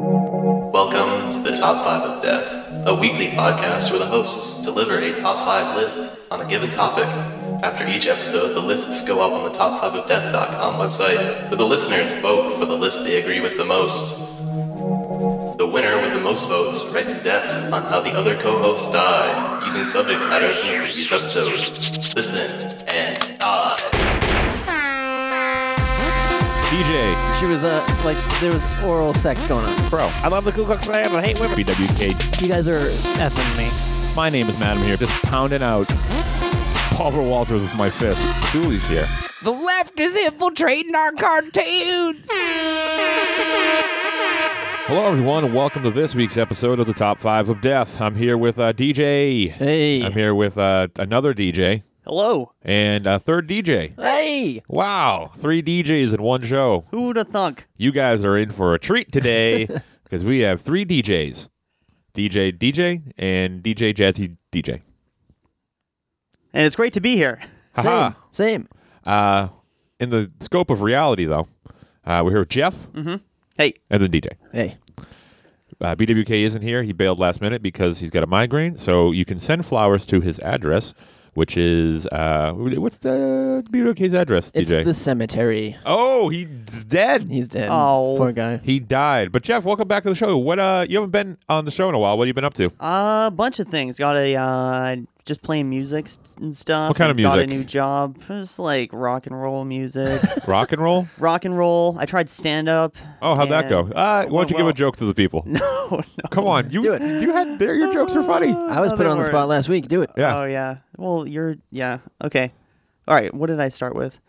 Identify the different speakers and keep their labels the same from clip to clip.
Speaker 1: Welcome to the Top 5 of Death, a weekly podcast where the hosts deliver a top 5 list on a given topic. After each episode, the lists go up on the top5ofdeath.com website, where the listeners vote for the list they agree with the most. The winner with the most votes writes deaths on how the other co hosts die, using subject matter from the previous episode. Listen and die.
Speaker 2: DJ.
Speaker 3: She was uh, like, there was oral sex going on.
Speaker 2: Bro.
Speaker 4: I love the Ku Klux Klan, but I hate women.
Speaker 2: BWK.
Speaker 3: You guys are effing me.
Speaker 2: My name is Madam here, just pounding out Paul Walters with my fist. Julie's here.
Speaker 5: The left is infiltrating our cartoons.
Speaker 2: Hello, everyone, and welcome to this week's episode of the Top 5 of Death. I'm here with uh, DJ.
Speaker 3: Hey.
Speaker 2: I'm here with uh, another DJ
Speaker 4: Hello.
Speaker 2: and a third DJ.
Speaker 3: Hey.
Speaker 2: Wow, three DJs in one show.
Speaker 4: Who would have thunk?
Speaker 2: You guys are in for a treat today because we have three DJs DJ DJ and DJ Jazzy DJ.
Speaker 4: And it's great to be here.
Speaker 2: Haha.
Speaker 3: Same. Same.
Speaker 2: Uh, in the scope of reality, though, uh, we're here with Jeff
Speaker 4: Hey,
Speaker 2: and then DJ.
Speaker 3: Hey.
Speaker 2: Uh, BWK isn't here. He bailed last minute because he's got a migraine. So you can send flowers to his address, which is uh, what's the BWK's address?
Speaker 3: It's
Speaker 2: DJ.
Speaker 3: the cemetery.
Speaker 2: oh, he's dead.
Speaker 3: He's dead.
Speaker 4: Oh.
Speaker 3: Poor guy.
Speaker 2: He died. But Jeff, welcome back to the show. What? Uh, you haven't been on the show in a while. What have you been up to?
Speaker 4: a bunch of things. Got a uh, just playing music st- and stuff.
Speaker 2: What kind of
Speaker 4: Got a
Speaker 2: music?
Speaker 4: new job. Just like rock and roll music,
Speaker 2: Rock and roll.
Speaker 4: rock and roll. I tried stand up.
Speaker 2: Oh, how'd that go? Uh, why don't you give a
Speaker 4: well.
Speaker 2: joke to the people?
Speaker 4: No, no.
Speaker 2: Come on, you
Speaker 3: Do it.
Speaker 2: you had there. Your jokes are funny.
Speaker 3: I was
Speaker 4: No,
Speaker 3: put
Speaker 4: they
Speaker 3: on the
Speaker 4: weren't.
Speaker 3: spot last week. Do it.
Speaker 2: Yeah.
Speaker 4: Oh yeah. Well, you're yeah. Okay. All right. What did I start with?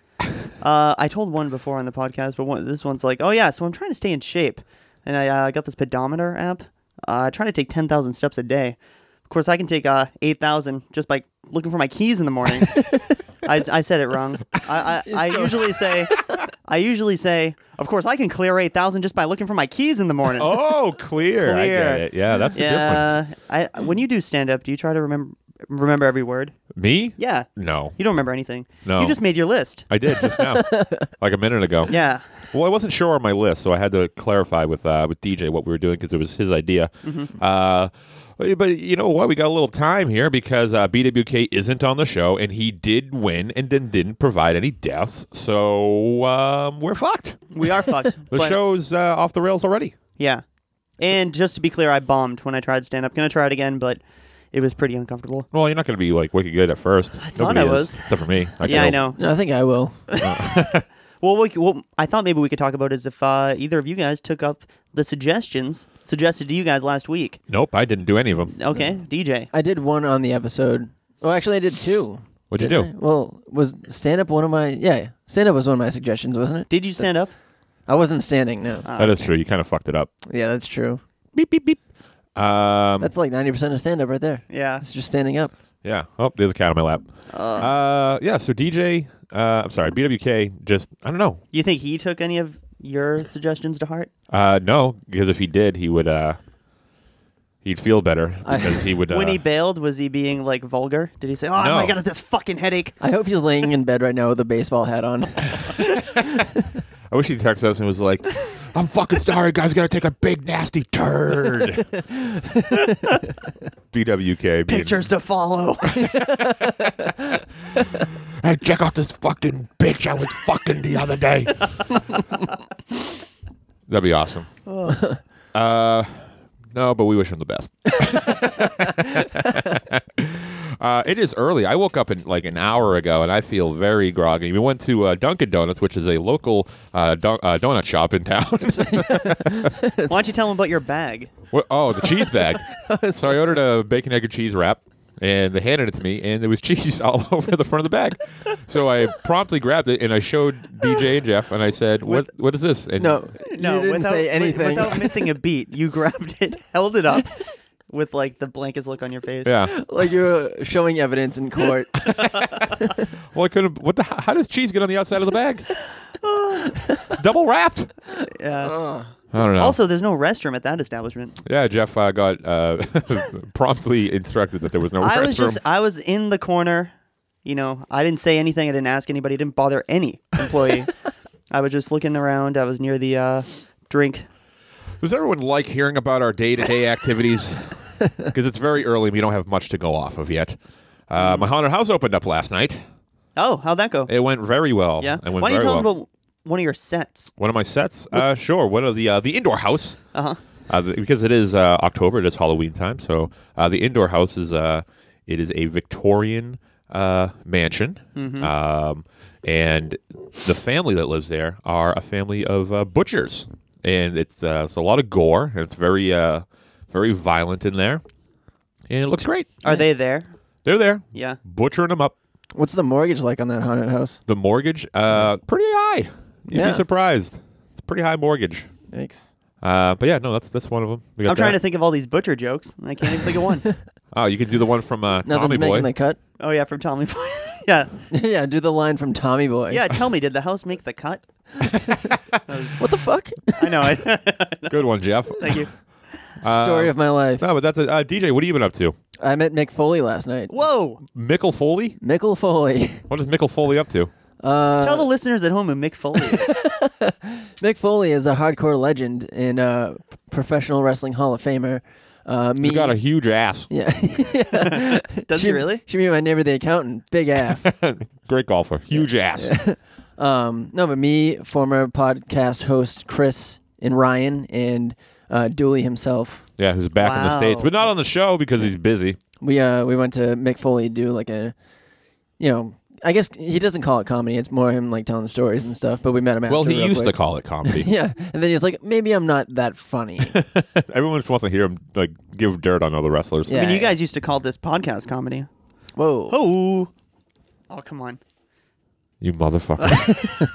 Speaker 4: Uh, I told one before on the podcast, but one, this one's like, oh yeah. So I'm trying to stay in shape, and I uh, got this pedometer app. Uh, I try to take ten thousand steps a day. Of course, I can take uh, eight thousand just by looking for my keys in the morning. I, I said it wrong. I, I, I usually say, I usually say, of course, I can clear eight thousand just by looking for my keys in the morning.
Speaker 2: Oh, clear. I
Speaker 4: Clear.
Speaker 2: get it. Yeah, that's the difference.
Speaker 4: yeah. I, when you do stand up, do you try to remember remember every word?
Speaker 2: Me?
Speaker 4: Yeah.
Speaker 2: No,
Speaker 4: You don't remember anything.
Speaker 2: No.
Speaker 4: You just made your list.
Speaker 2: I did just now, like a minute ago.
Speaker 4: Yeah.
Speaker 2: Well, I wasn't sure on my list, so I had to clarify with uh, with DJ what we were doing because it was his idea.
Speaker 4: Mm-hmm.
Speaker 2: Uh, but you know what? We got a little time here because uh, BWK isn't on the show, and he did win, and then didn't provide any deaths, so um, we're fucked.
Speaker 4: We are fucked.
Speaker 2: The
Speaker 4: but-
Speaker 2: show's uh, off the rails already.
Speaker 4: Yeah. And just to be clear, I bombed when I tried stand up. Gonna try it again, but it was pretty uncomfortable.
Speaker 2: Well, you're not going to be like wicked good at first. I
Speaker 4: thought I was.
Speaker 2: except for me.
Speaker 4: yeah, I
Speaker 2: failed.
Speaker 4: know.
Speaker 3: No, I think I will.
Speaker 4: Well, we, c- well, I thought maybe we could talk about is if uh, either of you guys took up the suggestions suggested to you guys last week.
Speaker 2: Nope, I didn't do any of them.
Speaker 4: Okay, DJ.
Speaker 3: I did one on the episode. Well, actually, I did two.
Speaker 2: What'd you
Speaker 3: Didn't
Speaker 2: do?
Speaker 3: I? Well, was stand up one of my. Yeah. Stand up was one of my suggestions, wasn't it?
Speaker 4: Did you stand up?
Speaker 3: I wasn't standing, no.
Speaker 2: That is true. You kind of fucked it up.
Speaker 3: yeah, that's true.
Speaker 2: Beep beep beep. Um,
Speaker 3: That's like 90% of stand up right there.
Speaker 4: Yeah.
Speaker 3: It's just standing up.
Speaker 2: Yeah. Oh, there's a cat on my lap. Uh, yeah. So DJ, uh, I'm sorry, BWK. Just I don't know.
Speaker 4: You think he took any of your suggestions to heart?
Speaker 2: Uh, no, because if he did, he would. Uh, he'd feel better
Speaker 3: I-
Speaker 2: because he would. Uh,
Speaker 4: When he bailed, was he being like vulgar? Did he say, "Oh
Speaker 2: No.
Speaker 4: my god, I got this fucking headache"?
Speaker 3: I hope he's laying in bed right now with a baseball hat on.
Speaker 2: I wish he texted us and was like, "I'm fucking sorry, guys. Got to take a big nasty turd." BWK. being-
Speaker 4: Pictures to follow.
Speaker 2: Hey, check out this fucking bitch I was fucking the other day. That'd be awesome. uh, no, but we wish him the best. uh, it is early. I woke up in like an hour ago, and I feel very groggy. We went to uh, Dunkin' Donuts, which is a local uh, don- uh, donut shop in town.
Speaker 4: Why don't you tell him about your bag?
Speaker 2: What, oh, the cheese bag. so I ordered a bacon, egg, and cheese wrap, and they handed it to me, and there was cheese all over the front of the bag. So I promptly grabbed it, and I showed DJ and Jeff, and I said, "What? What is this?" And
Speaker 3: No, you didn't
Speaker 4: without,
Speaker 3: say
Speaker 4: wi-
Speaker 3: anything.
Speaker 4: without missing a beat, you grabbed it, held it up with like the blankest look on your face.
Speaker 2: Yeah.
Speaker 3: like you were showing evidence in court.
Speaker 2: Well, I could have. What the? How does cheese get on the outside of the bag? it's double wrapped.
Speaker 4: Yeah.
Speaker 2: I don't know.
Speaker 4: Also, there's no restroom at that establishment.
Speaker 2: yeah, Jeff uh, got uh, promptly instructed that there was no
Speaker 4: I
Speaker 2: restroom.
Speaker 4: was just I was in the corner. You know, I didn't say anything. I didn't ask anybody. I didn't bother any employee. I was just looking around. I was near the uh, drink
Speaker 2: Does everyone like hearing about our day to day activities? Because it's very early and we don't have much to go off of yet. Uh, my haunted house opened up last night.
Speaker 4: Oh, how'd that go?
Speaker 2: It went very well.
Speaker 4: yeah.
Speaker 2: It
Speaker 4: Why
Speaker 2: went
Speaker 4: don't you
Speaker 2: very
Speaker 4: tell us
Speaker 2: well.
Speaker 4: about one of your sets?
Speaker 2: One of my sets? Uh, sure. One of the uh, the indoor house.
Speaker 4: Uh huh.
Speaker 2: Uh, th- because it is uh, October, it is Halloween time. So uh, the indoor house is uh, it is a Victorian uh, mansion, um, and the family that lives there are a family of uh, butchers, and it's uh, it's a lot of gore, and it's very uh, very violent in there, and it looks great.
Speaker 4: Are they there?
Speaker 2: They're there,
Speaker 4: Yeah.
Speaker 2: butchering them up.
Speaker 3: What's the mortgage like on that haunted house?
Speaker 2: The mortgage, uh, pretty high. You'd
Speaker 3: Yeah.
Speaker 2: be surprised. It's a pretty high mortgage.
Speaker 3: Yikes.
Speaker 2: Uh, but yeah, no, that's that's one of them.
Speaker 4: I'm trying to think of all these butcher jokes, and I can't even think of one.
Speaker 2: Oh, you could do the one from uh,
Speaker 3: Nothing's
Speaker 2: Tommy Boy.
Speaker 3: making the cut.
Speaker 4: Oh yeah, from Tommy Boy. yeah,
Speaker 3: yeah, do the line from Tommy Boy.
Speaker 4: yeah. Tell me, did the house make the cut?
Speaker 3: What the fuck?
Speaker 4: I know. I,
Speaker 2: Good one, Jeff.
Speaker 4: thank you.
Speaker 3: Story of my life.
Speaker 2: No, but that's a, uh, DJ. What have you been up to?
Speaker 3: I met Mick Foley last night.
Speaker 4: Whoa!
Speaker 2: Mickle Foley?
Speaker 3: Mickle Foley.
Speaker 2: What is Mickle Foley up to?
Speaker 3: Uh,
Speaker 4: Tell the listeners at home who Mick Foley. is.
Speaker 3: Mick Foley is a hardcore legend and uh, professional wrestling Hall of Famer. Uh, me,
Speaker 2: He's got a huge ass.
Speaker 3: yeah, yeah.
Speaker 4: Does
Speaker 3: she,
Speaker 4: he really?
Speaker 3: She made my neighbor the accountant. Big ass.
Speaker 2: Great golfer. Huge ass.
Speaker 3: um, no, but me, former podcast host Chris and Ryan and uh, Dooley himself.
Speaker 2: Yeah, who's back in the
Speaker 4: Wow.
Speaker 2: states, but not on the show because he's busy.
Speaker 3: We uh, we went to Mick Foley do like a, you know, I guess he doesn't call it comedy. It's more him like telling stories and stuff. But we met him.
Speaker 2: Well,
Speaker 3: after
Speaker 2: he
Speaker 3: real
Speaker 2: used to
Speaker 3: quick.
Speaker 2: call it comedy.
Speaker 3: Yeah, and then he was like, maybe I'm not that funny.
Speaker 2: Everyone just wants to hear him like give dirt on other wrestlers.
Speaker 4: I mean,
Speaker 3: Yeah.
Speaker 4: you guys used to call this podcast comedy.
Speaker 3: Whoa.
Speaker 4: Oh. Oh come on.
Speaker 2: You motherfucker.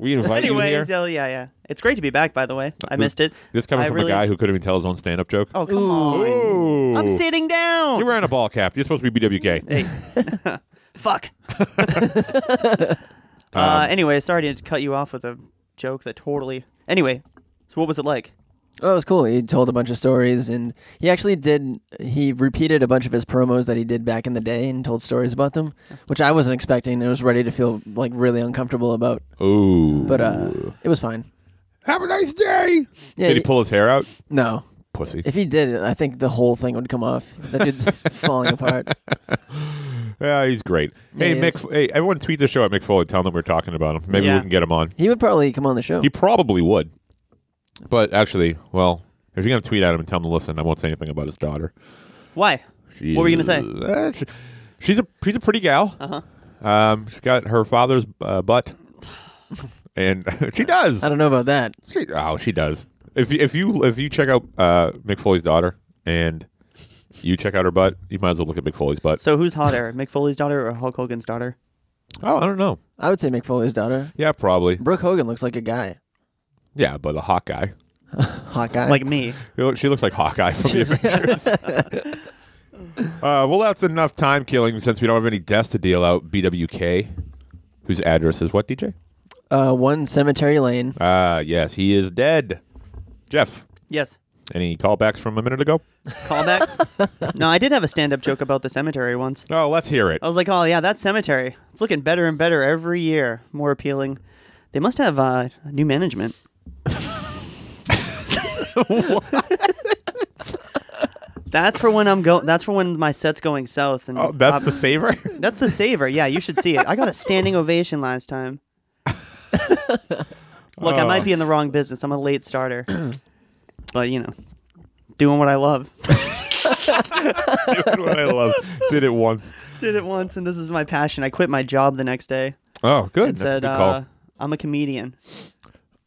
Speaker 2: we invite you
Speaker 4: Anyways,
Speaker 2: here.
Speaker 4: oh yeah, yeah. It's great to be back, by the way. I
Speaker 2: This-
Speaker 4: missed it.
Speaker 2: This coming
Speaker 4: I
Speaker 2: from
Speaker 4: really-
Speaker 2: a guy who couldn't even tell his own stand-up joke.
Speaker 4: Oh come on.
Speaker 2: Ooh.
Speaker 4: I'm sitting down.
Speaker 2: You're wearing a ball cap. You're supposed to be BWK.
Speaker 4: Hey. Fuck.
Speaker 2: Um,
Speaker 4: uh, anyway, sorry to cut you off with a joke that totally. Anyway, so what was it like?
Speaker 3: Oh, it was cool. He told a bunch of stories, and he actually did. He repeated a bunch of his promos that he did back in the day, and told stories about them, which I wasn't expecting. and was ready to feel like really uncomfortable about,
Speaker 2: Ooh.
Speaker 3: but uh, it was fine.
Speaker 2: Have a nice day.
Speaker 3: Yeah.
Speaker 2: Did he
Speaker 3: he-
Speaker 2: pull his hair out?
Speaker 3: no.
Speaker 2: Pussy.
Speaker 3: If he did, I think the whole thing would come off. That dude's falling apart.
Speaker 2: Yeah, he's great. Hey,
Speaker 3: he
Speaker 2: Mick.
Speaker 3: is.
Speaker 2: Hey, everyone, tweet the show at Mick Foley. Tell them we're talking about him. Maybe
Speaker 4: Yeah.
Speaker 2: we can get him on.
Speaker 3: He would probably come on the show.
Speaker 2: He probably would, but actually, well, if you're gonna tweet at him and tell him to listen, I won't say anything about his daughter.
Speaker 4: Why? What were you gonna
Speaker 2: She's- uh, she- She's a she's a pretty gal.
Speaker 4: Uh huh.
Speaker 2: Um, she's got her father's uh, butt, and she does.
Speaker 3: I don't know about that.
Speaker 2: She, oh, she does. If you- if you if you check out uh, Mick Foley's daughter and you check out her butt, you might as well look at Mick Foley's butt.
Speaker 4: So who's hotter, Mick Foley's daughter or Hulk Hogan's daughter?
Speaker 2: Oh, I don't know.
Speaker 3: I would say Mick Foley's daughter.
Speaker 2: Yeah, probably.
Speaker 3: Brooke Hogan looks like a guy.
Speaker 2: Yeah, but a hot guy.
Speaker 3: Hot guy.
Speaker 4: Like me.
Speaker 2: She looks, she looks like Hawkeye from the Avengers. uh, well, that's enough time killing since we don't have any deaths to deal out. BWK, whose address is what, DJ?
Speaker 3: uh, one cemetery lane.
Speaker 2: Ah, yes, he is dead. Jeff,
Speaker 4: Yes.
Speaker 2: any callbacks from a minute ago?
Speaker 4: Callbacks. no, I did have a stand-up joke about the cemetery once.
Speaker 2: Oh, let's hear it.
Speaker 4: I was like, oh yeah, that cemetery. It's looking better and better every year. More appealing. They must have uh, new management. that's for when I'm go. That's for when my set's going south. And
Speaker 2: Oh, that's
Speaker 4: I'm-
Speaker 2: the savor?
Speaker 4: That's the saver. Yeah, you should see it. I got a standing ovation last time. Look, I
Speaker 2: Oh.
Speaker 4: might be in the wrong business. I'm a late starter. but, you know, doing what I love.
Speaker 2: what I love. Did it once.
Speaker 4: Did it once, and this is my passion. I quit my job the next day
Speaker 2: Oh, good.
Speaker 4: and
Speaker 2: That's
Speaker 4: said,
Speaker 2: a good call.
Speaker 4: uh, I'm a comedian.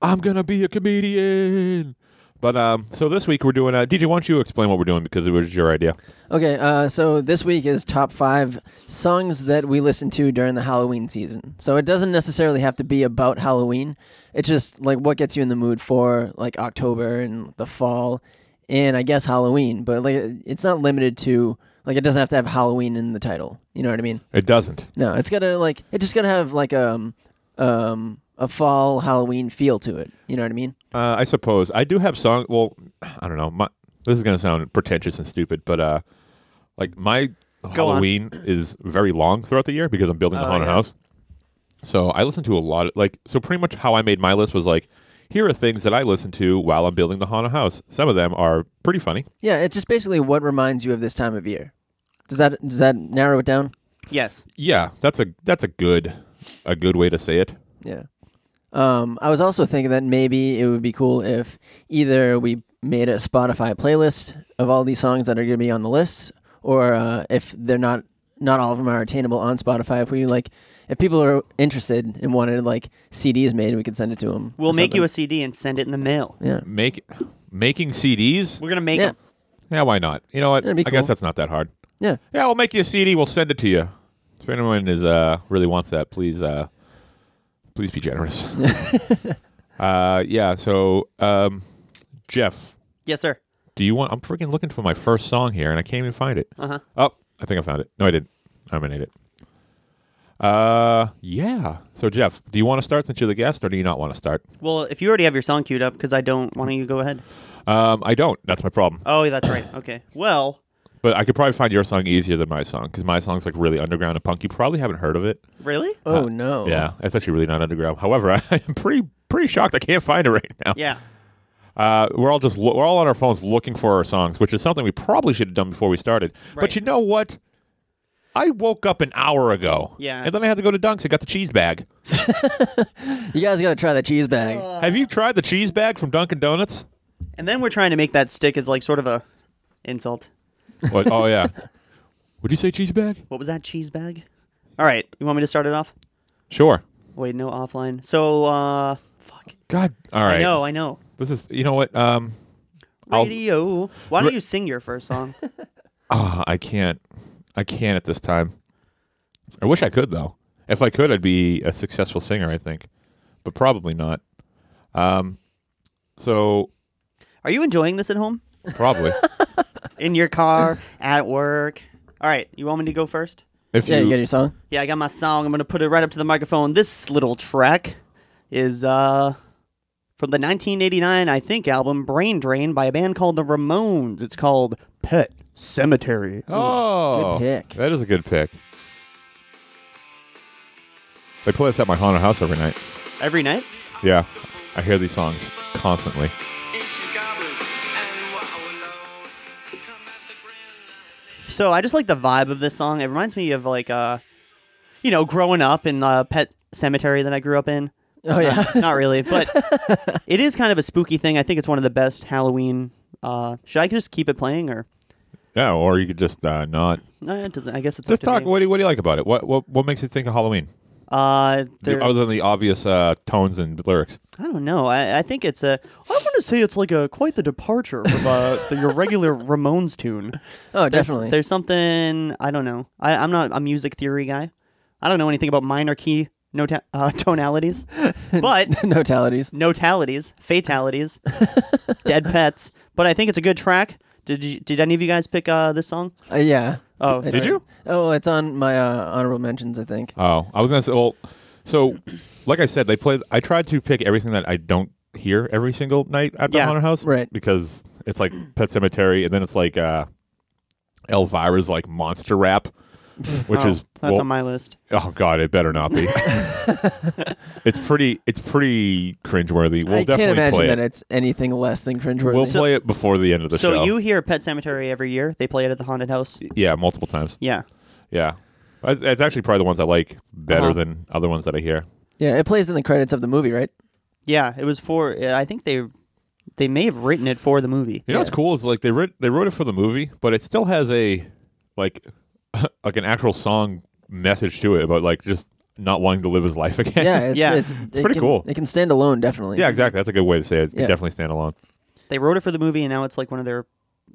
Speaker 2: I'm gonna be a comedian. But um, so this week we're doing. Uh, DJ, why don't you explain what we're doing because it was your idea.
Speaker 3: Okay, uh, so this week is top five songs that we listen to during the Halloween season. So it doesn't necessarily have to be about Halloween. It's just like what gets you in the mood for like October and the fall, and I guess Halloween. But like it's not limited to like it doesn't have to have Halloween in the title. You know what I mean?
Speaker 2: It doesn't.
Speaker 3: No, it's gotta like it just gotta have like um um a fall Halloween feel to it. You know what I mean?
Speaker 2: Uh, I suppose I do have song. Well, I don't know. My this is gonna sound pretentious and stupid, but uh, like my
Speaker 4: on.
Speaker 2: Halloween is very long throughout the year because I'm building the
Speaker 4: Oh,
Speaker 2: haunted
Speaker 4: yeah.
Speaker 2: house. So I listen to a lot of like so pretty much how I made my list was like here are things that I listen to while I'm building the haunted house. Some of them are pretty funny.
Speaker 3: Yeah, it's just basically what reminds you of this time of year. Does that does that narrow it down?
Speaker 4: Yes.
Speaker 2: Yeah, that's a that's a good a good way to say it.
Speaker 3: Yeah. Um, I was also thinking that maybe it would be cool if either we made a Spotify playlist of all these songs that are going to be on the list, or uh, if they're not, not all of them are attainable on Spotify. If we like, if people are interested and wanted like CDs made, we could send it to them.
Speaker 4: We'll make you a CD and send it in the mail.
Speaker 3: yeah.
Speaker 2: Make making CDs?
Speaker 4: We're gonna make
Speaker 3: Yeah,
Speaker 4: them.
Speaker 2: Yeah, why not? You know what? I
Speaker 3: That'd be
Speaker 2: guess
Speaker 3: cool.
Speaker 2: that's not that hard.
Speaker 3: yeah,
Speaker 2: Yeah, we'll make you a CD. We'll send it to you. If anyone is uh really wants that, please uh please be generous. uh yeah, so um Jeff,
Speaker 4: Yes, sir.
Speaker 2: do you want I'm freaking looking for my first song here and I can't even find it.
Speaker 4: Uh huh.
Speaker 2: Oh, I think I found it. No, I didn't. I'm an idiot. Uh yeah. So Jeff, do you want to start since you're the guest or do you not want to start?
Speaker 4: Well, if you already have your song queued up, because I don't, why don't you go ahead?
Speaker 2: Um I don't. That's my problem.
Speaker 4: Oh, that's right. Okay. Well,
Speaker 2: But I could probably find your song easier than my song cuz my song's like really underground and punk. You probably haven't heard of it.
Speaker 4: really?
Speaker 3: Oh no.
Speaker 2: Yeah, it's actually really not underground. However, I'm pretty pretty shocked I can't find it right now.
Speaker 4: Yeah.
Speaker 2: Uh, we're all just lo- we're all on our phones looking for our songs, which is something we probably should have done before we started. But
Speaker 4: Right.
Speaker 2: you know what? I woke up an hour ago.
Speaker 4: Yeah.
Speaker 2: And then I had to go to Dunk's and got the cheese bag.
Speaker 3: You guys got to try that cheese bag.
Speaker 2: Have you tried the cheese bag from Dunkin' Donuts?
Speaker 4: And then we're trying to make that stick as like sort of a insult.
Speaker 2: What? Oh yeah. Would you say cheese bag?
Speaker 4: What was that cheese bag? All right. You want me to start it off?
Speaker 2: Sure.
Speaker 4: Wait, no offline. So, uh, fuck.
Speaker 2: God. All right.
Speaker 4: I know. I know.
Speaker 2: This is you know what? Um, I'll-
Speaker 4: Radio. Why don't
Speaker 2: Ra-
Speaker 4: you sing your first song?
Speaker 2: Ah, I can't. I can't at this time. I wish I could though. If I could, I'd be a successful singer, I think, but probably not. Um, so
Speaker 4: Are you enjoying this at home?
Speaker 2: probably
Speaker 4: In your car? at work? All right. You want me to go first?
Speaker 2: if
Speaker 3: Yeah,
Speaker 2: you,
Speaker 3: you got your song.
Speaker 4: Yeah, I got my song. I'm gonna put it right up to the microphone. This little track is uh from the 1989, I think, album Brain Drain by a band called the Ramones. It's called Pet Cemetery.
Speaker 2: oh,
Speaker 3: Good pick.
Speaker 2: That is a good pick. They play this at my haunted house every night.
Speaker 4: Every night?
Speaker 2: Yeah, I hear these songs constantly.
Speaker 4: So I just like the vibe of this song. It reminds me of like uh you know, growing up in uh, Pet Cemetery that I grew up in.
Speaker 3: Oh yeah.
Speaker 4: Not really, but it is kind of a spooky thing. I think it's one of the best Halloween uh should I just keep it playing or
Speaker 2: Yeah, or you could just uh, not.
Speaker 4: no, it doesn't. I guess it's up
Speaker 2: Just
Speaker 4: to
Speaker 2: talk.
Speaker 4: me.
Speaker 2: What do you, what do you like about it? What what what makes you think of Halloween?
Speaker 4: Uh,
Speaker 2: The-
Speaker 4: there-
Speaker 2: other than the obvious uh, tones and lyrics.
Speaker 4: I don't know. I, I think it's a. I want to say it's like a quite the departure from uh, the, your regular Ramones tune.
Speaker 3: Oh,
Speaker 4: There's-
Speaker 3: definitely.
Speaker 4: There's something I don't know. I, I'm not a music theory guy. I don't know anything about minor key nota- uh, tonalities, but
Speaker 3: Notalities.
Speaker 4: notalities, fatalities, dead pets. But I think it's a good track. Did you, did any of you guys pick uh, this song?
Speaker 3: Uh, yeah.
Speaker 4: Oh,
Speaker 3: Did
Speaker 4: sorry.
Speaker 2: you?
Speaker 3: Oh, it's on my uh, honorable mentions, I think.
Speaker 2: Oh, I was gonna say. Well, so like I said, they played. I tried to pick everything that I don't hear every single night at the
Speaker 4: Yeah,
Speaker 2: haunted house,
Speaker 3: right.
Speaker 2: Because it's like Pet Cemetery, and then it's like uh, Elvira's like monster rap, which
Speaker 4: Oh,
Speaker 2: is
Speaker 4: that's
Speaker 2: well,
Speaker 4: on my list.
Speaker 2: oh god, it better not be. it's pretty. It's pretty cringeworthy. We'll
Speaker 3: I
Speaker 2: definitely
Speaker 3: can't imagine
Speaker 2: play
Speaker 3: that
Speaker 2: it.
Speaker 3: it's anything less than cringeworthy.
Speaker 2: We'll play it before the end of the
Speaker 4: so
Speaker 2: show.
Speaker 4: you hear Pet Cemetery every year? They play it at the haunted house.
Speaker 2: yeah, multiple times.
Speaker 4: Yeah.
Speaker 2: Yeah, it's it's actually probably the ones I like better
Speaker 4: Uh-huh.
Speaker 2: than other ones that I hear.
Speaker 3: Yeah, it plays in the credits of the movie, right?
Speaker 4: Yeah, it was for. uh, I think they they may have written it for the movie.
Speaker 2: You know what's cool is like they wrote they wrote it for the movie, but it still has a like like an actual song message to it about like just not wanting to live his life again.
Speaker 3: Yeah, it's,
Speaker 4: Yeah.
Speaker 3: it's, it
Speaker 2: pretty
Speaker 3: can-
Speaker 2: cool.
Speaker 3: It can stand alone, definitely.
Speaker 2: yeah, exactly. That's a good way to say it. It can
Speaker 3: Yeah.
Speaker 2: definitely stand alone.
Speaker 4: They wrote it for the movie, and now it's like one of their.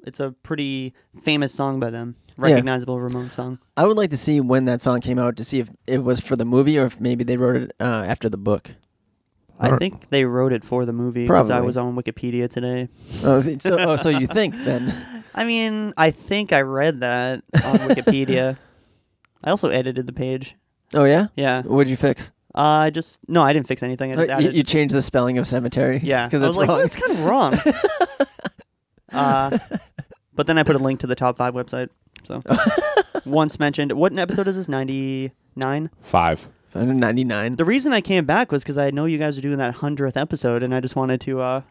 Speaker 4: It's a pretty famous song by them, recognizable Ramon song.
Speaker 3: I would like to see when that song came out to see if it was for the movie or if maybe they wrote it uh, after the book.
Speaker 4: I
Speaker 2: Alright.
Speaker 4: think they wrote it for the movie because I
Speaker 3: Probably.
Speaker 4: was on Wikipedia today.
Speaker 3: Oh, th- so oh, so you think then?
Speaker 4: I mean, I think I read that on Wikipedia. I also edited the page.
Speaker 3: Oh yeah.
Speaker 4: Yeah,
Speaker 3: What'd you fix?
Speaker 4: uh, I just no, I didn't fix anything. I just
Speaker 3: Oh, you,
Speaker 4: added.
Speaker 3: you changed the spelling of cemetery.
Speaker 4: yeah,
Speaker 3: because
Speaker 4: I
Speaker 3: it's
Speaker 4: was like,
Speaker 3: wrong.
Speaker 4: that's kind of wrong. uh, but then I put a link to the top five website. So once mentioned, what episode is this? Ninety nine.
Speaker 2: Five.
Speaker 3: ninety nine.
Speaker 4: The reason I came back was because I know you guys are doing that hundredth episode, and I just wanted to. uh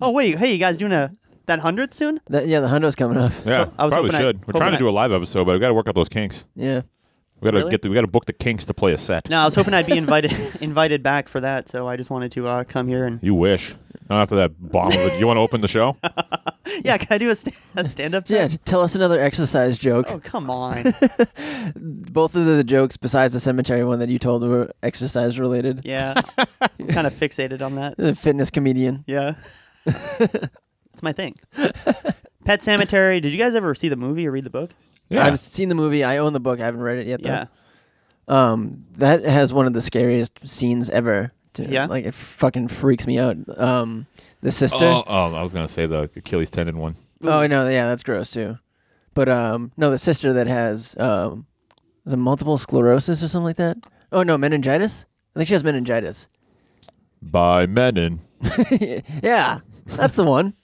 Speaker 4: Oh wait, hey, you guys doing a that hundredth soon?
Speaker 3: That, yeah, the hundo's coming up.
Speaker 2: Yeah,
Speaker 4: I was
Speaker 2: probably
Speaker 4: hoping I-
Speaker 2: should. We're trying
Speaker 4: hoping
Speaker 2: to
Speaker 4: I-
Speaker 2: do a live episode, but we got to work out those kinks.
Speaker 3: Yeah.
Speaker 2: We got to
Speaker 4: Really?
Speaker 2: get. The, we got to book the kinks to play a set.
Speaker 4: No, I was hoping I'd be invited invited back for that, so I just wanted to uh come here and
Speaker 2: You wish. Not after that bomb. of a- you want to open the show?
Speaker 4: yeah. Can I do a, st- a stand up?
Speaker 3: Yeah, t- tell us another exercise joke.
Speaker 4: Oh come on.
Speaker 3: Both of the jokes, besides the cemetery one that you told, were exercise related.
Speaker 4: Yeah, I'm kind of fixated on that.
Speaker 3: The fitness comedian.
Speaker 4: Yeah, it's my thing. Pet Cemetery. Did you guys ever see the movie or read the book?
Speaker 2: Yeah.
Speaker 3: I've seen the movie. I own the book. I haven't read it yet. Though.
Speaker 4: Yeah.
Speaker 3: Um, that has one of the scariest scenes ever. Dude.
Speaker 4: Yeah?
Speaker 3: Like it fucking freaks me out. Um, the sister.
Speaker 2: Oh,
Speaker 3: Oh,
Speaker 2: oh, I was gonna say the Achilles tendon one.
Speaker 3: I know. Yeah, that's gross too. But um, no, the sister that has um, is it multiple sclerosis or something like that? Oh no, meningitis. I think she has meningitis.
Speaker 2: By Menon.
Speaker 3: yeah, that's the one.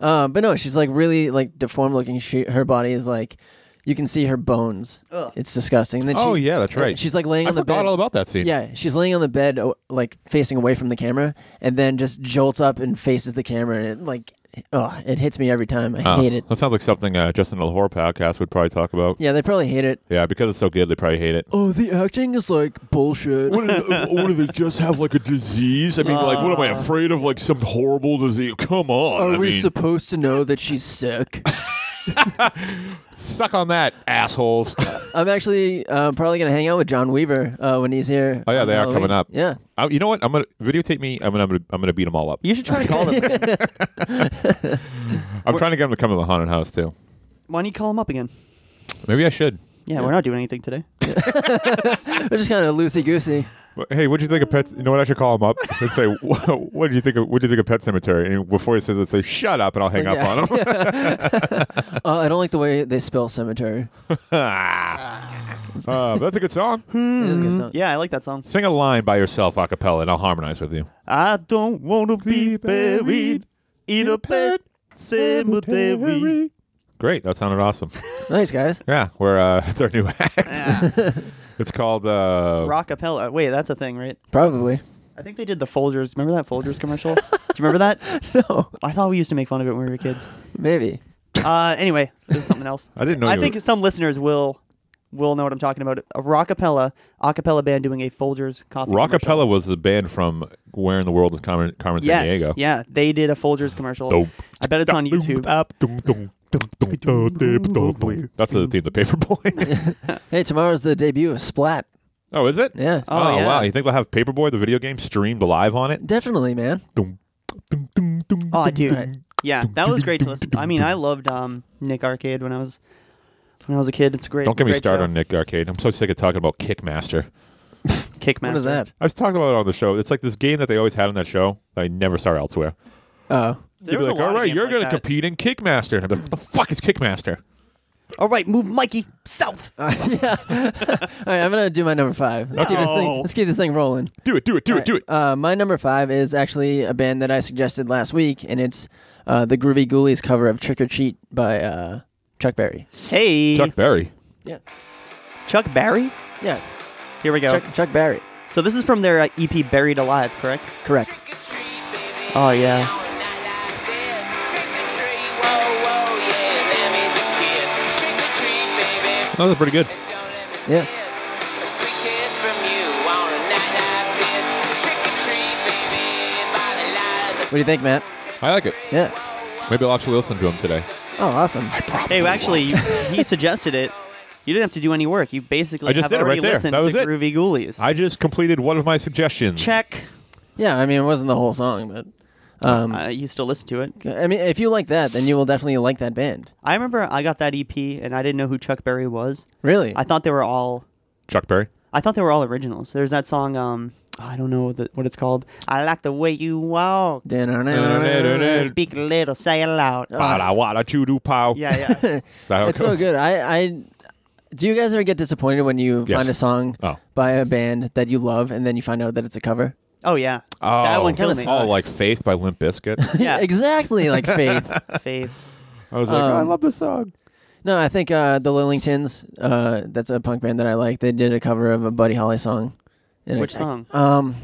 Speaker 3: Uh, but no, she's like really like deformed looking. She her body is like, you can see her bones.
Speaker 4: Ugh.
Speaker 3: It's disgusting. And then
Speaker 2: Oh
Speaker 3: she-
Speaker 2: yeah, that's right.
Speaker 3: She's like laying
Speaker 2: I
Speaker 3: on the
Speaker 2: forgot
Speaker 3: bed.
Speaker 2: all about that scene.
Speaker 3: Yeah, she's laying on the bed, o- like facing away from the camera, and then just jolts up and faces the camera, and it, like, oh, it hits me every time. I
Speaker 2: Oh,
Speaker 3: hate it.
Speaker 2: That sounds like something uh, Justin the Horror podcast would probably talk about.
Speaker 3: Yeah, they probably hate it.
Speaker 2: Yeah, because it's so good, they probably hate it.
Speaker 3: Oh, the acting is like bullshit.
Speaker 2: what do they just have like a disease? I mean, like, what am I afraid of? Like some horrible disease? Come on!
Speaker 3: Uh. Are we supposed to know that she's sick?
Speaker 2: suck on that, assholes?
Speaker 3: I'm actually uh, probably gonna hang out with John Weaver uh, when he's here.
Speaker 2: Oh, yeah,
Speaker 3: on
Speaker 2: they are
Speaker 3: Halloween.
Speaker 2: coming up.
Speaker 3: Yeah,
Speaker 2: I, you know what? I'm gonna videotape me. I'm gonna I'm gonna, I'm gonna beat them all up.
Speaker 4: You should try to call them.
Speaker 2: I'm trying to get them to come to the haunted house too.
Speaker 4: Why don't you call them up again?
Speaker 2: Maybe I should.
Speaker 4: Yeah, we're not doing anything today.
Speaker 3: we're just kind of loosey goosey.
Speaker 2: But, hey, what'd you think of pet? You know what? I should call them up and say, "What what do you think? Of, what do you think of Pet Cemetery?" And before he says it, say, "Shut up," and I'll hang
Speaker 3: Like,
Speaker 2: up on him.
Speaker 3: Uh, I don't like the way they spell cemetery.
Speaker 2: Uh, that's a good song.
Speaker 3: It is a good song.
Speaker 4: Yeah, I like that song.
Speaker 2: Sing a line by yourself a cappella, and I'll harmonize with you.
Speaker 4: I don't want to be buried in a pet cemetery.
Speaker 2: Great, that sounded awesome.
Speaker 3: Nice guys.
Speaker 2: Yeah, we're uh, it's our new act. it's called uh,
Speaker 4: Rockapella. Wait, that's a thing, right?
Speaker 3: Probably.
Speaker 4: I think they did the Folgers. Remember that Folgers commercial? Do you remember that?
Speaker 3: No,
Speaker 4: I thought we used to make fun of it when we were kids.
Speaker 3: maybe.
Speaker 4: Uh, anyway, there's something else.
Speaker 2: I didn't know.
Speaker 4: I
Speaker 2: you
Speaker 4: think
Speaker 2: were-
Speaker 4: some listeners will will know what I'm talking about. A rockapella, acapella band doing a Folgers coffee.
Speaker 2: Rockapella
Speaker 4: commercial.
Speaker 2: was the band from Where in the World is Carmen, Carmen
Speaker 4: Yes,
Speaker 2: San Diego.
Speaker 4: yeah, they did a Folgers commercial.
Speaker 2: Dope.
Speaker 4: I bet it's on YouTube.
Speaker 2: That's the theme, the Paperboy.
Speaker 3: Hey, tomorrow's the debut of Splat.
Speaker 2: oh, is it?
Speaker 3: Yeah,
Speaker 4: Oh, yeah.
Speaker 2: wow! You think we'll have Paperboy, the video game, streamed live on it?
Speaker 3: definitely, man.
Speaker 4: Oh, dude. Yeah, that was great to listen. to. I mean, I loved um, Nick Arcade when I was when I was a kid. It's a great.
Speaker 2: Don't get me
Speaker 4: great
Speaker 2: started
Speaker 4: show.
Speaker 2: on Nick Arcade. I'm so sick of talking about Kickmaster.
Speaker 4: Kickmaster.
Speaker 3: What is that?
Speaker 2: I've talked about it on the show. It's like this game that they always had on that show that I never saw elsewhere.
Speaker 3: Oh,
Speaker 2: They'd
Speaker 4: There was
Speaker 2: be
Speaker 4: a
Speaker 2: like,
Speaker 4: lot
Speaker 2: all
Speaker 4: of
Speaker 2: right,
Speaker 4: games
Speaker 2: you're
Speaker 4: like
Speaker 2: going to
Speaker 4: that.
Speaker 2: compete in Kickmaster. And I'd be like, what the fuck is Kickmaster?
Speaker 4: All right, move Mikey south.
Speaker 3: yeah. All right, I'm gonna do my number five. Let's keep this
Speaker 4: No.
Speaker 3: thing. Let's keep this thing rolling.
Speaker 2: Do it, do it, do it, do it.
Speaker 3: Uh, my number five is actually a band that I suggested last week, and it's uh, the Groovy Ghoulies cover of "Trick or Treat" by uh, Chuck Berry.
Speaker 4: Hey,
Speaker 2: Chuck
Speaker 4: Chuck,
Speaker 2: Berry.
Speaker 3: Yeah,
Speaker 4: Barry.
Speaker 3: yeah.
Speaker 4: Here we go.
Speaker 3: Chuck, Chuck Berry.
Speaker 4: So this is from their uh, EP Buried Alive, correct?
Speaker 3: Correct.
Speaker 4: Oh yeah.
Speaker 2: That was pretty good.
Speaker 3: Yeah. What do you think, Matt?
Speaker 2: I like it.
Speaker 3: Yeah.
Speaker 2: Maybe I'll actually listen to him today.
Speaker 3: Oh, awesome.
Speaker 4: Hey, well, actually, you, he suggested it. You didn't have to do any work. You basically
Speaker 2: I just
Speaker 4: have
Speaker 2: did it right
Speaker 4: already
Speaker 2: there.
Speaker 4: listened
Speaker 2: That was
Speaker 4: to
Speaker 2: it.
Speaker 4: Groovy Ghoulies.
Speaker 2: I just completed one of my suggestions.
Speaker 4: Check.
Speaker 3: Yeah, I mean, it wasn't the whole song, but um,
Speaker 4: Uh, you still listen to it.
Speaker 3: I mean, if you like that, then you will definitely like that band.
Speaker 4: I remember I got that EP and I didn't know who Chuck Berry was.
Speaker 3: Really?
Speaker 4: I thought they were all
Speaker 2: Chuck Berry.
Speaker 4: I thought they were all originals. There's that song. Um, I don't know what, the, what it's called. I like the way you walk.
Speaker 2: Ba-da-da-da-da.
Speaker 4: Speak little, say it loud.
Speaker 2: Ah.
Speaker 4: Oh,
Speaker 2: wada choo doo pow.
Speaker 4: Uh, Yeah, yeah.
Speaker 2: That's how it
Speaker 3: It's so
Speaker 2: goes.
Speaker 3: good. I, I do you guys ever get disappointed when you
Speaker 2: Yes.
Speaker 3: find a song
Speaker 2: Oh.
Speaker 3: by a band that you love and then you find out that it's a cover?
Speaker 4: Oh yeah.
Speaker 2: Oh,
Speaker 4: that one killed
Speaker 3: Kinda
Speaker 4: me.
Speaker 2: Oh,
Speaker 3: sucks.
Speaker 2: like Faith by Limp Bizkit.
Speaker 4: yeah.
Speaker 3: exactly like Faith.
Speaker 4: Faith.
Speaker 2: I was like,
Speaker 3: Um,
Speaker 2: oh, I love this song.
Speaker 3: No, I think uh, the Lillingtons, uh, that's a punk band that I like. They did a cover of a Buddy Holly song. And
Speaker 4: Which
Speaker 3: I-
Speaker 4: song?
Speaker 3: Um,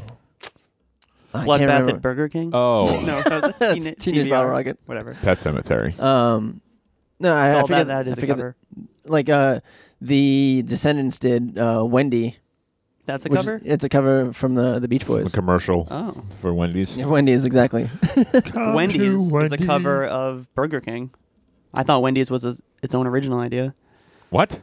Speaker 3: I can't
Speaker 4: Bloodbath
Speaker 3: remember.
Speaker 4: at Burger King.
Speaker 2: Oh,
Speaker 4: no, that was
Speaker 3: That's
Speaker 4: teen-
Speaker 3: Teenage
Speaker 4: TBR,
Speaker 3: Bottle Rocket.
Speaker 4: Whatever.
Speaker 2: Pet Cemetery.
Speaker 3: Um, no, I, I
Speaker 4: All
Speaker 3: forget
Speaker 4: that, that is
Speaker 3: I
Speaker 4: a
Speaker 3: forget
Speaker 4: cover.
Speaker 3: The, like uh, the Descendants did uh, Wendy.
Speaker 4: That's a
Speaker 3: which is-
Speaker 4: cover.
Speaker 3: it's a cover from the the Beach
Speaker 2: A
Speaker 3: Boys.
Speaker 2: commercial
Speaker 4: Oh,
Speaker 2: for Wendy's.
Speaker 3: Yeah, Wendy's exactly.
Speaker 2: Come to
Speaker 4: Wendy's, is a cover
Speaker 2: Wendy's.
Speaker 4: of Burger King. I thought Wendy's was a, its own original idea,
Speaker 2: What?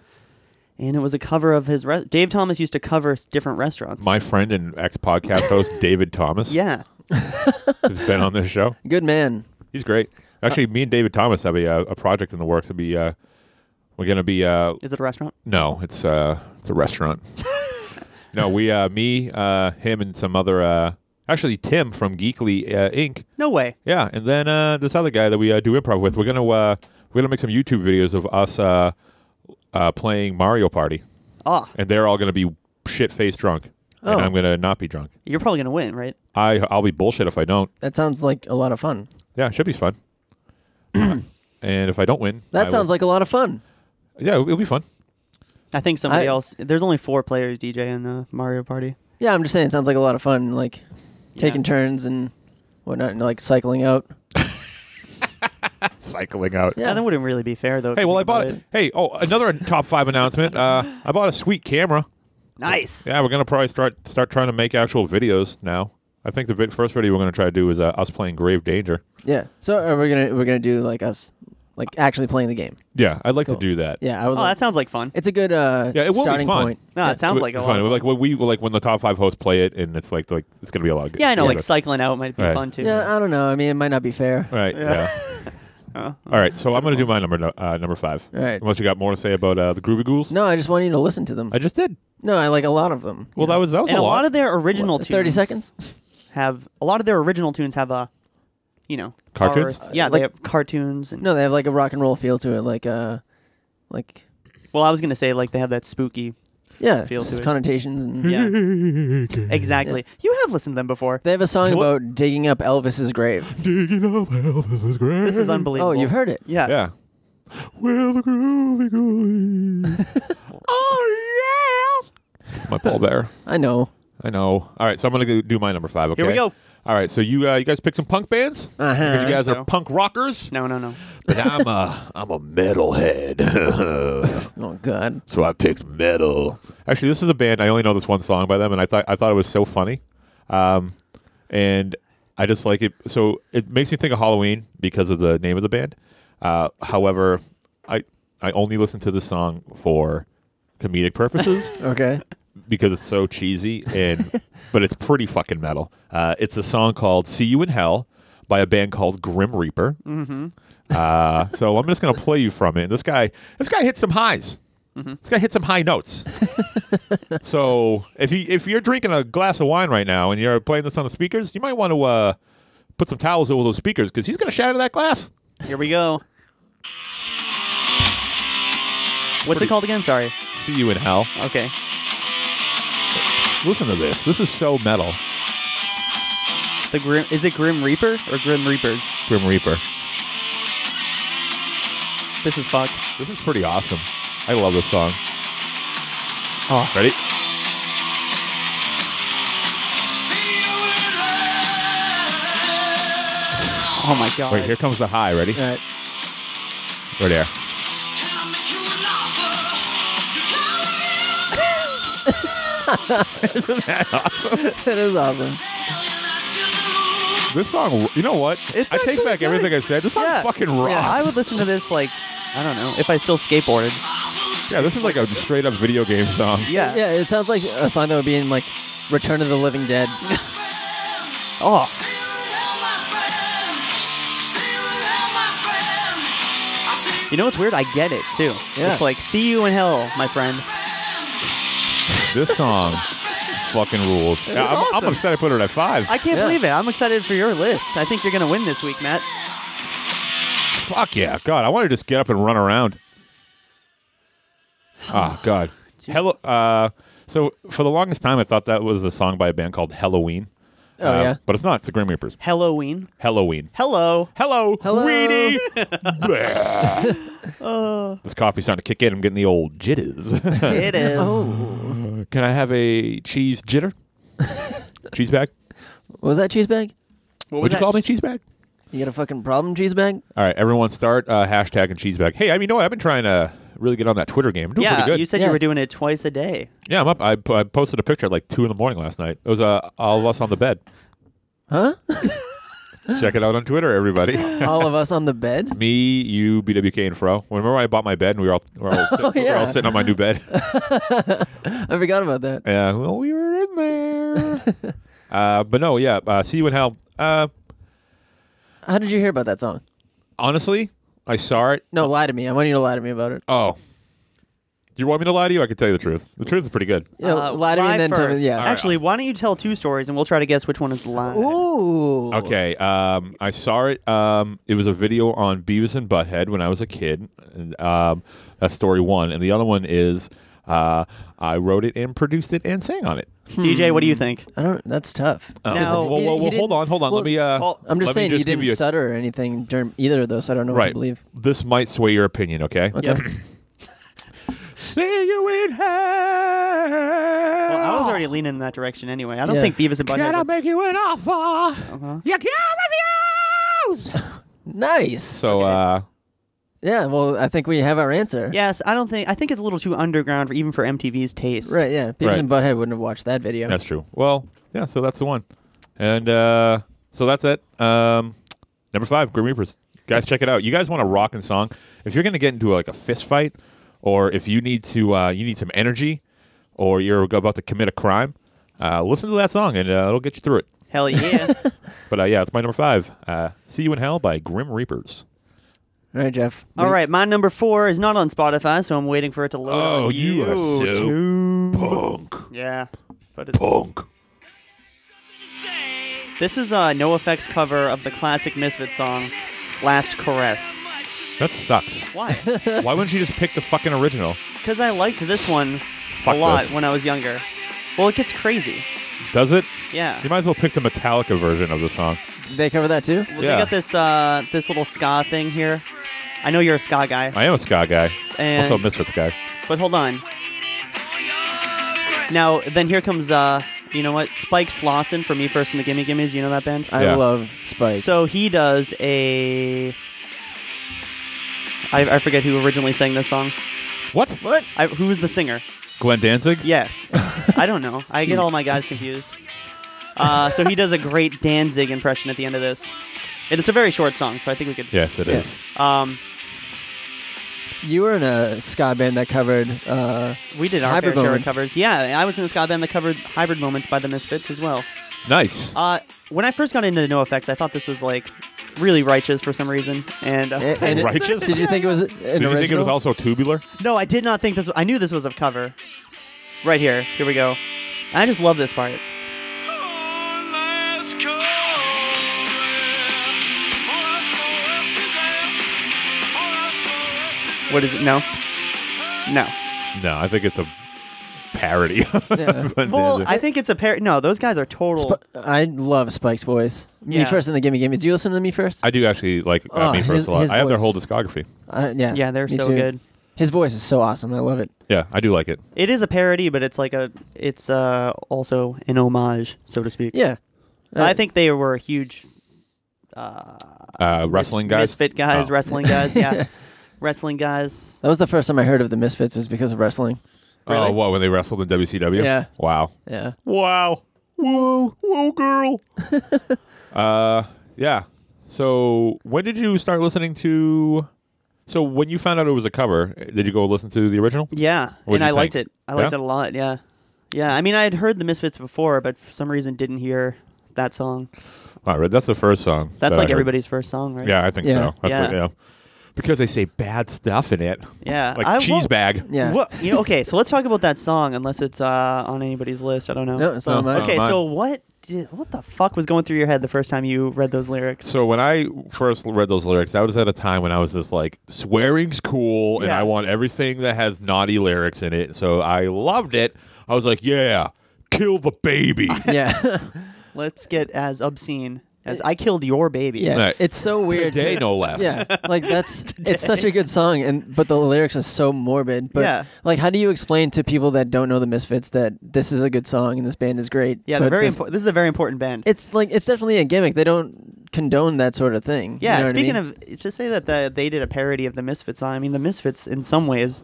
Speaker 4: and it was a cover of his. Re- Dave Thomas used to cover s- different restaurants.
Speaker 2: My friend and ex podcast host David Thomas
Speaker 4: yeah,
Speaker 2: has been on this show.
Speaker 3: Good man.
Speaker 2: He's great. Actually, me and David Thomas have a, uh, a project in the works. It'll be uh, we're gonna be uh,
Speaker 4: is it a restaurant?
Speaker 2: no, it's uh, it's a restaurant. no, we uh, me uh, him and some other uh, actually Tim from Geekly uh, Inc.
Speaker 4: No way.
Speaker 2: Yeah, and then uh, this other guy that we uh, do improv with. We're gonna uh, we're gonna make some YouTube videos of us uh, uh, playing Mario Party,
Speaker 4: Ah,
Speaker 2: and they're all gonna be shit faced drunk, and
Speaker 3: Oh.
Speaker 2: I'm gonna not be drunk.
Speaker 4: you're probably gonna win, right?
Speaker 2: I I'll be bullshit if I don't.
Speaker 3: That sounds like a lot of fun.
Speaker 2: Yeah, it should be fun. and if I don't win,
Speaker 3: That sounds like a lot of fun.
Speaker 2: yeah, it'll, it'll be fun.
Speaker 4: I think somebody
Speaker 3: I-
Speaker 4: else. There's only four players DJ in the Mario Party.
Speaker 3: Yeah, I'm just saying, it sounds like a lot of fun. Like taking turns and whatnot, and like cycling out.
Speaker 2: Cycling out.
Speaker 4: Yeah, that wouldn't really be fair though. if
Speaker 2: Hey,
Speaker 4: you
Speaker 2: well, I
Speaker 4: think about
Speaker 2: bought it. Hey, oh, another top five announcement. Uh, I bought a sweet camera.
Speaker 4: Nice.
Speaker 2: Yeah, we're gonna probably start start trying to make actual videos now. I think the vid- first video we're gonna try to do is uh, us playing Grave Danger.
Speaker 3: Yeah. So are we gonna we're gonna do like us like actually playing the game.
Speaker 2: Yeah, I'd like
Speaker 3: Cool.
Speaker 2: to do that.
Speaker 3: Yeah, I would.
Speaker 4: Oh,
Speaker 3: like-
Speaker 4: that sounds like fun.
Speaker 3: it's a good uh,
Speaker 2: Yeah, it will be
Speaker 3: starting
Speaker 2: fun.
Speaker 3: point.
Speaker 4: No, it sounds like a
Speaker 2: Fun.
Speaker 4: lot. Of fun.
Speaker 2: Like when we like when the top five hosts play it, and it's like like it's gonna be a lot of good.
Speaker 4: Yeah, I know.
Speaker 2: good
Speaker 4: Like
Speaker 2: stuff.
Speaker 4: cycling out might be
Speaker 2: Right.
Speaker 4: fun too.
Speaker 3: Yeah, I don't know. I mean, it might not be fair.
Speaker 2: All right.
Speaker 4: Yeah.
Speaker 2: Yeah.
Speaker 4: Oh.
Speaker 2: All right. So I'm gonna do my number no- uh, number five.
Speaker 3: All right.
Speaker 2: Unless you got more to say about uh, the Groovy Ghouls.
Speaker 3: No, I just want you to listen to them.
Speaker 2: I just did.
Speaker 3: no, I like a lot of them.
Speaker 2: Well, that was that was
Speaker 4: And
Speaker 2: a
Speaker 4: a
Speaker 2: lot.
Speaker 4: lot of their original tunes.
Speaker 3: Thirty seconds.
Speaker 4: have a lot of their original tunes have a, you know,
Speaker 2: Cartoons?
Speaker 4: are- yeah,
Speaker 3: Like-
Speaker 4: they have cartoons. And,
Speaker 3: No, they have like a rock and roll feel to it. Like uh, like
Speaker 4: Well, I was gonna say like they have that spooky.
Speaker 3: yeah,
Speaker 4: Feel to it.
Speaker 3: connotations and
Speaker 4: Yeah. exactly. You have listened to them before.
Speaker 3: They have a song
Speaker 2: What?
Speaker 3: about digging up Elvis's grave.
Speaker 2: Digging up Elvis's grave.
Speaker 4: This is unbelievable.
Speaker 3: Oh, you've heard it.
Speaker 4: Yeah.
Speaker 2: Yeah. Will the groovy ghoulies. oh yeah. It's my Paul Bear.
Speaker 3: I know.
Speaker 2: I know. All right, so I'm gonna go do my number five. Okay.
Speaker 4: Here we go.
Speaker 2: All right, so you uh, you guys pick some punk bands. Because
Speaker 3: Uh-huh.
Speaker 2: you guys
Speaker 4: so.
Speaker 2: are punk rockers,
Speaker 4: No, no, no.
Speaker 2: but I'm a I'm a metalhead,
Speaker 3: Oh God.
Speaker 2: so I picked metal. Actually, this is a band I only know this one song by them, and I thought I thought it was so funny, um, and I just like it. So it makes me think of Halloween because of the name of the band. Uh, however, I I only listen to this song for comedic purposes.
Speaker 3: Okay.
Speaker 2: because it's so cheesy and but it's pretty fucking metal. Uh, it's a song called "See You in Hell" by a band called Grim Reaper. Mm-hmm. Uh, so I'm just gonna play you from it. And this guy, this guy hit some highs. This guy hit some high notes. so if you if you're drinking a glass of wine right now and you're playing this on the speakers, you might want to uh, put some towels over those speakers because he's gonna shatter that glass.
Speaker 4: Here we go. What's it called again? Sorry.
Speaker 2: See you in hell.
Speaker 4: Okay.
Speaker 2: Listen to this. This is so metal.
Speaker 4: The grim is it Grim Reaper or Grim Reapers?
Speaker 2: Grim Reaper.
Speaker 4: This is fucked.
Speaker 2: This is pretty awesome. I love this song.
Speaker 4: Oh.
Speaker 2: Ready?
Speaker 4: Oh my god.
Speaker 2: Wait, here comes the high. Ready?
Speaker 3: All right.
Speaker 2: Right there.
Speaker 3: that is awesome.
Speaker 2: This song, you know what?
Speaker 4: It's
Speaker 2: I take
Speaker 4: actually
Speaker 2: back
Speaker 4: good.
Speaker 2: everything I said. This song
Speaker 4: Yeah.
Speaker 2: fucking rocks.
Speaker 4: Yeah,
Speaker 2: Yeah,
Speaker 4: I would listen to this like I don't know if I still skateboarded.
Speaker 2: this is like a straight up video game song.
Speaker 4: Yeah.
Speaker 3: Yeah, it sounds like a song that would be in like Return of the Living Dead.
Speaker 4: Oh, you know what's weird? I get it too.
Speaker 3: Yeah.
Speaker 4: It's like see you in hell, my friend.
Speaker 2: This song fucking rules. Yeah, I'm, I'm
Speaker 4: awesome.
Speaker 2: upset I put it at five.
Speaker 4: I can't
Speaker 3: Yeah.
Speaker 4: believe it. I'm excited for your list. I think you're gonna win this week, Matt.
Speaker 2: Fuck yeah. God, I want to just get up and run around. Ah, God. Hello. Uh, so, for the longest time, I thought that was a song by a band called Halloween.
Speaker 3: Oh
Speaker 2: Uh,
Speaker 3: yeah.
Speaker 2: But it's not. It's the Grim Reapers.
Speaker 4: Halloween.
Speaker 2: Halloween.
Speaker 4: Hello.
Speaker 2: Hello,
Speaker 3: Hello.
Speaker 2: Weenie.
Speaker 4: Uh.
Speaker 2: this coffee's starting to kick in. I'm getting the old jitters.
Speaker 4: It is.
Speaker 3: Oh.
Speaker 2: Can I have a cheese jitter? cheese bag.
Speaker 3: What was that cheese bag?
Speaker 4: What was
Speaker 2: Would you
Speaker 4: that?
Speaker 2: call me cheese bag?
Speaker 3: You got a fucking problem, cheese bag?
Speaker 2: All right, everyone, start uh, hashtag and cheese bag. Hey, I mean, you know what? I've been trying to really get on that Twitter game. I'm doing pretty
Speaker 4: Yeah,
Speaker 2: good.
Speaker 4: you said
Speaker 3: Yeah.
Speaker 4: you were doing it twice a day.
Speaker 2: yeah, I'm up. I, I posted a picture at like two in the morning last night. It was uh, all of us on the bed.
Speaker 3: Huh?
Speaker 2: Check it out on Twitter, everybody.
Speaker 3: All of us on the bed?
Speaker 2: Me, you, BWK, and Fro. Remember, I bought my bed and we were all, we were all, sit-
Speaker 4: Oh,
Speaker 2: we were
Speaker 3: yeah.
Speaker 2: all sitting on my new bed.
Speaker 3: I forgot about that.
Speaker 2: Yeah, well, we were in there. uh, but no, yeah. Uh, see you in hell. Uh,
Speaker 3: How did you hear about that song?
Speaker 2: honestly, I saw it.
Speaker 3: No, lie to me. I want you to lie to me about it.
Speaker 2: Oh, do you want me to lie to you? I can tell you the truth. The truth is pretty good.
Speaker 3: Yeah,
Speaker 4: Uh,
Speaker 3: lie to me and then tell
Speaker 4: first.
Speaker 3: me. Yeah.
Speaker 2: right.
Speaker 4: Actually, why don't you tell two stories and we'll try to guess which one is lying.
Speaker 3: Ooh.
Speaker 2: Okay. Um, I saw it. Um, it was a video on Beavis and Butthead when I was a kid. And, um, that's story one, and the other one is uh, I wrote it and produced it and sang on it.
Speaker 4: DJ, what do you think?
Speaker 3: I don't. That's tough.
Speaker 2: Um,
Speaker 4: Now-
Speaker 2: whoa, whoa,
Speaker 3: He- he
Speaker 2: whoa, hold
Speaker 3: didn't-
Speaker 2: on, hold on.
Speaker 3: well,
Speaker 2: let me. Uh,
Speaker 4: well,
Speaker 3: I'm just
Speaker 2: let me
Speaker 3: saying you
Speaker 2: give
Speaker 3: didn't
Speaker 2: you a-
Speaker 3: stutter or anything during either of those. So I don't know what
Speaker 2: right.
Speaker 3: to believe.
Speaker 2: This might sway your opinion. Okay.
Speaker 3: Okay.
Speaker 4: Yep.
Speaker 2: See you in hell.
Speaker 4: Well, I was already leaning in that direction anyway. I don't
Speaker 3: Yeah.
Speaker 4: think Beavis and Butthead. would-
Speaker 2: make you an offer. You can't refuse.
Speaker 3: Nice.
Speaker 2: So, uh,
Speaker 3: Yeah. Well, I think we have our answer.
Speaker 4: Yes, I don't think. I think it's a little too underground for even for MTV's taste.
Speaker 3: Right. Yeah. Beavis
Speaker 2: Right.
Speaker 3: and Butthead wouldn't have watched that video.
Speaker 2: that's true. Well, yeah. So that's the one, and uh, so that's it. Um, number five, Grim Reapers. Guys, check it out. You guys want a rocking song? If you're gonna get into like a fist fight, or if you need to, uh, you need some energy, or you're about to commit a crime, uh, listen to that song and uh, it'll get you through it.
Speaker 4: Hell yeah.
Speaker 2: But uh, yeah, it's my number five. Uh, See you in hell by Grim Reapers.
Speaker 3: All right, Jeff.
Speaker 4: All right, my number four is not on Spotify, so I'm waiting for it to load. on
Speaker 2: Oh, so punk,
Speaker 4: Yeah, but it's,
Speaker 2: punk.
Speaker 4: this is a No Effects cover of the classic Misfits song, "Last Caress."
Speaker 2: That sucks.
Speaker 4: Why?
Speaker 2: Why wouldn't you just pick the fucking original?
Speaker 4: Because I liked this one
Speaker 2: Fuck
Speaker 4: a lot
Speaker 2: this.
Speaker 4: when I was younger. Well, it gets crazy.
Speaker 2: Does it?
Speaker 4: Yeah.
Speaker 2: You might as well pick the Metallica version of the song.
Speaker 3: They cover that too.
Speaker 4: Well,
Speaker 2: yeah.
Speaker 4: They got this uh, this little ska thing here. I know you're a ska guy,
Speaker 2: I am a ska guy,
Speaker 4: And-
Speaker 2: also a Misfits guy.
Speaker 4: but hold on. Now then, here comes uh, you know what? Spike Slauson from Me First and the Gimme Gimmes. You know that band?
Speaker 3: I
Speaker 2: Yeah.
Speaker 3: love Spike.
Speaker 4: So he does a. I, I forget who originally sang this song.
Speaker 2: What? What?
Speaker 4: I, who was the singer?
Speaker 2: Glenn Danzig?
Speaker 4: Yes. I don't know. I get all my guys confused. Uh, so he does a great Danzig impression at the end of this. And it's a very short song, so I think we could.
Speaker 2: Yes, it is.
Speaker 3: Yeah.
Speaker 4: Um,
Speaker 3: you were in a ska band that covered. Uh,
Speaker 4: we did our
Speaker 3: Hybrid
Speaker 4: fair share of
Speaker 3: Moments.
Speaker 4: covers. Yeah, I was in a ska band that covered Hybrid Moments by the Misfits as well.
Speaker 2: Nice.
Speaker 4: Uh, when I first got into No Effects, I thought this was like really righteous for some reason. And, uh,
Speaker 3: a- and it-
Speaker 2: Righteous?
Speaker 3: did you think it was an
Speaker 2: Did you think it was
Speaker 3: original?
Speaker 2: also tubular?
Speaker 4: No, I did not think this. I knew this was a cover. Right here. Here we go. I just love this part. What is it? No. No.
Speaker 2: No, I think it's a parody. of
Speaker 3: Yeah.
Speaker 2: Glenn
Speaker 4: Well,
Speaker 2: Danzig.
Speaker 4: I think it's a pair. No, those guys are total.
Speaker 3: Sp- I love Spike's voice. Me
Speaker 4: Yeah.
Speaker 3: first and the Gimme Gimme. Do you listen to me first?
Speaker 2: I do actually like uh,
Speaker 3: Oh,
Speaker 2: Me First
Speaker 3: his-
Speaker 2: a lot.
Speaker 3: his
Speaker 2: I have their
Speaker 3: voice.
Speaker 2: whole discography.
Speaker 3: Uh, yeah.
Speaker 4: yeah, they're
Speaker 3: me
Speaker 4: so
Speaker 3: too.
Speaker 4: good.
Speaker 3: His voice is so awesome. I love it.
Speaker 2: Yeah, I do like it.
Speaker 4: It is a parody, but it's like a. It's uh, also an homage, so to speak.
Speaker 3: Yeah.
Speaker 4: I think they were a huge. Uh,
Speaker 2: Uh, wrestling
Speaker 4: mis-
Speaker 2: guys?
Speaker 4: Misfit guys,
Speaker 2: Oh.
Speaker 4: wrestling guys, yeah. wrestling guys.
Speaker 3: that was the first time I heard of the Misfits was because of wrestling.
Speaker 2: Oh, what, when they wrestled in WCW?
Speaker 3: Yeah.
Speaker 2: Wow.
Speaker 3: Yeah.
Speaker 4: Oh.
Speaker 2: Wow. Whoa, whoa, girl. uh, yeah. So when did you start listening to? So when you found out it was a cover, did you go listen to the original?
Speaker 4: Yeah,
Speaker 2: What'd
Speaker 4: and
Speaker 2: you
Speaker 4: I liked
Speaker 2: think?
Speaker 4: it. I liked
Speaker 2: Yeah?
Speaker 4: it a lot. Yeah, yeah. I mean, I had heard the Misfits before, but for some reason didn't hear that song.
Speaker 2: Wow, Red, that's the first song.
Speaker 4: That's
Speaker 2: that I
Speaker 4: like
Speaker 2: heard.
Speaker 4: everybody's first song, right?
Speaker 2: Yeah, I think
Speaker 3: Yeah.
Speaker 2: so. That's
Speaker 4: Yeah.
Speaker 2: What, yeah. Because they say bad stuff in it,
Speaker 4: yeah.
Speaker 2: like
Speaker 4: I,
Speaker 2: cheese
Speaker 4: well,
Speaker 2: bag.
Speaker 3: Yeah.
Speaker 4: What, you know, okay, so let's talk about that song, unless it's uh, on anybody's list. I don't know.
Speaker 3: No, it's not
Speaker 2: Oh,
Speaker 3: mine.
Speaker 2: oh.
Speaker 4: okay,
Speaker 2: mine.
Speaker 4: so what? Did, what the fuck was going through your head the first time you read those lyrics?
Speaker 2: So when I first read those lyrics, that was at a time when I was just like, swearing's cool, and
Speaker 4: Yeah.
Speaker 2: I want everything that has naughty lyrics in it. So I loved it. I was like, yeah, kill the baby.
Speaker 3: Yeah.
Speaker 4: Let's get as obscene as I killed your baby.
Speaker 3: Yeah,
Speaker 2: Right.
Speaker 3: it's so weird.
Speaker 2: Today,
Speaker 3: to-
Speaker 2: no less.
Speaker 3: Yeah, like that's it's such a good song, and but the lyrics are so morbid. But
Speaker 4: Yeah.
Speaker 3: like, how do you explain to people that don't know the Misfits that this is a good song and this band is great?
Speaker 4: Yeah, they're
Speaker 3: but
Speaker 4: very
Speaker 3: this-
Speaker 4: important. This is a very important band.
Speaker 3: It's like it's definitely a gimmick. They don't condone that sort of thing.
Speaker 4: yeah,
Speaker 3: you know what I
Speaker 4: speaking
Speaker 3: mean?
Speaker 4: of, to say that the, they did a parody of the Misfits song, I mean, the Misfits in some ways.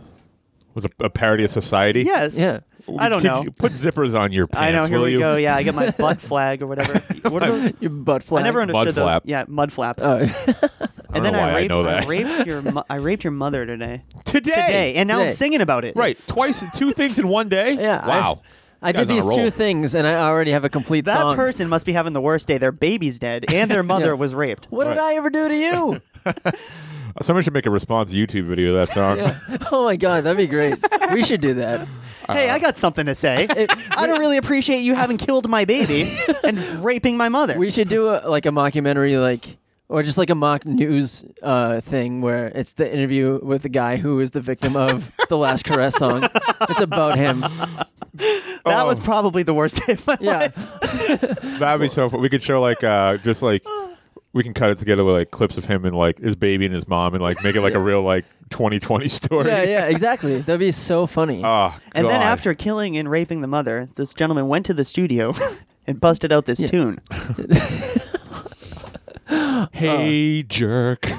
Speaker 2: Was a, a parody of society.
Speaker 4: Yes.
Speaker 3: Yeah.
Speaker 4: I don't
Speaker 2: Could
Speaker 4: know.
Speaker 2: you put zippers on your pants.
Speaker 4: I know. Here
Speaker 2: will
Speaker 4: we
Speaker 2: you?
Speaker 4: go. Yeah, I got my butt flag or whatever. What are those?
Speaker 3: your butt
Speaker 4: I
Speaker 3: flag.
Speaker 4: never understood those.
Speaker 2: flap.
Speaker 4: Yeah, mud flap.
Speaker 3: Oh.
Speaker 2: I don't
Speaker 4: and then
Speaker 2: know why
Speaker 4: I raped,
Speaker 2: I know that.
Speaker 4: raped your mo- I raped your mother today.
Speaker 2: Today.
Speaker 4: Today, and now I'm
Speaker 3: Today.
Speaker 4: singing about it.
Speaker 2: Right. Twice, two things in one day.
Speaker 3: Yeah, I-
Speaker 2: Wow.
Speaker 3: I did
Speaker 2: Guys on a
Speaker 3: these
Speaker 2: roll.
Speaker 3: two things, and I already have a complete
Speaker 4: That
Speaker 3: song.
Speaker 4: person must be having the worst day. Their baby's dead, and their mother
Speaker 3: Yeah.
Speaker 4: was raped.
Speaker 3: what did
Speaker 2: Right.
Speaker 3: I ever do to you?
Speaker 2: Somebody should make a response YouTube video of that song.
Speaker 3: oh my god, that'd be great. We should do that.
Speaker 4: Hey,
Speaker 3: uh,
Speaker 4: I got something to say. I don't really appreciate you having killed my baby and raping my mother.
Speaker 3: We should do a, like a mockumentary, like or just like a mock news uh, thing where it's the interview with the guy who is the victim of the Last Caress song. It's about him.
Speaker 4: that
Speaker 2: Oh.
Speaker 4: was probably the worst day of my
Speaker 3: Yeah,
Speaker 4: life.
Speaker 2: That'd be so. Fun. We could show like uh just like we can cut it together with like clips of him and like his baby and his mom and like make it like a real like 2020 story.
Speaker 3: yeah, yeah. Exactly. That'd be so funny.
Speaker 2: Oh,
Speaker 4: And then
Speaker 2: God.
Speaker 4: after killing and raping the mother, this gentleman went to the studio and busted out this tune.
Speaker 2: hey jerk,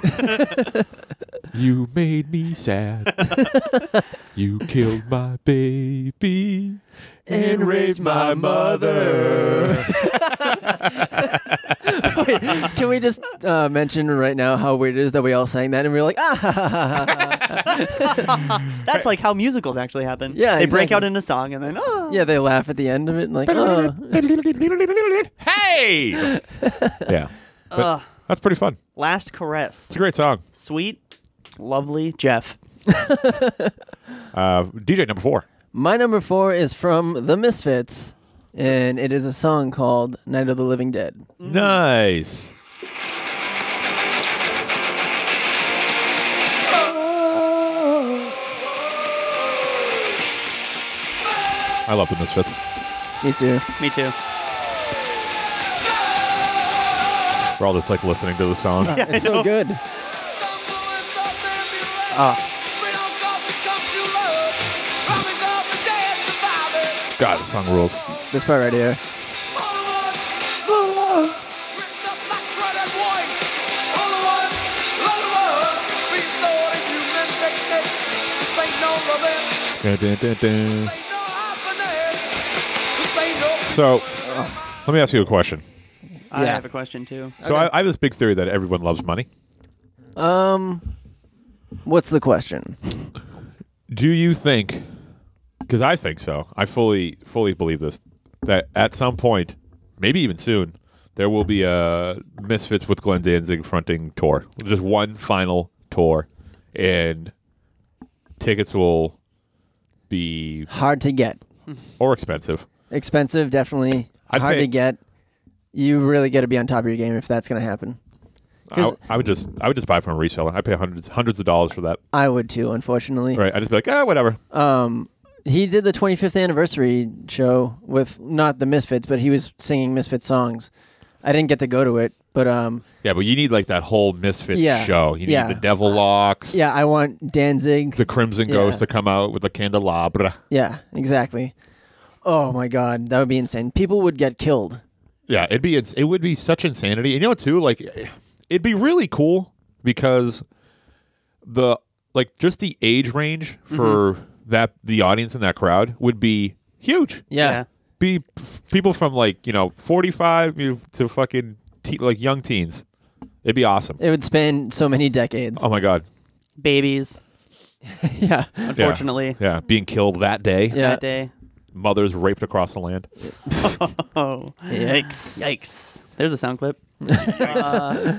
Speaker 2: you made me sad. you killed my baby and raped my mother.
Speaker 3: Wait, can we just uh, mention right now how weird it is that we all sang that and we were like, ah, ha, ha, ha, ha.
Speaker 4: That's like how musicals actually happen.
Speaker 3: Yeah,
Speaker 4: they break
Speaker 3: exactly.
Speaker 4: out into song and then oh
Speaker 3: yeah. They laugh at the end of it, and like, oh.
Speaker 2: hey. yeah. But
Speaker 4: Ugh.
Speaker 2: that's pretty fun.
Speaker 4: last caress,
Speaker 2: It's a great song.
Speaker 4: sweet, lovely Jeff.
Speaker 2: Uh, DJ number four.
Speaker 3: My number four is from The Misfits, and it is a song called "Night of the Living Dead."
Speaker 2: Mm. Nice. Oh. I love the Misfits.
Speaker 3: Me too.
Speaker 4: Me too.
Speaker 2: We're all just like listening to the song.
Speaker 3: It's so good.
Speaker 2: God, the song rules.
Speaker 3: This part right here.
Speaker 2: Dun, dun, dun, dun. So, let me ask you a question.
Speaker 4: I
Speaker 3: Yeah.
Speaker 4: have a question too.
Speaker 2: So, I, I have this big theory that everyone loves money.
Speaker 3: Um, what's the question?
Speaker 2: Do you think? Because I think so. I fully, fully believe this. That at some point, maybe even soon, there will be a Misfits with Glenn Danzig fronting tour. Just one final tour, and tickets will be
Speaker 3: Hard to get.
Speaker 2: or expensive.
Speaker 3: Expensive, definitely.
Speaker 2: I'd
Speaker 3: Hard
Speaker 2: pay-
Speaker 3: to get. You really got to be on top of your game if that's going to happen.
Speaker 2: I,
Speaker 3: 'Cause-
Speaker 2: I would just, I would just buy from a reseller. I pay hundreds, hundreds of dollars for that.
Speaker 3: I would too, unfortunately.
Speaker 2: Right? I just be like, ah, whatever.
Speaker 3: Um, he did the 25th anniversary show with not the Misfits, but he was singing Misfit songs. I didn't get to go to it, but um,
Speaker 2: yeah, but you need like that whole Misfits
Speaker 3: Yeah.
Speaker 2: show. You need
Speaker 3: Yeah.
Speaker 2: the Devil Locks,
Speaker 3: yeah, I want Danzig.
Speaker 2: the Crimson
Speaker 3: Yeah.
Speaker 2: Ghost to come out with a candelabra.
Speaker 3: yeah, exactly. Oh my God, that would be insane. People would get killed.
Speaker 2: Yeah, it'd be ins- it would be such insanity. And you know too, like it'd be really cool because the like just the age range
Speaker 3: Mm-hmm.
Speaker 2: for that the audience in that crowd would be huge.
Speaker 3: Yeah.
Speaker 2: Be f- people from like, you know, 45 you- to fucking te- like young teens. It'd be awesome.
Speaker 3: It would span so many decades.
Speaker 2: Oh my god.
Speaker 4: Babies,
Speaker 3: Yeah.
Speaker 2: Yeah.
Speaker 4: unfortunately,
Speaker 2: Yeah, being killed that day.
Speaker 3: Yeah.
Speaker 4: that day.
Speaker 2: Mothers raped across the land.
Speaker 4: Oh,
Speaker 3: Yikes.
Speaker 4: yikes! There's a sound clip. Uh,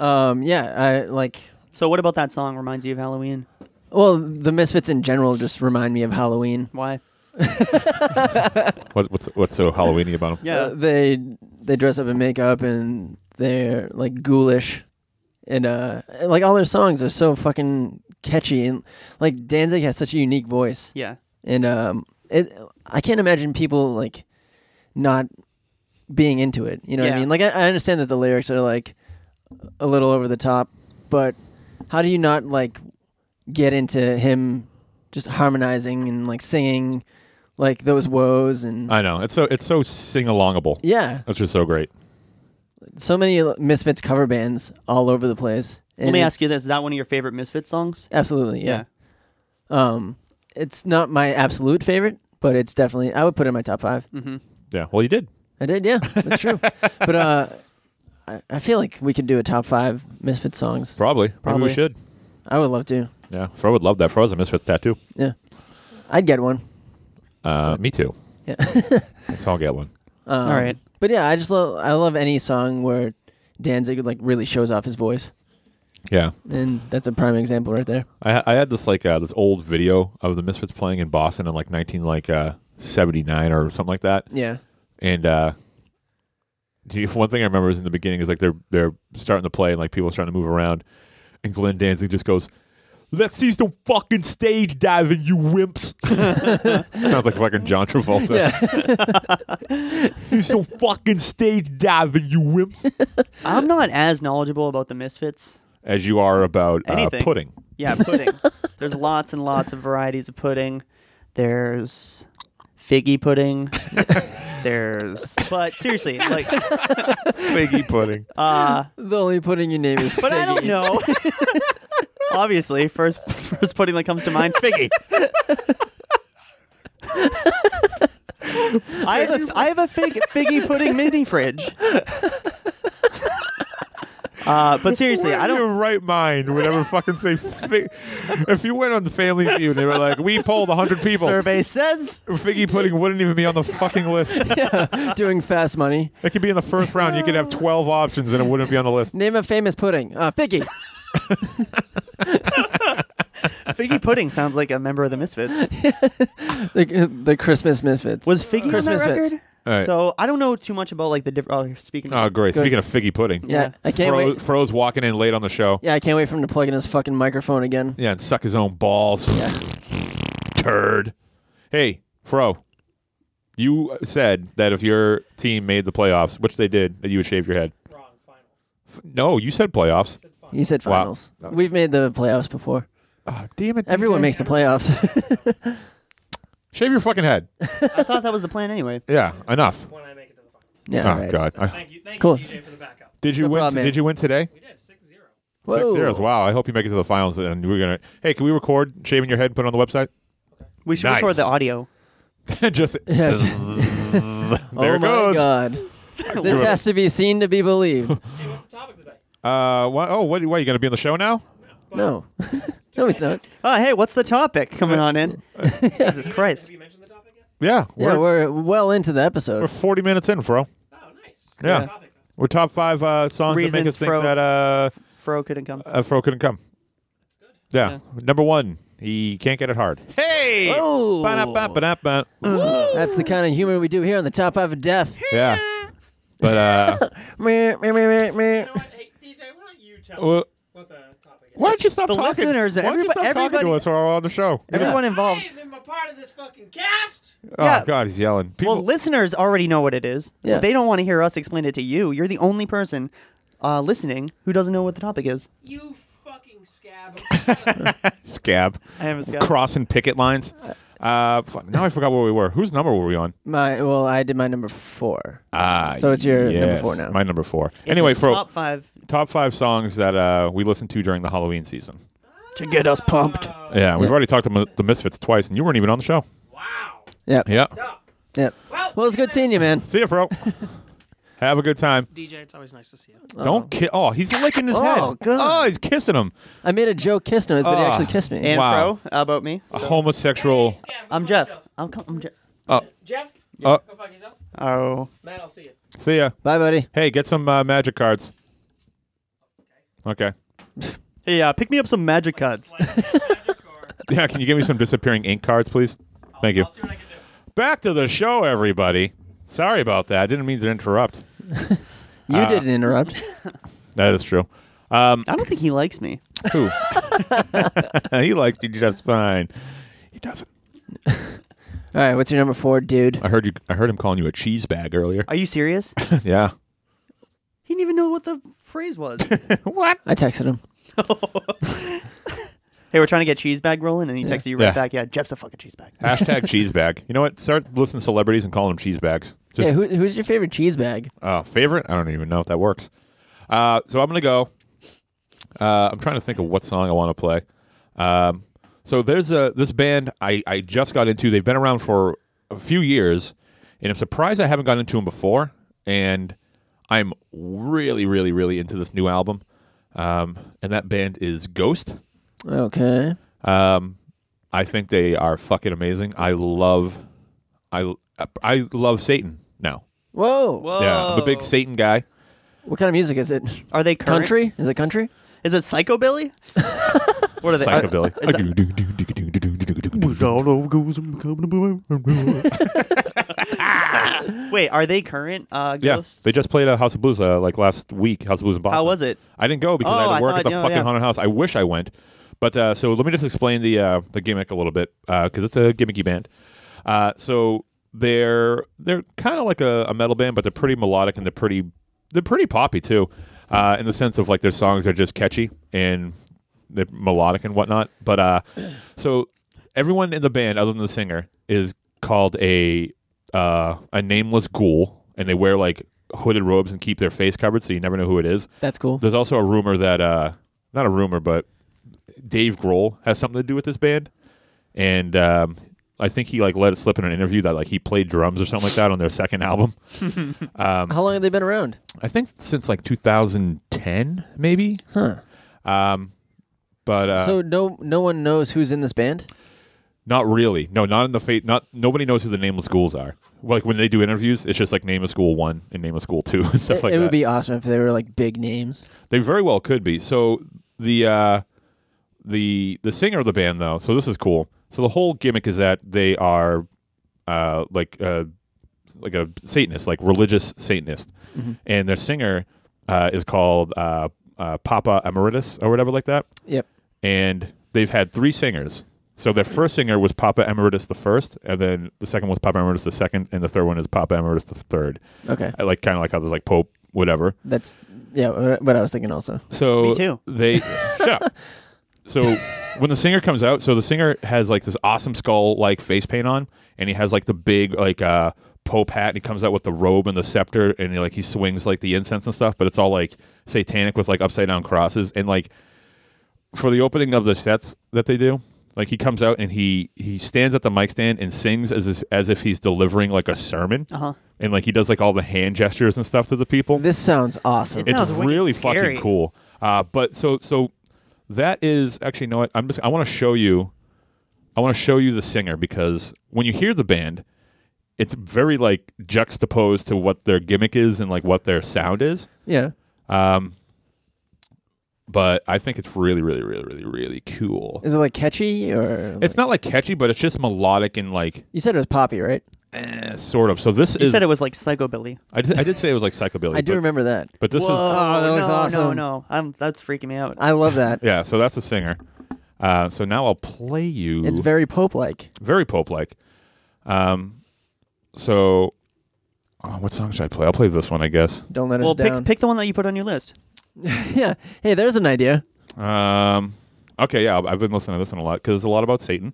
Speaker 3: Um, yeah, I like.
Speaker 4: so, what about that song reminds you of Halloween?
Speaker 3: Well, the Misfits in general just remind me of Halloween.
Speaker 4: Why?
Speaker 2: What, what's what's so Halloweeny about 'em?
Speaker 4: Yeah,
Speaker 3: Uh, they they dress up in makeup and they're like ghoulish, and uh, like all their songs are so fucking catchy and like Danzig has such a unique voice,
Speaker 4: yeah.
Speaker 3: and um, it I can't imagine people like not being into it. You know what
Speaker 4: Yeah.
Speaker 3: I mean? Like I, I understand that the lyrics are like a little over the top, but how do you not like get into him just harmonizing and like singing like those woes and
Speaker 2: I know it's so it's so sing alongable.
Speaker 3: yeah,
Speaker 2: That's just so great.
Speaker 3: so many Misfits cover bands all over the place.
Speaker 4: Let me
Speaker 3: And
Speaker 4: ask you this: Is that one of your favorite Misfit songs?
Speaker 3: Absolutely, yeah. Um, it's not my absolute favorite, but it's definitely I would put it in my top five.
Speaker 2: Yeah. Well, you did.
Speaker 3: I did, yeah, that's true. but uh, I, I feel like we could do a top five Misfit songs.
Speaker 2: Probably. Maybe
Speaker 3: Probably.
Speaker 2: we should.
Speaker 3: I would love to.
Speaker 2: Yeah. Fro would love that. Fro has a misfit tattoo.
Speaker 3: Yeah, I'd get one.
Speaker 2: Uh, me too.
Speaker 3: Yeah.
Speaker 2: Let's all get one.
Speaker 3: Um,
Speaker 4: All right.
Speaker 3: but yeah, I just love I love any song where Danzig like really shows off his voice,
Speaker 2: Yeah.
Speaker 3: and that's a prime example right there.
Speaker 2: I I had this like uh, this old video of the Misfits playing in Boston in like nineteen like uh, seventy nine or something like that.
Speaker 3: Yeah,
Speaker 2: And uh, do you- one thing I remember is in the beginning is like they're they're starting to play and like people are starting to move around, and Glenn Danzig just goes, "Let's see some fucking stage diving, you wimps." Sounds like fucking John Travolta. see some fucking stage diving, you wimps.
Speaker 3: Uh,
Speaker 4: I'm not as knowledgeable about the Misfits.
Speaker 2: As you are about uh,
Speaker 4: Anything.
Speaker 2: pudding.
Speaker 4: Yeah, pudding. There's lots and lots of varieties of pudding. There's figgy pudding. There's, but seriously, like,
Speaker 2: Figgy pudding.
Speaker 4: uh,
Speaker 3: the only pudding you name is.
Speaker 4: but I don't
Speaker 3: Figgy.
Speaker 4: know. Obviously, first first pudding that comes to mind, figgy. I have a I have a fig, figgy pudding mini fridge. Uh, but seriously, I
Speaker 2: I don't.
Speaker 4: don't.
Speaker 2: Your right mind would ever fucking say. Fig- if you went on the Family Feud, they were like, "We polled hundred people.
Speaker 4: Survey says
Speaker 2: Figgy pudding wouldn't even be on the fucking list.
Speaker 3: Doing fast money.
Speaker 2: It could be in the first round. You could have twelve options, and it wouldn't be on the list.
Speaker 3: Name a famous pudding. Uh, Figgy.
Speaker 4: figgy pudding sounds like a member of the Misfits.
Speaker 3: the, uh, the Christmas Misfits.
Speaker 4: Was Figgy on
Speaker 3: Christmas
Speaker 4: that record?
Speaker 3: Fits.
Speaker 2: All right.
Speaker 4: So I don't know too much about like the different. Oh, speaking.
Speaker 2: Oh,
Speaker 4: Of,
Speaker 2: great.
Speaker 3: Good.
Speaker 2: Speaking of figgy pudding,
Speaker 3: yeah, I can't
Speaker 2: Fro-
Speaker 3: wait.
Speaker 2: Fro's walking in late on the show. Yeah.
Speaker 3: Yeah, I can't wait for him to plug in his fucking microphone again.
Speaker 2: and suck his own balls. Turd. Hey, Fro. You said that if your team made the playoffs, which they did, that you would shave your head. Wrong. Finals. No, you said playoffs.
Speaker 3: He said
Speaker 2: Wow.
Speaker 3: finals. We've made the playoffs before.
Speaker 2: Oh, damn it.
Speaker 3: Everyone
Speaker 2: DJ.
Speaker 3: makes the playoffs.
Speaker 2: Shave your fucking head.
Speaker 4: I thought that was the plan anyway.
Speaker 2: Yeah, enough.
Speaker 6: when I make it to the finals.
Speaker 3: yeah.
Speaker 2: Oh
Speaker 3: all right.
Speaker 2: God! I,
Speaker 6: Thank you, thank
Speaker 3: Cool.
Speaker 6: you, DJ, for the backup.
Speaker 2: did you
Speaker 3: No
Speaker 2: win?
Speaker 3: problem, man.
Speaker 2: did you win today?
Speaker 6: We did six zero.
Speaker 3: Whoa.
Speaker 2: Six zeros. Wow! I hope you make it to the finals. And we're gonna. Hey, can we record shaving your head and put it on the website?
Speaker 4: We should
Speaker 2: Nice.
Speaker 4: record the audio.
Speaker 2: Just
Speaker 3: Yeah.
Speaker 2: there
Speaker 3: oh
Speaker 2: it
Speaker 3: my
Speaker 2: goes.
Speaker 3: God. This
Speaker 2: Good.
Speaker 3: has to be seen to be believed.
Speaker 6: Hey, what's the topic today?
Speaker 2: Uh, what, oh, what? What? You gonna be on the show now?
Speaker 3: No. no, he's not.
Speaker 4: Oh, hey, what's the topic coming on in? Jesus Christ.
Speaker 6: Have you mentioned the topic yet?
Speaker 2: Yeah, we're,
Speaker 3: Yeah, we're well into the
Speaker 2: we're
Speaker 3: episode.
Speaker 2: forty minutes in, Fro.
Speaker 6: Oh, nice.
Speaker 2: Yeah.
Speaker 6: Good topic.
Speaker 2: We're top five uh, songs that make
Speaker 4: Reasons
Speaker 2: us think
Speaker 4: Fro-
Speaker 2: that uh,
Speaker 4: Fro couldn't come.
Speaker 2: uh, Fro couldn't come. Yeah. number one, he can't get it hard. Hey,
Speaker 3: Oh.
Speaker 2: Ba-da-ba-ba-da-ba.
Speaker 3: That's the kind of humor we do here on the top five of death.
Speaker 2: yeah. But uh,
Speaker 3: Meh, meh, meh, meh, meh.
Speaker 6: You know what? Hey, DJ, why don't you tell
Speaker 2: w-
Speaker 6: me what the topic is?
Speaker 2: why don't you stop
Speaker 4: The
Speaker 2: talking?
Speaker 4: listeners,
Speaker 2: why don't you
Speaker 4: everybo-
Speaker 2: stop talking to
Speaker 4: everybody-
Speaker 2: us while we're on the show?
Speaker 4: Everyone
Speaker 6: I
Speaker 4: involved.
Speaker 6: am a part of this fucking cast.
Speaker 2: Oh
Speaker 4: Yeah.
Speaker 2: God, he's yelling. People,
Speaker 4: Well, listeners already know what it is.
Speaker 3: Yeah.
Speaker 4: They don't want to hear us explain it to you. You're the only person uh, listening who doesn't know what the topic is.
Speaker 6: You fucking scab.
Speaker 2: scab,
Speaker 4: I haven't
Speaker 2: crossing picket lines. Uh, fu- now I forgot where we were. Whose number were we on?
Speaker 3: My well, I did my number four.
Speaker 2: Ah,
Speaker 3: So it's your number
Speaker 2: yes,
Speaker 3: four now.
Speaker 2: My number four. anyway, for
Speaker 4: top five
Speaker 2: top five songs that uh, we listened to during the Halloween season.
Speaker 4: to get us pumped.
Speaker 2: Yeah, we've already talked about the Misfits twice, and you weren't even on the show.
Speaker 6: Wow.
Speaker 3: Yep.
Speaker 2: Yeah.
Speaker 6: Duh.
Speaker 3: Yep.
Speaker 6: Well,
Speaker 3: Well, it's good seeing you, man.
Speaker 2: See ya, bro. Have a good time.
Speaker 6: DJ, it's always nice to see you.
Speaker 2: Don't kiss. Oh, he's licking his
Speaker 3: Oh,
Speaker 2: head.
Speaker 3: God.
Speaker 2: Oh, he's kissing him.
Speaker 3: I made a joke, kissed him, but he
Speaker 2: Ah.
Speaker 3: actually kissed me.
Speaker 4: And
Speaker 2: Wow.
Speaker 4: Fro, how about me.
Speaker 2: A homosexual.
Speaker 6: Scab, go
Speaker 4: I'm
Speaker 6: fuck
Speaker 4: Jeff.
Speaker 6: yourself.
Speaker 4: I'm, co- I'm Jeff.
Speaker 6: Jeff,
Speaker 2: Oh,
Speaker 6: go fuck yourself.
Speaker 4: Oh.
Speaker 6: Matt, I'll see you.
Speaker 2: see ya.
Speaker 3: Bye, buddy.
Speaker 2: Hey, get some uh, magic cards. Okay.
Speaker 4: Hey, uh, pick me up some magic cards.
Speaker 2: Yeah, can you give me some disappearing ink cards, please? Thank you.
Speaker 6: I'll see what I can do.
Speaker 2: Back to the show, everybody. Sorry about that. I didn't mean to interrupt.
Speaker 3: You
Speaker 2: Ah.
Speaker 3: didn't interrupt.
Speaker 2: That is true. Um,
Speaker 4: I don't think he likes me.
Speaker 2: who? he likes you just fine. He doesn't.
Speaker 3: All right, what's your number four, dude?
Speaker 2: I heard you. I heard him calling you a cheese bag earlier.
Speaker 4: Are you serious? he
Speaker 2: yeah.
Speaker 4: didn't even know what the phrase was.
Speaker 2: What?
Speaker 3: I texted him.
Speaker 4: hey, we're trying to get cheese bag rolling, and he texted you right
Speaker 2: Yeah.
Speaker 4: back. Yeah, Jeff's a fucking cheese bag.
Speaker 2: Hashtag cheese bag. You know what? Start listening to celebrities and calling them cheese bags. Just,
Speaker 3: Yeah, who, who's your favorite cheese bag?
Speaker 2: uh, favorite? I don't even know if that works. Uh, so I'm gonna go. Uh, I'm trying to think of what song I want to play. Um, so there's a this band I, I just got into. They've been around for a few years, and I'm surprised I haven't gotten into them before. And I'm really, really, really into this new album. Um, and that band is Ghost.
Speaker 3: Okay.
Speaker 2: Um, I think they are fucking amazing. I love, I I love Satan now.
Speaker 3: Whoa.
Speaker 4: Whoa.
Speaker 2: Yeah, I'm a
Speaker 4: Oh.
Speaker 2: big Satan guy.
Speaker 3: What kind of music is it?
Speaker 4: Are they current?
Speaker 3: Country? Is it country?
Speaker 4: Is it psychobilly? what are they? Are-
Speaker 2: Psychobilly.
Speaker 4: is that- wait, are they current? Uh,
Speaker 2: yeah,
Speaker 4: ghosts?
Speaker 2: they just played a House of Blues uh, like last week. House of Blues in Boston.
Speaker 4: How was it?
Speaker 2: I didn't go because
Speaker 4: Oh,
Speaker 2: I had
Speaker 4: I
Speaker 2: to work
Speaker 4: thought-
Speaker 2: at the
Speaker 4: yeah,
Speaker 2: fucking
Speaker 4: yeah.
Speaker 2: haunted house. I wish I went, but uh, so let me just explain the uh, the gimmick a little bit because it's a gimmicky band. Uh, so they're they're kind of like a, a metal band, but they're pretty melodic and they're pretty they're pretty poppy too, uh, in the sense of like their songs are just catchy and they're melodic and whatnot. But uh, so everyone in the band, other than the singer, is called a uh, a nameless ghoul, and they wear like hooded robes and keep their face covered so you never know who it is.
Speaker 3: That's cool.
Speaker 2: There's also a rumor that uh not a rumor, but Dave Grohl has something to do with this band, and um, I think he like let it slip in an interview that like he played drums or something like that on their second album. Um,
Speaker 3: How long have they been around?
Speaker 2: I think since like 2010, maybe.
Speaker 3: Huh.
Speaker 2: Um, but uh,
Speaker 3: so no no one knows who's in this band?
Speaker 2: not really. No, not in the fate. Not nobody knows who the nameless ghouls are. Like when they do interviews, it's just like name of school one and name of school two and stuff
Speaker 3: it
Speaker 2: like
Speaker 3: it
Speaker 2: that.
Speaker 3: would be awesome if they were like big names.
Speaker 2: They very well could be. So the uh, the the singer of the band though. So this is cool. So the whole gimmick is that they are uh, like uh, like a Satanist, like religious Satanist, and their singer uh, is called uh, uh, Papa Emeritus or whatever like that.
Speaker 3: Yep.
Speaker 2: And they've had three singers. So their first singer was Papa Emeritus the first, and then the second was Papa Emeritus the second, and the third one is Papa Emeritus the third.
Speaker 3: Okay.
Speaker 2: I like kind of like how there's like Pope whatever.
Speaker 3: That's yeah, what- what I was thinking also.
Speaker 2: So
Speaker 4: Me too.
Speaker 2: They shut up. So when the singer comes out, so the singer has like this awesome skull like face paint on, and he has like the big like uh pope hat, and he comes out with the robe and the scepter, and he, like he swings like the incense and stuff, but it's all like satanic with like upside down crosses, and like for the opening of the sets that they do. Like he comes out and he he stands at the mic stand and sings as if, as if he's delivering like a sermon,
Speaker 4: Uh-huh.
Speaker 2: and like he does like all the hand gestures and stuff to the people
Speaker 3: This sounds awesome.
Speaker 4: It
Speaker 2: it's
Speaker 4: sounds wicked
Speaker 2: really
Speaker 4: scary.
Speaker 2: fucking cool. Uh, but so so that is actually you know what I'm just I want to show you I want to show you the singer because when you hear the band, it's very like juxtaposed to what their gimmick is and like what their sound is.
Speaker 3: yeah.
Speaker 2: Um, but I think it's really really really really really cool.
Speaker 3: Is it like catchy or like-
Speaker 2: It's not like catchy, but it's just melodic and like
Speaker 3: you said it was poppy, right?
Speaker 2: eh, sort of. So this
Speaker 4: You
Speaker 2: is
Speaker 4: said it was like psychobilly.
Speaker 2: I, did, I did say it was like psychobilly.
Speaker 3: I do
Speaker 2: but,
Speaker 3: remember that.
Speaker 2: but this is
Speaker 3: Oh, that looks
Speaker 4: no, no,
Speaker 3: awesome.
Speaker 4: no, I'm that's freaking me out.
Speaker 3: I love that.
Speaker 2: yeah. So that's the singer. Uh, so now I'll play you.
Speaker 3: It's very pope like.
Speaker 2: very Pope like. Um, so, oh, what song should I play? I'll play this one, I guess.
Speaker 3: Don't let
Speaker 4: well,
Speaker 3: us
Speaker 4: pick
Speaker 3: down.
Speaker 4: pick the one that you put on your list.
Speaker 3: yeah. Hey, there's an idea.
Speaker 2: Um, okay, yeah, I've been listening to this one a lot because it's a lot about Satan,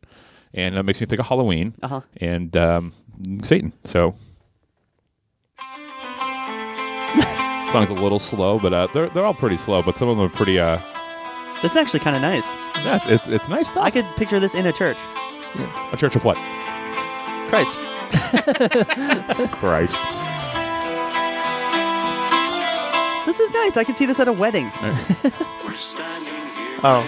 Speaker 2: and that makes me think of Halloween
Speaker 4: Uh-huh.
Speaker 2: and um, Satan. So, song's a little slow, but uh, they're they're all pretty slow, but some of them are pretty. Uh,
Speaker 4: This is actually kind of nice.
Speaker 2: yeah, it's it's nice stuff.
Speaker 4: I could picture this in a church.
Speaker 2: a church of what?
Speaker 4: Christ.
Speaker 2: Christ.
Speaker 4: This is nice. I could see this at a wedding. oh,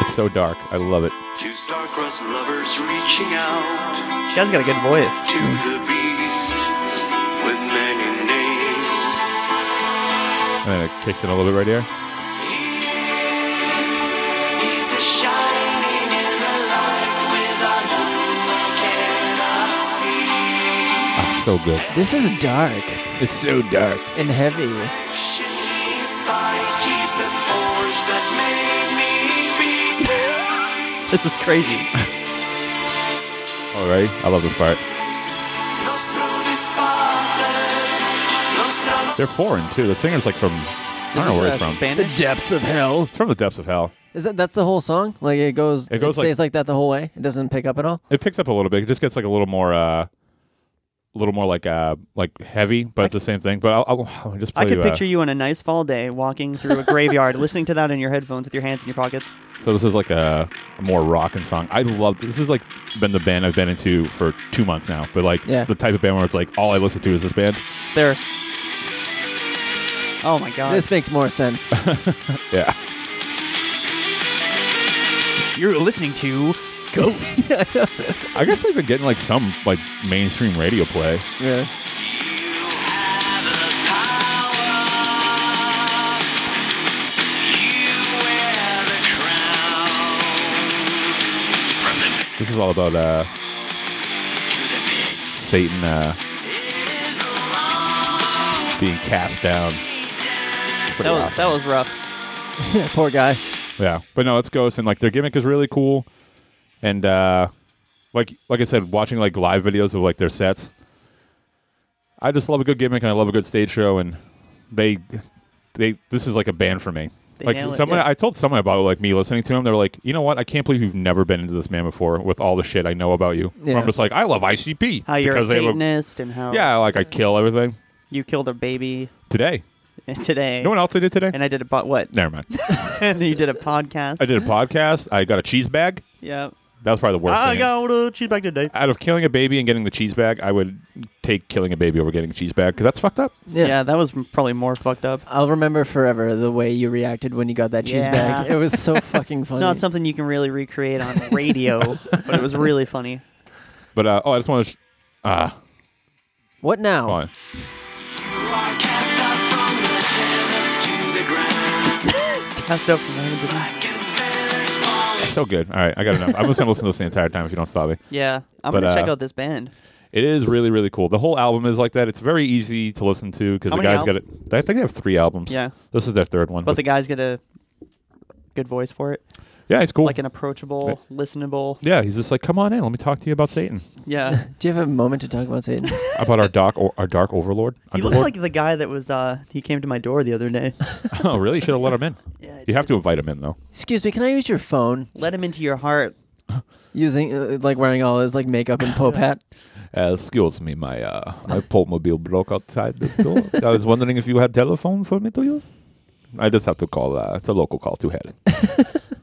Speaker 2: It's so dark. I love it.
Speaker 7: Two star-crossed lovers reaching out
Speaker 4: she has got a good voice.
Speaker 7: to the beast with many names.
Speaker 2: And then it kicks in a little bit right here.
Speaker 7: He's the shining in the light without whom I cannot see.
Speaker 2: Ah, so good.
Speaker 3: This is dark
Speaker 2: It's so dark.
Speaker 3: and heavy.
Speaker 7: He's spike. He's the force that made me be.
Speaker 4: This is crazy.
Speaker 2: All right, I love this part.
Speaker 7: Nostro disparte. Nostro
Speaker 2: They're foreign too. The singer's like from I don't know where he's from.
Speaker 3: The
Speaker 4: Uh, Spanish?
Speaker 3: depths of hell.
Speaker 2: It's from the depths of hell.
Speaker 3: Is that that's the whole song? Like it goes,
Speaker 2: It goes like-
Speaker 3: stays like that the whole way. It doesn't pick up at all.
Speaker 2: It picks up a little bit. It just gets like a little more, uh, a little more like uh, like heavy, but it's the same thing. But I'll, I'll, I'll just play
Speaker 4: I could
Speaker 2: you,
Speaker 4: picture
Speaker 2: uh,
Speaker 4: you on a nice fall day walking through a graveyard, listening to that in your headphones with your hands in your pockets.
Speaker 2: So this is like a, a more rockin' song. I love this. Is like been the band I've been into for two months now. But like
Speaker 3: Yeah.
Speaker 2: the type of band where it's like all I listen to is this band.
Speaker 4: There's. Oh my
Speaker 2: Uh,
Speaker 4: god.
Speaker 3: This makes more sense.
Speaker 2: Yeah.
Speaker 4: You're listening to Ghost.
Speaker 2: I guess they've been getting like some like mainstream radio play.
Speaker 3: really.
Speaker 2: This is all about uh, Satan uh, being cast down. Pretty
Speaker 4: that, was,
Speaker 2: awesome.
Speaker 4: that was rough.
Speaker 3: Yeah, poor guy.
Speaker 2: Yeah, but no, it's Ghost, and like their gimmick is really cool, and uh, like like I said, watching like live videos of like their sets, I just love a good gimmick and I love a good stage show, and they they this is like a band for me.
Speaker 4: They
Speaker 2: like
Speaker 4: nail it,
Speaker 2: someone,
Speaker 4: yeah.
Speaker 2: I told someone about like me listening to him. They were like, you know what? I can't believe you've never been into this man before with all the shit I know about you. Where
Speaker 3: Yeah.
Speaker 2: I'm just like, I love ICP
Speaker 4: How you're a
Speaker 2: because they have a-
Speaker 4: Satanist and how
Speaker 2: yeah, like I kill everything
Speaker 4: you killed a baby
Speaker 2: today.
Speaker 4: today.
Speaker 2: You know what else I did today?
Speaker 4: and I did a po- what?
Speaker 2: Never mind.
Speaker 4: and you did a podcast.
Speaker 2: I did a podcast. I got a cheese bag.
Speaker 4: Yeah.
Speaker 2: That was probably the worst.
Speaker 4: Ah, I
Speaker 2: thing.
Speaker 4: got a cheese back today.
Speaker 2: out of killing a baby and getting the cheese bag, I would take killing a baby over getting a cheese bag because that's fucked up.
Speaker 3: Yeah.
Speaker 4: yeah, that was probably more fucked up.
Speaker 3: I'll remember forever the way you reacted when you got that cheese bag.
Speaker 4: Yeah.
Speaker 3: It was so fucking funny.
Speaker 4: It's not something you can really recreate on radio, but it was really funny.
Speaker 2: But uh, oh, I just want to. Sh- ah,
Speaker 3: what now?
Speaker 2: come on.
Speaker 7: are cast out from the heavens to the ground.
Speaker 4: Cast out from the heavens above.
Speaker 7: Like feathers falling.
Speaker 2: It's so good. All right, I got enough. I'm just gonna listen to this the entire time if you don't stop me.
Speaker 4: Yeah, I'm
Speaker 2: But,
Speaker 4: gonna check
Speaker 2: uh,
Speaker 4: out this band.
Speaker 2: It is really, really cool. The whole album is like that. It's very easy to listen to because
Speaker 4: How
Speaker 2: the
Speaker 4: many
Speaker 2: guys got it. I think they have three albums.
Speaker 4: Yeah.
Speaker 2: this is their third one.
Speaker 4: But the guy's got a good voice for it,
Speaker 2: yeah, it's cool.
Speaker 4: like an approachable, listenable.
Speaker 2: yeah, he's just like, come on in. Let me talk to you about Satan,
Speaker 4: Yeah,
Speaker 3: Do you have a moment to talk about Satan?
Speaker 2: about our dark, or, our dark overlord.
Speaker 4: he looks
Speaker 2: Underlord?
Speaker 4: like the guy that was. uh He came to my door the other day.
Speaker 2: oh, really? Should have let him in.
Speaker 4: Yeah, I
Speaker 2: you have to invite him in though.
Speaker 3: Excuse me, can I use your phone?
Speaker 4: Let him into your heart.
Speaker 3: Using uh, like wearing all his like makeup and pope hat.
Speaker 2: Uh, excuse me, my uh, my mobile broke outside the door. I was wondering if you had telephone for me to use. I just have to call. Uh, it's a local call to hell. uh,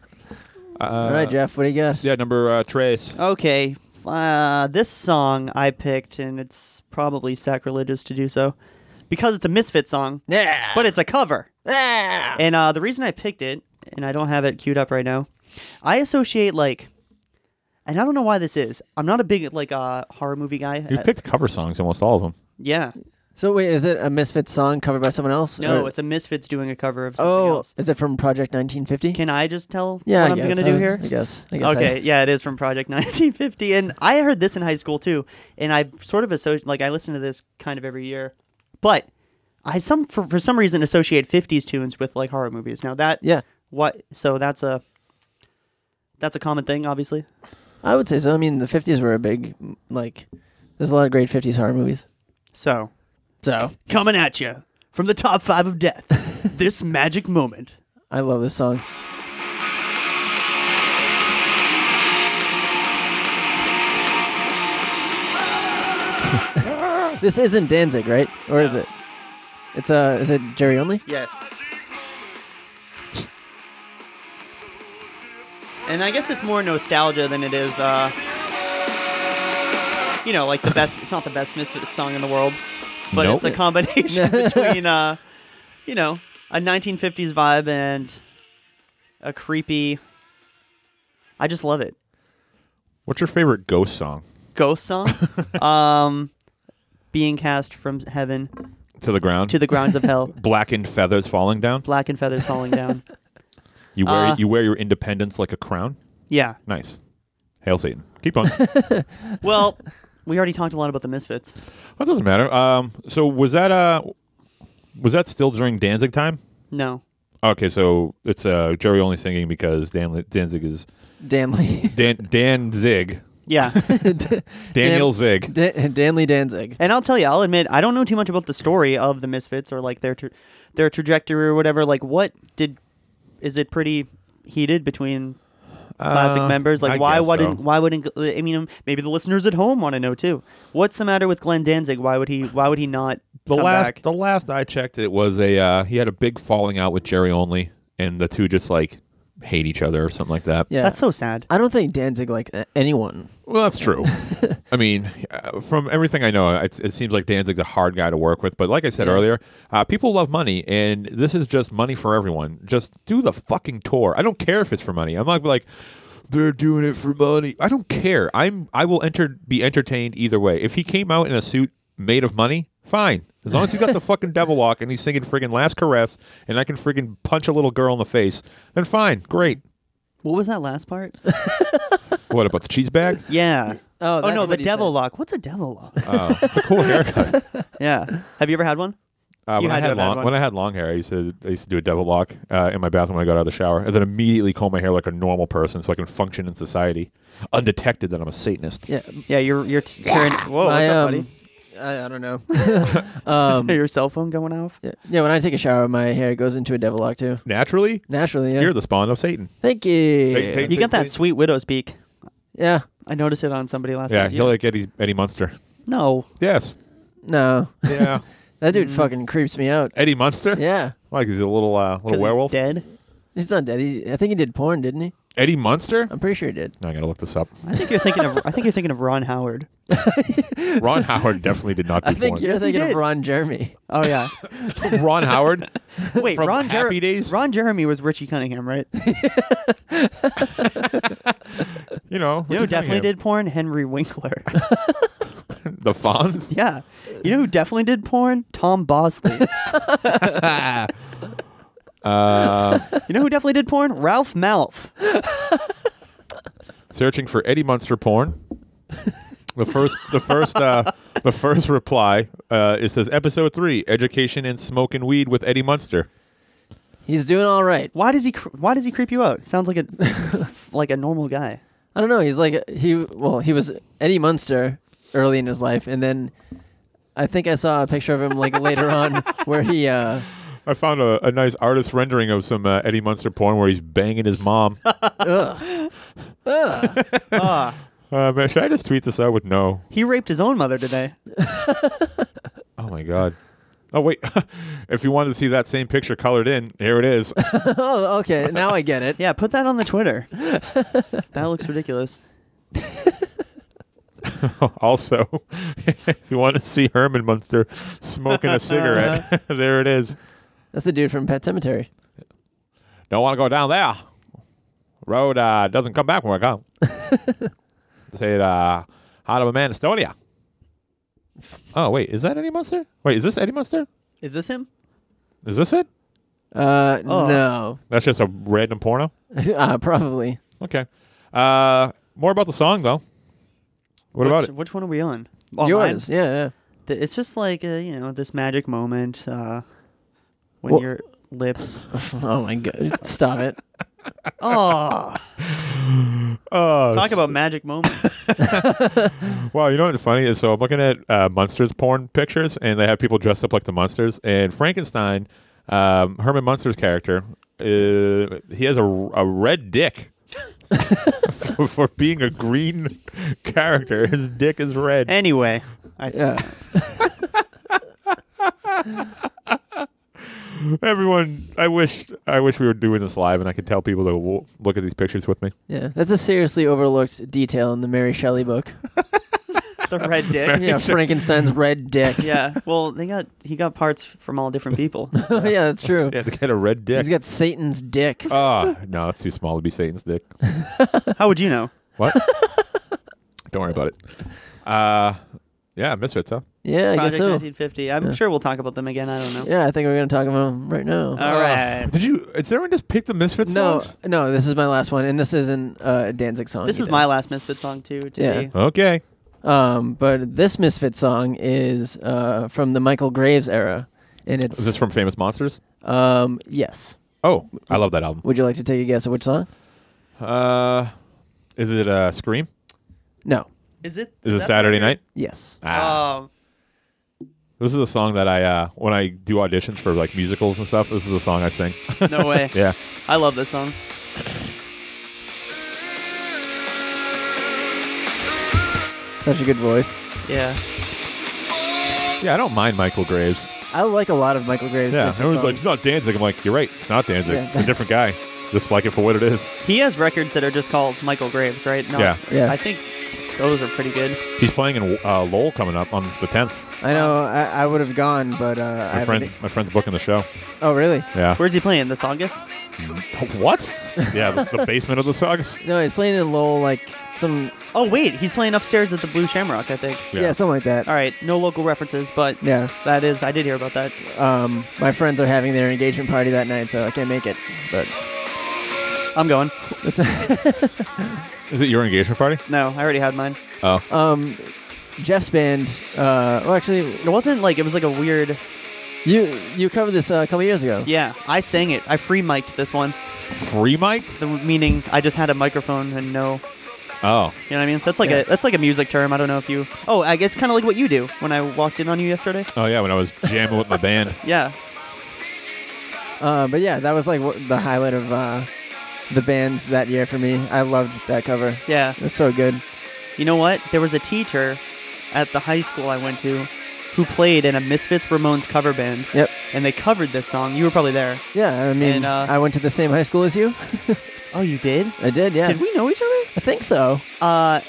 Speaker 3: all right, Jeff, what do you got?
Speaker 2: Yeah, number uh, trace.
Speaker 4: Okay, uh, this song I picked, and it's probably sacrilegious to do so, because it's a Misfit song,
Speaker 3: Yeah.
Speaker 4: but it's a cover.
Speaker 3: yeah.
Speaker 4: And uh, the reason I picked it, and I don't have it queued up right now, I associate like, and I don't know why this is. I'm not a big like uh, horror movie guy.
Speaker 2: You
Speaker 4: Uh,
Speaker 2: picked cover songs, almost all of them.
Speaker 4: yeah.
Speaker 3: So wait, is it a Misfits song covered by someone else?
Speaker 4: No,
Speaker 3: Or-
Speaker 4: it's a Misfits doing a cover of something
Speaker 3: oh,
Speaker 4: else.
Speaker 3: is it from Project 1950?
Speaker 4: Can I just tell
Speaker 3: yeah,
Speaker 4: what
Speaker 3: I
Speaker 4: I'm
Speaker 3: guess.
Speaker 4: gonna do
Speaker 3: I-
Speaker 4: here?
Speaker 3: I guess. I guess I-
Speaker 4: Okay, yeah, it is from Project 1950, and I heard this in high school too, and I sort of associate like I listen to this kind of every year, but I some for, for some reason associate 50s tunes with like horror movies. Now that
Speaker 3: yeah,
Speaker 4: what so that's a that's a common thing, obviously.
Speaker 3: I would say so. I mean, the 50s were a big m- like. There's a lot of great 50s horror movies.
Speaker 4: So
Speaker 3: So
Speaker 4: coming at you from the top five of death, this magic moment.
Speaker 3: I love this song. this isn't Danzig, right? Or is it? It's uh, is it Jerry only?
Speaker 4: Yes. And I guess it's more nostalgia than it is, uh, you know, like the best. It's not the best Misfits song in the world, but
Speaker 2: Nope.
Speaker 4: it's a combination between, uh, you know, a 1950s vibe and a creepy. I just love it.
Speaker 2: What's your favorite ghost song?
Speaker 4: Ghost song, um, being cast from heaven
Speaker 2: To the ground.
Speaker 4: to the grounds of hell,
Speaker 2: blackened feathers falling down.
Speaker 4: black and feathers falling down.
Speaker 2: You wear
Speaker 4: Uh,
Speaker 2: you wear your independence like a crown.
Speaker 4: Yeah.
Speaker 2: Nice. Hail Satan. Keep on. that
Speaker 4: Well, we already talked a lot about the Misfits.
Speaker 2: doesn't matter. Um, so was that uh, was that still during Danzig time?
Speaker 4: No.
Speaker 2: Okay, so it's uh, Joey only singing because Dan Danzig is
Speaker 3: Danley.
Speaker 2: Dan Dan Zig
Speaker 4: Yeah.
Speaker 3: Dan-
Speaker 2: Daniel Zig.
Speaker 3: Dan- Danley Danzig.
Speaker 4: and I'll tell you, I'll admit, I don't know too much about the story of the Misfits or like their tra- their trajectory or whatever. Like, what did is it pretty heated between classic
Speaker 2: Uh,
Speaker 4: members? Like,
Speaker 2: I
Speaker 4: why
Speaker 2: guess
Speaker 4: wouldn't
Speaker 2: so.
Speaker 4: why wouldn't I mean maybe the listeners at home want to know too? What's the matter with Glenn Danzig? Why would he why would he not
Speaker 2: the
Speaker 4: come
Speaker 2: last
Speaker 4: back?
Speaker 2: the last I checked, it was a uh, he had a big falling out with Jerry Only, and the two just like hate each other or something like that.
Speaker 3: Yeah.
Speaker 4: That's so sad.
Speaker 3: I don't think Danzig liked a- anyone.
Speaker 2: Well, that's true. I mean, uh, from everything I know, it, it seems like Danzig's a hard guy to work with. But like I said earlier, uh, people love money, and this is just money for everyone. Just do the fucking tour. I don't care if it's for money. I'm not like they're doing it for money. I don't care. I'm I will enter be entertained either way. If he came out in a suit made of money, fine. As long as he's got the fucking devil walk and he's singing friggin' last caress, and I can friggin' punch a little girl in the face, then fine, great.
Speaker 4: What was that last part?
Speaker 2: What about the cheese bag?
Speaker 4: Yeah.
Speaker 3: Oh,
Speaker 4: oh
Speaker 3: that's
Speaker 4: no,
Speaker 3: what
Speaker 4: the
Speaker 3: he
Speaker 4: devil
Speaker 3: said.
Speaker 4: lock. What's a devil lock?
Speaker 2: Oh, it's a cool haircut.
Speaker 4: yeah. Have you ever had one?
Speaker 2: Uh,
Speaker 4: You
Speaker 2: when I had
Speaker 4: had to have had
Speaker 2: long,
Speaker 4: one.
Speaker 2: when I had long hair, I used to I used to do a devil lock uh, in my bathroom when I got out of the shower, and then immediately comb my hair like a normal person, so I can function in society, undetected that I'm a Satanist.
Speaker 3: Yeah.
Speaker 4: Yeah, you're you're t- turn- Whoa, Oh, what's
Speaker 3: I, um,
Speaker 4: up, buddy?
Speaker 3: I, I don't know. um,
Speaker 4: Your cell phone going off?
Speaker 3: yeah, yeah, when I take a shower, my hair goes into a devil lock too.
Speaker 2: Naturally,
Speaker 3: Naturally, yeah.
Speaker 2: you're the spawn of Satan.
Speaker 3: Thank you.
Speaker 2: Take- take-
Speaker 4: You got that sweet widow's peak.
Speaker 3: yeah.
Speaker 4: I noticed it on somebody last
Speaker 2: Yeah,
Speaker 4: night.
Speaker 2: you're like Eddie Eddie Munster.
Speaker 4: no.
Speaker 2: Yes.
Speaker 3: No.
Speaker 2: Yeah.
Speaker 3: That
Speaker 4: Mm.
Speaker 3: dude fucking creeps me out.
Speaker 2: Eddie Munster.
Speaker 3: Yeah.
Speaker 2: Like he's a little uh,
Speaker 4: 'Cause
Speaker 2: little
Speaker 4: he's
Speaker 2: werewolf.
Speaker 4: dead.
Speaker 3: He's not dead. He, I think he did porn, didn't he?
Speaker 2: Eddie Munster.
Speaker 3: I'm pretty sure he did.
Speaker 2: I gotta look this up.
Speaker 4: I think you're thinking of I think you're thinking of Ron Howard.
Speaker 2: Ron Howard definitely did not. Do
Speaker 3: I think
Speaker 2: porn.
Speaker 3: you're
Speaker 4: Yes, he
Speaker 3: thinking of
Speaker 4: did.
Speaker 3: Ron Jeremy.
Speaker 4: Oh yeah.
Speaker 2: Ron Howard.
Speaker 4: Wait,
Speaker 2: From
Speaker 4: Ron Jer-
Speaker 2: Happy Days?
Speaker 4: Ron Jeremy was Richie Cunningham, right?
Speaker 2: You know.
Speaker 4: You know who definitely did porn? Henry Winkler.
Speaker 2: did the Fonz.
Speaker 4: yeah. You know who definitely did porn? Tom Bosley.
Speaker 2: Uh,
Speaker 4: you know who definitely did porn? Ralph Malph.
Speaker 2: searching for Eddie Munster porn. The first, the first, uh, the first reply. Uh, it says episode three: education and smoking weed with Eddie Munster.
Speaker 3: He's doing all right.
Speaker 4: Why does he cr- why does he creep you out? Sounds like a like a normal guy.
Speaker 3: I don't know. He's like he well, he was Eddie Munster early in his life, and then I think I saw a picture of him like later on where he uh
Speaker 2: I found a, a nice artist rendering of some uh, Eddie Munster porn where he's banging his mom.
Speaker 3: ugh.
Speaker 2: Uh, man, should I just tweet this out with no?
Speaker 4: He raped his own mother today.
Speaker 2: Oh my god. Oh wait, if you wanted to see that same picture colored in, here it is.
Speaker 3: oh okay now I get it.
Speaker 4: Yeah, put that on the Twitter. that looks ridiculous.
Speaker 2: also, if you want to see Herman Munster smoking a cigarette, there it is.
Speaker 3: That's the dude from Pet Cemetery.
Speaker 2: Don't want to go down there. Road uh, doesn't come back when I come. Say it, uh, out of a man, Estonia. Oh, wait, is that Eddie Munster? Wait, is this Eddie Munster?
Speaker 4: Is this him?
Speaker 2: Is this it?
Speaker 3: Uh
Speaker 4: Oh.
Speaker 3: no,
Speaker 2: That's just a random porno?
Speaker 3: uh, probably.
Speaker 2: Okay. Uh, more about the song, though. What about
Speaker 4: which,
Speaker 2: it?
Speaker 4: Which one are we on? Oh, mine?
Speaker 3: Yours, yeah, yeah.
Speaker 4: Th- It's just like uh, you know this magic moment uh, when
Speaker 3: Well-
Speaker 4: your lips.
Speaker 3: Oh my god, stop it.
Speaker 4: Oh,
Speaker 2: Oh,
Speaker 4: talk about magic moments.
Speaker 2: Wow, you know what's funny is so I'm looking at uh, monsters porn pictures, and they have people dressed up like the monsters. And Frankenstein, um, Herman Munster's character, uh, he has a, a red dick. for, for being a green character, his dick is red.
Speaker 4: Anyway, I,
Speaker 3: Yeah.
Speaker 2: Everyone, I wish I wish we were doing this live, and I could tell people to w- look at these pictures with me.
Speaker 3: Yeah, that's a seriously overlooked detail in the Mary Shelley book.
Speaker 4: the red dick.
Speaker 3: Yeah, Frankenstein's red dick.
Speaker 4: yeah. Well, they got he got parts from all different people.
Speaker 3: Oh, yeah, that's true.
Speaker 2: Yeah, they got a red dick.
Speaker 3: He's got Satan's dick.
Speaker 2: Ah, no, that's too small to be Satan's dick.
Speaker 4: How would you know?
Speaker 2: What? Don't worry about it. Uh, yeah, misfits, huh?
Speaker 3: Yeah, I
Speaker 4: Project
Speaker 3: guess so.
Speaker 4: 1950. I'm sure we'll talk about them again. I don't know.
Speaker 3: Yeah, I think we're gonna talk about him right now.
Speaker 4: All right.
Speaker 2: Did you? Did everyone just pick the Misfits
Speaker 3: no,
Speaker 2: songs?
Speaker 3: no, this is my last one, and this isn't uh, a Danzig song.
Speaker 4: This is
Speaker 3: either.
Speaker 4: my last Misfit song too. Today.
Speaker 2: Okay.
Speaker 3: Um, but this Misfit song is uh, from the Michael Graves era. and it's
Speaker 2: Is this from Famous Monsters?
Speaker 3: um yes.
Speaker 2: Oh, I love that album.
Speaker 3: Would you like to take a guess at which song?
Speaker 2: Uh, is it uh, Scream?
Speaker 3: No.
Speaker 4: Is it?
Speaker 2: Is it
Speaker 4: that-
Speaker 2: Saturday Night?
Speaker 3: Yes.
Speaker 2: Ah,
Speaker 4: Um,
Speaker 2: this is a song that I uh, when I do auditions for like musicals and stuff. This is a song I sing.
Speaker 4: no way.
Speaker 2: yeah.
Speaker 4: I love this song.
Speaker 3: Such a good voice.
Speaker 4: Yeah.
Speaker 2: Yeah, I don't mind Michael Graves.
Speaker 3: I like a lot of Michael Graves.
Speaker 2: Yeah,
Speaker 3: Disney
Speaker 2: everyone's like,
Speaker 3: songs.
Speaker 2: it's not Danzig. I'm like, you're right, it's not Danzig.
Speaker 3: Yeah.
Speaker 2: It's a different guy. Just like it for what it is.
Speaker 4: He has records that are just called Michael Graves, right? No,
Speaker 2: Yeah.
Speaker 3: Yeah.
Speaker 4: I think those are pretty good.
Speaker 2: He's playing in uh, LOL coming up on the 10th.
Speaker 3: I know. I, I would have gone, but uh,
Speaker 2: My
Speaker 3: I
Speaker 2: friend,
Speaker 3: friend.
Speaker 2: my friend's booking the show.
Speaker 3: Oh, really?
Speaker 2: Yeah.
Speaker 4: Where's he playing? This August?
Speaker 2: What? yeah, the, the basement of the Suggs.
Speaker 3: No, he's playing in Lowell, like some
Speaker 4: Oh wait, he's playing upstairs at the Blue Shamrock, I think.
Speaker 3: yeah, something like that.
Speaker 4: All right, no local references, but
Speaker 3: Yeah.
Speaker 4: that is I did hear about that.
Speaker 3: Um, my friends are having their engagement party that night, so I can't make it. But
Speaker 4: I'm going.
Speaker 3: it's
Speaker 2: Is it your engagement party?
Speaker 4: No, I already had mine.
Speaker 2: Oh.
Speaker 3: um, Jeff's band. Uh, well, actually,
Speaker 4: It wasn't like it was like a weird.
Speaker 3: you you covered this uh, a couple years ago.
Speaker 4: Yeah, I sang it. I free mic'd this one.
Speaker 2: Free mic?
Speaker 4: The meaning I just had a microphone and no,
Speaker 2: Oh.
Speaker 4: you know what I mean. That's like
Speaker 3: Yeah.
Speaker 4: a that's like a music term. I don't know if you. Oh, I, it's kind of like what you do when I walked in on you yesterday.
Speaker 2: Oh, yeah, when I was jamming with my band.
Speaker 4: Yeah,
Speaker 3: Uh, but yeah, that was like wh- the highlight of uh, the bands that year for me. I loved that cover.
Speaker 4: yeah.
Speaker 3: It was so good.
Speaker 4: You know what? There was a teacher at the high school I went to who played in a Misfits Ramones cover band,
Speaker 3: Yep.
Speaker 4: and they covered this song. You were probably there.
Speaker 3: Yeah. I mean,
Speaker 4: And, uh,
Speaker 3: I went to the same high school as you.
Speaker 4: Oh, you did?
Speaker 3: I did. Yeah.
Speaker 4: Did we know each other?
Speaker 3: I think so.
Speaker 4: Uh,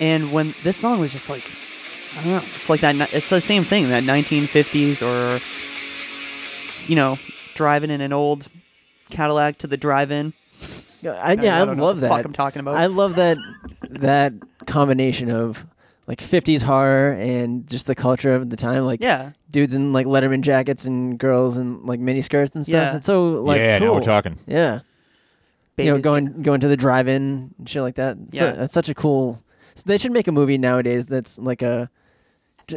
Speaker 4: and when this song was just like, I don't know, it's like that. ni- It's the same thing that 1950s or, you know, driving in an old Cadillac to the drive-in.
Speaker 3: I, yeah, I,
Speaker 4: don't know
Speaker 3: love
Speaker 4: what the
Speaker 3: that.
Speaker 4: Fuck, I'm talking about.
Speaker 3: I love that that combination of like 50s horror and just the culture of the time. Like
Speaker 4: yeah,
Speaker 3: dudes in like Letterman jackets and girls in like mini skirts and stuff.
Speaker 4: Yeah.
Speaker 3: It's so like
Speaker 2: yeah, now we're
Speaker 3: cool.
Speaker 2: talking.
Speaker 3: Yeah, you know,
Speaker 4: Babies
Speaker 3: going going to the drive-in and shit like that. So,
Speaker 4: Yeah.
Speaker 3: that's such a cool. So they should make a movie nowadays that's like a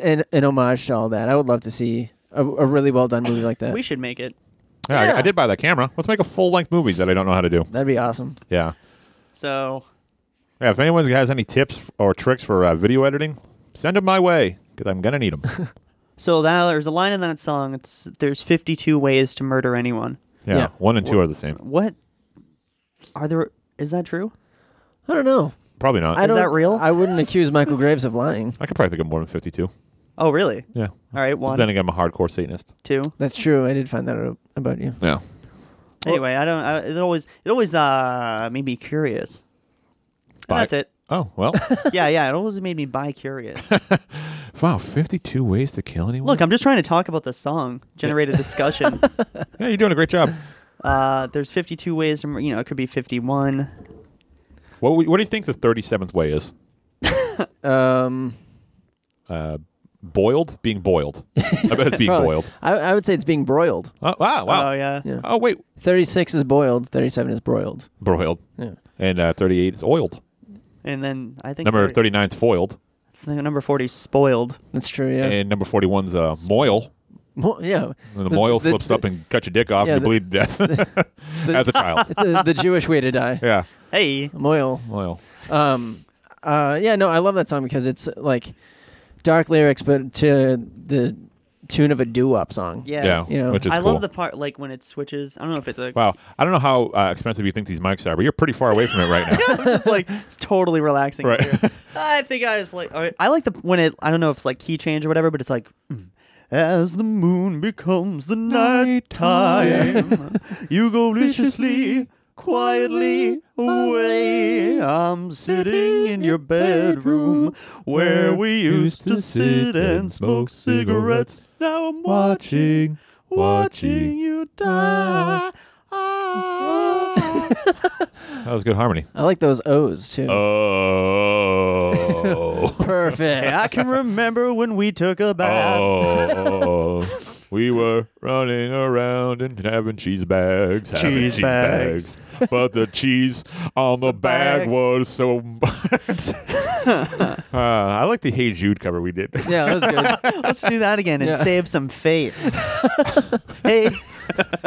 Speaker 3: an, an homage to all that. I would love to see a, a really well done movie like that.
Speaker 4: We should make it.
Speaker 2: Yeah, I, I
Speaker 3: Yeah.
Speaker 2: did buy that camera. Let's make a full length movie that I don't know how to do.
Speaker 3: That'd be awesome.
Speaker 2: Yeah.
Speaker 4: So
Speaker 2: Yeah, if anyone has any tips or tricks for uh, video editing, send them my way because I'm going to need them.
Speaker 4: So that, there's a line in that song. It's there's 52 ways to murder anyone.
Speaker 2: Yeah,
Speaker 3: Yeah.
Speaker 2: one and two are the same.
Speaker 4: What are there? Is that true?
Speaker 3: I don't know.
Speaker 2: Probably not.
Speaker 3: I
Speaker 2: I,
Speaker 3: don't,
Speaker 4: that real?
Speaker 3: I wouldn't accuse Michael Graves of lying.
Speaker 2: could probably think of more than 52.
Speaker 4: Oh, really?
Speaker 2: Yeah.
Speaker 4: All right,
Speaker 2: But
Speaker 4: one,
Speaker 2: then again, I'm a hardcore Satanist.
Speaker 4: two.
Speaker 3: That's true. I did find that out about you.
Speaker 2: Yeah.
Speaker 4: Anyway, I don't. I, it always it always uh made me curious. And
Speaker 2: Bi-
Speaker 4: that's it.
Speaker 2: Oh, well.
Speaker 4: Yeah, yeah. It always made me bi curious.
Speaker 2: wow, 52 ways to kill anyone?
Speaker 4: Look, I'm just trying to talk about the song, generate a discussion.
Speaker 2: Yeah, you're doing a great job.
Speaker 4: uh, there's 52 ways. To, mur- you know, it could be 51.
Speaker 2: What, we- what do you think the 37th way is?
Speaker 3: Um,
Speaker 2: Uh, boiled? Being boiled. I bet it's being
Speaker 3: probably.
Speaker 2: boiled.
Speaker 3: I, I would say it's being broiled.
Speaker 2: Oh, wow, wow.
Speaker 4: Oh yeah.
Speaker 3: Yeah.
Speaker 2: Oh, wait.
Speaker 3: 36 is boiled. 37 is broiled.
Speaker 2: Broiled.
Speaker 3: Yeah.
Speaker 2: And uh, 38 is oiled.
Speaker 4: And then I think
Speaker 2: Number
Speaker 4: thir-
Speaker 2: 39 is foiled.
Speaker 4: Number 40 's spoiled.
Speaker 3: That's true. Yeah.
Speaker 2: And number 41's uh, moil.
Speaker 3: Mo- yeah.
Speaker 2: And the moil
Speaker 3: the-
Speaker 2: slips up and cuts your dick off
Speaker 3: yeah,
Speaker 2: and
Speaker 3: the-
Speaker 2: you bleed to death as a child.
Speaker 3: It's a, the Jewish way to die.
Speaker 2: yeah.
Speaker 4: Hey.
Speaker 3: Moil.
Speaker 2: Moil.
Speaker 3: Um, uh, yeah, no, I love that song because it's like dark lyrics, but to the tune of a doo-wop song.
Speaker 4: Yes.
Speaker 2: Yeah.
Speaker 3: You know,
Speaker 2: which is
Speaker 4: I
Speaker 2: cool.
Speaker 4: love the part like when it switches. I don't know if it's a
Speaker 2: Wow, I don't know how uh, expensive you think these mics are, but you're pretty far away from it right now.
Speaker 4: I'm just like it's totally relaxing.
Speaker 2: Right.
Speaker 4: here. I think I was like, all right. I like the when it. I don't know if it's like key change or whatever, but it's like. mm, As the moon becomes the night time, you go viciously, quietly away. I'm sitting in your bedroom where we used to sit and smoke cigarettes. Now I'm watching, watching you die.
Speaker 2: That was good harmony.
Speaker 3: I like those O's too.
Speaker 2: Oh.
Speaker 3: Perfect.
Speaker 4: I can remember when we took a bath.
Speaker 2: oh. We were Oh, running around around and having cheese bags, having
Speaker 4: Cheese bags.
Speaker 2: bags. but the cheese on the, bag,
Speaker 4: bag.
Speaker 2: was so. uh, I like the Hey Jude cover we did.
Speaker 3: Yeah, that was
Speaker 4: Let's do that again and
Speaker 3: Yeah.
Speaker 4: save some face. hey,
Speaker 3: good.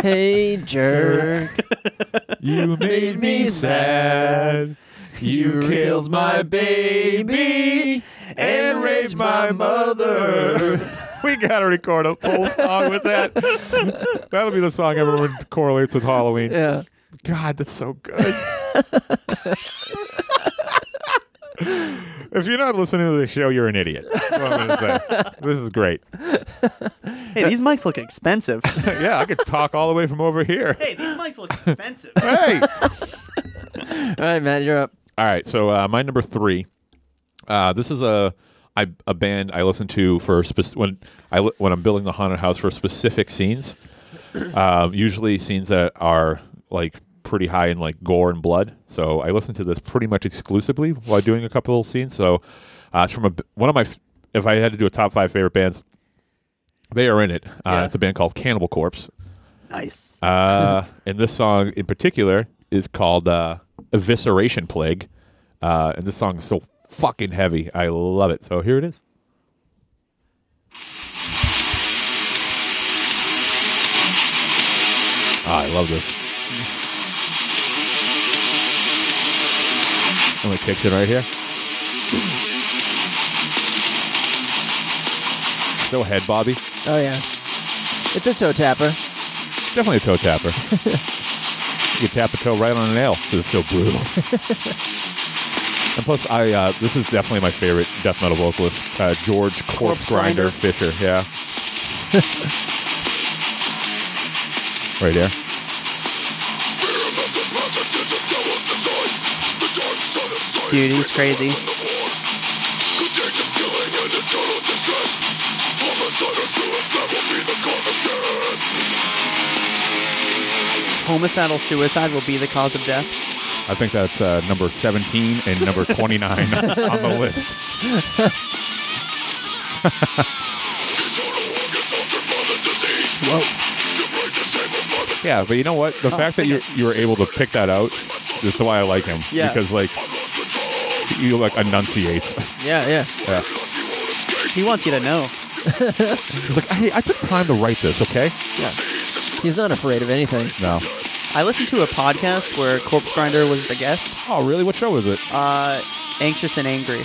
Speaker 3: hey, jerk.
Speaker 2: you
Speaker 3: made me sad.
Speaker 2: You
Speaker 3: killed my baby
Speaker 2: and raped my mother. We gotta record a full song with that. That'll be the song everyone correlates with Halloween.
Speaker 3: Yeah.
Speaker 2: God, that's so good. if you're not listening to the show, you're an idiot. That's what I'm gonna say. This is great.
Speaker 4: hey, these mics look expensive.
Speaker 2: yeah, I could talk all the way from over here.
Speaker 4: hey, these mics look expensive.
Speaker 2: Hey.
Speaker 3: All right, Matt, you're up.
Speaker 2: All right, so uh, my number three. Uh, this is a I, a band I listen to for spec- when I li- when I'm building the haunted house for specific scenes. Um, usually scenes that are like pretty high in like gore and blood. So I listen to this pretty much exclusively while doing a couple of scenes. So uh, it's from a b one of my f- if I had to do a top five favorite bands, they are in it. Uh,
Speaker 4: Yeah.
Speaker 2: It's a band called Cannibal Corpse.
Speaker 4: nice.
Speaker 2: Uh, and this song in particular is called uh, Evisceration Plague. Uh, and this song is so fucking heavy. I love it. So here it is. Ah, I love this. And it kicks in right here. So head, Bobby.
Speaker 3: Oh, yeah. It's a toe tapper.
Speaker 2: Definitely a toe tapper. you tap a toe right on a nail 'cause it's so brutal. and plus, I uh, this is definitely my favorite death metal vocalist, uh, George Corpse, Grinder, Fisher. Yeah, right there.
Speaker 4: Dude, he's crazy. Homicidal suicide will be the cause of death.
Speaker 2: I think that's uh, number seventeen and number twenty-nine on the list. Yeah, but you know what? The fact that
Speaker 4: sing
Speaker 2: you you were able to pick that out, that's why I like him.
Speaker 4: Yeah.
Speaker 2: Because like you like enunciates.
Speaker 3: Yeah, yeah.
Speaker 2: Yeah.
Speaker 4: He wants you to know.
Speaker 2: It's like, hey, I took time to write this, okay?
Speaker 3: He's not afraid of anything.
Speaker 2: No.
Speaker 4: I listened to a podcast where Corpse Grinder was the guest.
Speaker 2: Oh, really? What show is it?
Speaker 4: Uh, anxious and angry.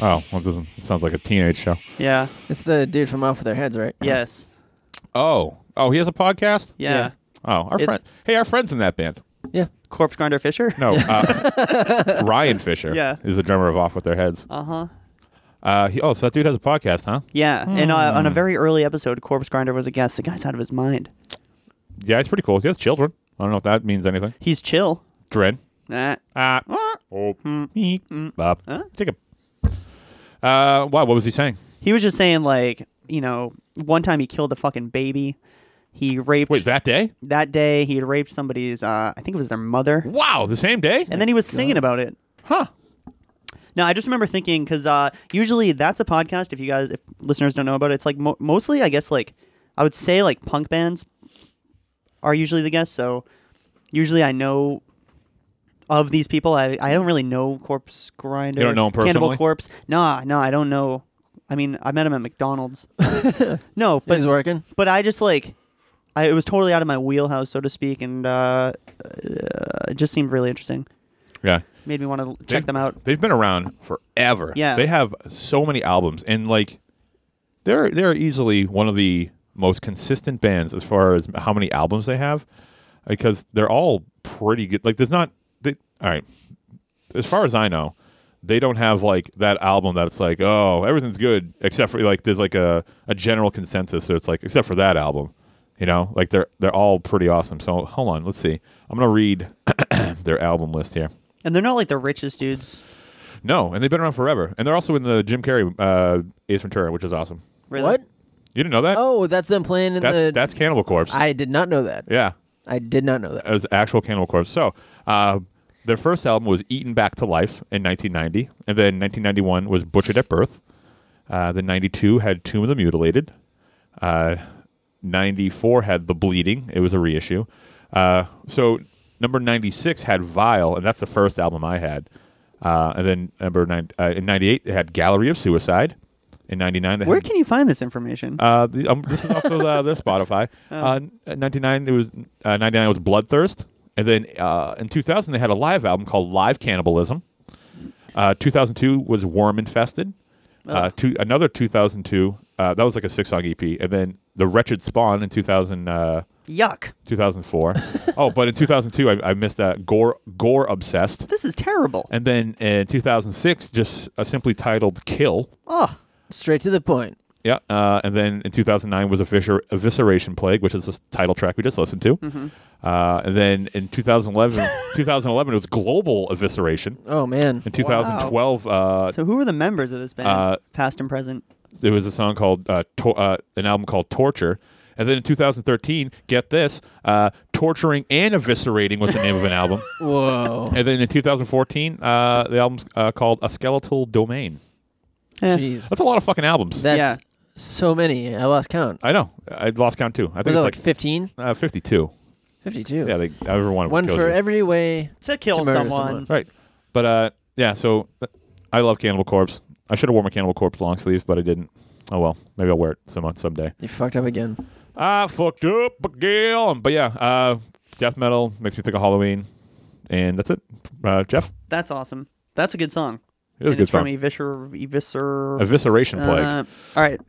Speaker 2: Oh, well, it doesn't. It sounds like a teenage show.
Speaker 4: Yeah.
Speaker 3: It's the dude from Off with Their Heads, right?
Speaker 4: Yes.
Speaker 2: Oh, oh, he has a podcast.
Speaker 4: Yeah.
Speaker 3: Yeah.
Speaker 2: Oh, our
Speaker 4: It's-
Speaker 2: friend. Hey, our friends in that band.
Speaker 3: Yeah.
Speaker 4: Corpse Grinder Fisher.
Speaker 2: No, uh, Ryan Fisher.
Speaker 4: Yeah.
Speaker 2: is the drummer of Off with Their Heads.
Speaker 4: Uh huh.
Speaker 2: Uh, he, oh, so that dude has a podcast, huh?
Speaker 4: Yeah. And uh,
Speaker 2: Hmm.
Speaker 4: on a very early episode, Corpse Grinder was a guest. The guy's out of his mind.
Speaker 2: Yeah, he's pretty cool. He has children. I don't know if that means anything.
Speaker 4: He's chill.
Speaker 2: Dren.
Speaker 4: Nah.
Speaker 2: Ah.
Speaker 4: Ah.
Speaker 2: Oh. Meep. Bop. Take a. Uh, wow. What was he saying?
Speaker 4: He was just saying like, you know, one time he killed a fucking baby. He raped
Speaker 2: Wait, that day?
Speaker 4: that day. He had raped somebody's. Uh, I think it was their mother.
Speaker 2: Wow, the same day?
Speaker 4: And then he was singing about it.
Speaker 2: Huh.
Speaker 4: Now I just remember thinking because uh, usually that's a podcast. If you guys, if listeners don't know about it, it's like mo- mostly I guess like I would say like punk bands are usually the guests. So usually I know of these people. I I don't really know Corpse Grinder.
Speaker 2: You don't know 'em personally?
Speaker 4: Cannibal Corpse. Nah, nah, I don't know. I mean, I met him at McDonald's. no, but
Speaker 3: He's working.
Speaker 4: but I just like I, it was totally out of my wheelhouse, so to speak, and uh, uh, it just seemed really interesting.
Speaker 2: Yeah.
Speaker 4: Made me want to check
Speaker 2: They've-
Speaker 4: them out.
Speaker 2: They've been around forever.
Speaker 4: Yeah.
Speaker 2: They have so many albums and like they're they're easily one of the most consistent bands as far as how many albums they have because they're all pretty good. Like there's not they all right. As far as I know, they don't have like that album that's like, oh, everything's good except for like there's like a, a general consensus so it's like except for that album. You know, like they're they're all pretty awesome. So hold on, let's see. I'm gonna read their album list here.
Speaker 4: And they're not like the richest dudes,
Speaker 2: No, and they've been around forever, and they're also in the Jim Carrey uh, Ace Ventura, which is awesome.
Speaker 4: really.
Speaker 3: What?
Speaker 2: You didn't know that?
Speaker 3: Oh, that's them playing in
Speaker 2: that's
Speaker 3: the.
Speaker 2: that's Cannibal Corpse.
Speaker 3: I did not know that.
Speaker 2: yeah,
Speaker 3: I did not know that.
Speaker 2: it was actual Cannibal Corpse. So, uh, their first album was Eaten Back to Life in 1990, and then 1991 was Butchered at Birth. Uh, then 92 had Tomb of the Mutilated. Uh, 94 had The Bleeding. It was a reissue. Uh, so number 96 had Vile, and that's the first album I had. Uh, and then number nine, uh, in 98, they had Gallery of Suicide. In 99, they
Speaker 4: Where
Speaker 2: had
Speaker 4: can you find this information?
Speaker 2: uh, the, um, this is off of uh, their Spotify. Uh, n- ninety nine, it was uh, ninety nine was Bloodthirst, and then uh, in two thousand they had a live album called Live Cannibalism. Uh, two thousand two was Worm Infested. Uh, two, another two thousand two, uh, that was like a six song EP, and then The Wretched Spawn in 2000, uh,
Speaker 4: Yuck.
Speaker 2: 2004. oh, but in two thousand two I, I missed that Gore Gore Obsessed,
Speaker 4: This is terrible.
Speaker 2: and then in two thousand six just uh, simply titled Kill.
Speaker 4: Oh,
Speaker 3: Straight to the point.
Speaker 2: Yeah, uh, and then in 2009 was Eviscer- Evisceration Plague, which is the title track we just listened to.
Speaker 3: Mm-hmm.
Speaker 2: Uh, and then in 2011, 2011 it was Global Evisceration.
Speaker 3: Oh man.
Speaker 2: In 2012, uh,
Speaker 4: so who are the members of this band,
Speaker 2: uh,
Speaker 4: past and present?
Speaker 2: there was a song called uh, to- uh, an album called Torture. And then in 2013, get this, uh, Torturing and Eviscerating was the name of an album.
Speaker 3: Whoa.
Speaker 2: And then in 2014, uh, the album's uh, called A Skeletal Domain.
Speaker 4: Eh.
Speaker 3: Jeez.
Speaker 2: That's a lot of fucking albums.
Speaker 3: That's
Speaker 4: Yeah.
Speaker 3: so many. I lost count.
Speaker 2: I know. I lost count too. I think
Speaker 3: Was
Speaker 2: it's
Speaker 3: it like
Speaker 2: like,
Speaker 3: 15?
Speaker 2: uh, 52.
Speaker 3: 52.
Speaker 2: Yeah, they, everyone
Speaker 3: One
Speaker 2: kills
Speaker 3: for
Speaker 2: you.
Speaker 3: every way.
Speaker 4: To kill
Speaker 3: To murder
Speaker 4: someone.
Speaker 3: someone.
Speaker 2: Right. But uh, yeah, so uh, I love Cannibal Corpse. I should have worn my Cannibal Corpse long sleeve, but I didn't. Oh well, maybe I'll wear it some someday.
Speaker 3: You fucked up again.
Speaker 2: I fucked up again. But yeah, uh, death metal makes me think of Halloween, and that's it. Uh, Jeff,
Speaker 4: That's awesome. That's a good song.
Speaker 2: it was a
Speaker 4: and
Speaker 2: good
Speaker 4: it's from
Speaker 2: song.
Speaker 4: Eviscer. Eviscer.
Speaker 2: Evisceration plague.
Speaker 4: Uh, all right.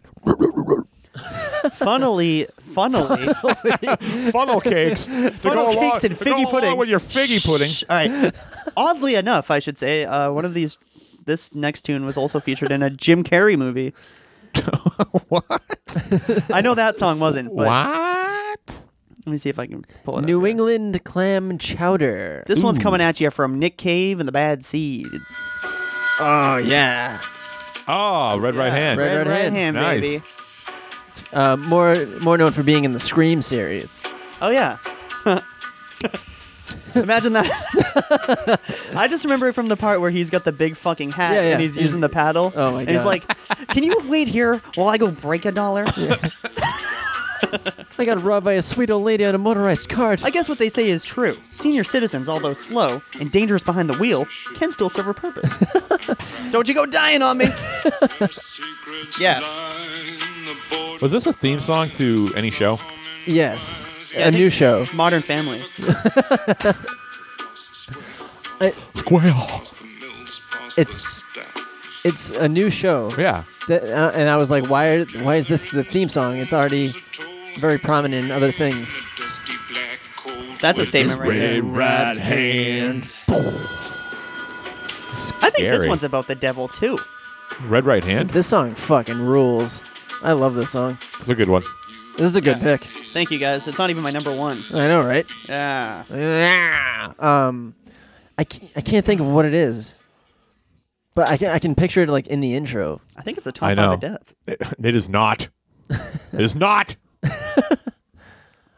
Speaker 4: funnily, funnily,
Speaker 2: funnel cakes. They
Speaker 4: funnel
Speaker 2: go along-
Speaker 4: cakes and
Speaker 2: they go
Speaker 4: figgy
Speaker 2: along
Speaker 4: pudding.
Speaker 2: with your figgy pudding.
Speaker 4: Shh. All right. Oddly enough, I should say, uh, one of these. This next tune was also featured in a Jim Carrey movie. what? I know that song wasn't. But
Speaker 2: What?
Speaker 4: Let me see if I can pull it. up
Speaker 3: New
Speaker 4: here.
Speaker 3: England clam chowder.
Speaker 4: This one's coming at you from Nick Cave and the Bad Seeds.
Speaker 3: oh yeah.
Speaker 2: Oh, red right hand.
Speaker 3: Red Right Hand.
Speaker 2: Nice.
Speaker 4: baby.
Speaker 3: Uh, more more known for being in the Scream series.
Speaker 4: Oh yeah. Imagine that. I just remember it from the part where he's got the big fucking hat
Speaker 3: Yeah, yeah.
Speaker 4: and he's using the paddle.
Speaker 3: Oh, my
Speaker 4: and He's
Speaker 3: God.
Speaker 4: like, "Can you wait here while I go break a dollar?"
Speaker 3: I got robbed by a sweet old lady on a motorized cart.
Speaker 4: I guess what they say is true. Senior citizens, although slow and dangerous behind the wheel, can still serve a purpose. Don't you go dying on me. yeah.
Speaker 2: Was this a theme song to any show?
Speaker 3: yes.
Speaker 4: Yeah, I
Speaker 3: a
Speaker 4: think-
Speaker 3: new show.
Speaker 4: Modern Family.
Speaker 2: Squirrel.
Speaker 3: It's it's a new show.
Speaker 2: Yeah.
Speaker 3: That, uh, and I was like, why are, why is this the theme song? It's already very prominent in other things.
Speaker 4: That's a statement right there.
Speaker 2: right hand.
Speaker 4: I think this
Speaker 2: Scary.
Speaker 4: one's about the devil too.
Speaker 2: Red right hand.
Speaker 3: This song fucking rules. I love this song.
Speaker 2: It's a good one.
Speaker 3: This is a good pick.
Speaker 4: Thank you guys. It's not even my number one.
Speaker 3: I know, right?
Speaker 4: Yeah.
Speaker 3: Um, I can't, I can't think of what it is, but I can I can picture it like in the intro.
Speaker 4: I think it's a
Speaker 2: I
Speaker 4: top five of
Speaker 2: know.
Speaker 4: death.
Speaker 2: It- it is not. it is not.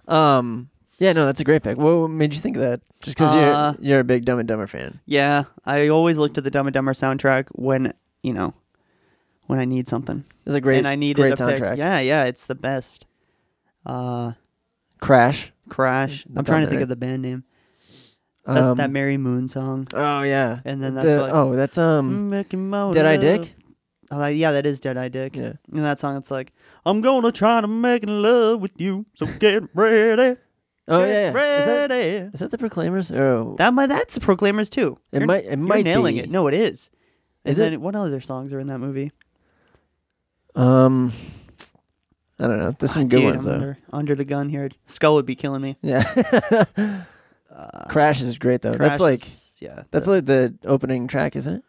Speaker 3: Um, yeah, no, that's a great pick. What made you think of that? Just because
Speaker 4: Uh,
Speaker 3: you're you're a big Dumb and Dumber fan.
Speaker 4: Yeah, I always look to the Dumb and Dumber soundtrack when you know when I need something.
Speaker 3: It's a great
Speaker 4: and I needed
Speaker 3: great
Speaker 4: a pick.
Speaker 3: soundtrack.
Speaker 4: Yeah, yeah, it's the best. Uh,
Speaker 3: Crash.
Speaker 4: Crash. I'm
Speaker 3: That's
Speaker 4: trying to
Speaker 3: on
Speaker 4: think
Speaker 3: there.
Speaker 4: of the band name. That,
Speaker 3: Um,
Speaker 4: that Mary Moon song.
Speaker 3: oh yeah.
Speaker 4: And then that's
Speaker 3: The-
Speaker 4: what- Mm,
Speaker 3: oh that's um
Speaker 4: Making my
Speaker 3: Dead Eye
Speaker 4: love.
Speaker 3: Dick.
Speaker 4: Oh, that- yeah, that is Dead Eye Dick.
Speaker 3: Yeah.
Speaker 4: And that song, it's like, I'm gonna try to make love with you, so get ready.
Speaker 3: Oh
Speaker 4: get
Speaker 3: yeah. yeah. Is that,
Speaker 4: ready.
Speaker 3: is that the Proclaimers? Or
Speaker 4: That might that's the Proclaimers too.
Speaker 3: It might- it
Speaker 4: you're
Speaker 3: might
Speaker 4: nailing
Speaker 3: be.
Speaker 4: it. No, it is.
Speaker 3: Is
Speaker 4: and
Speaker 3: it?
Speaker 4: Then, what other songs are in that movie?
Speaker 3: um, I don't know. There's some
Speaker 4: Ah,
Speaker 3: good
Speaker 4: dude,
Speaker 3: ones
Speaker 4: I'm
Speaker 3: though.
Speaker 4: Under, under the gun here. Skull would be killing me.
Speaker 3: Yeah. Crash is great though.
Speaker 4: Crash
Speaker 3: that's like
Speaker 4: is- yeah.
Speaker 3: that's
Speaker 4: the-
Speaker 3: like the opening track, isn't it?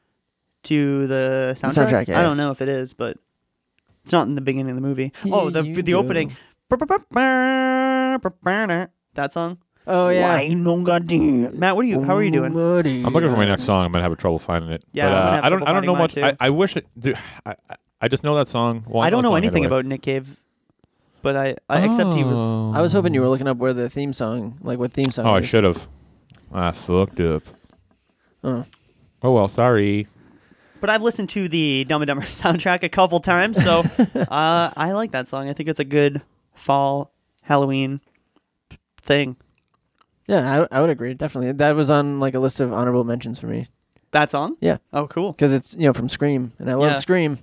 Speaker 4: to the soundtrack.
Speaker 3: soundtrack, yeah,
Speaker 4: I
Speaker 3: yeah.
Speaker 4: don't know if it is, but it's not in the beginning of the movie. oh, the
Speaker 3: Here
Speaker 4: the
Speaker 3: you
Speaker 4: opening.
Speaker 3: go.
Speaker 4: That song.
Speaker 3: Oh yeah.
Speaker 4: Why no goddamn- Matt, what are you? How are you doing?
Speaker 2: I'm looking for my next song. I'm gonna have trouble finding it.
Speaker 4: Yeah,
Speaker 2: But,
Speaker 4: I'm
Speaker 2: uh,
Speaker 4: gonna
Speaker 2: I
Speaker 4: have
Speaker 2: don't.
Speaker 4: trouble
Speaker 2: I don't know much.
Speaker 4: finding mine,
Speaker 2: I, I wish. It, dude, I, I- I just know that song. Well,
Speaker 4: I don't
Speaker 2: that
Speaker 4: know
Speaker 2: song
Speaker 4: anything
Speaker 2: anyway.
Speaker 4: about Nick Cave, but I, I except he was.
Speaker 2: Oh.
Speaker 3: I was hoping you were looking up where the theme song, like what theme song.
Speaker 2: Oh, I
Speaker 3: is.
Speaker 2: should have. I fucked up.
Speaker 3: Oh.
Speaker 2: Oh well, sorry.
Speaker 4: But I've listened to the Dumb and Dumber soundtrack a couple times, so uh, I like that song. I think it's a good fall Halloween thing.
Speaker 3: Yeah, I, I would agree. Definitely. That was on like a list of honorable mentions for me.
Speaker 4: That song?
Speaker 3: Yeah.
Speaker 4: Oh, cool.
Speaker 3: Because it's, you know, from Scream. And I love
Speaker 4: Yeah.
Speaker 3: Scream.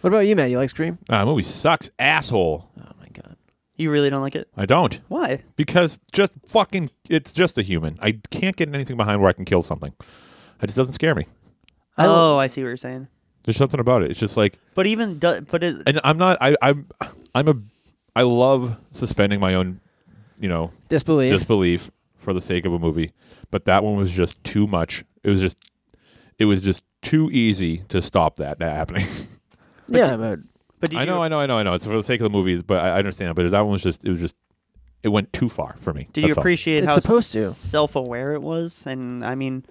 Speaker 3: What about you, Matt? You like Scream?
Speaker 2: Uh, movie sucks, asshole.
Speaker 3: Oh, my God.
Speaker 4: You really don't like it?
Speaker 2: I don't
Speaker 4: Why?
Speaker 2: because just fucking it's just a human. I can't get anything behind where I can kill something. It just doesn't scare me.
Speaker 4: oh, I see what you're saying.
Speaker 2: There's something about it. It's just like,
Speaker 4: But even do, but it
Speaker 2: and I'm not. I, I'm. I'm a. I love suspending my own, you know,
Speaker 3: Disbelief.
Speaker 2: disbelief for the sake of a movie. But that one was just too much. It was just. It was just too easy to stop that, that happening.
Speaker 3: yeah, but
Speaker 4: but did
Speaker 2: I
Speaker 4: you,
Speaker 2: know, I know, I know, I know. It's for the sake of the movie, but I, I understand. But that one was just. It was just. It went too far for me.
Speaker 4: did you
Speaker 2: That's all.
Speaker 4: appreciate
Speaker 3: It's
Speaker 4: how
Speaker 3: supposed to.
Speaker 4: self-aware it was? And I mean,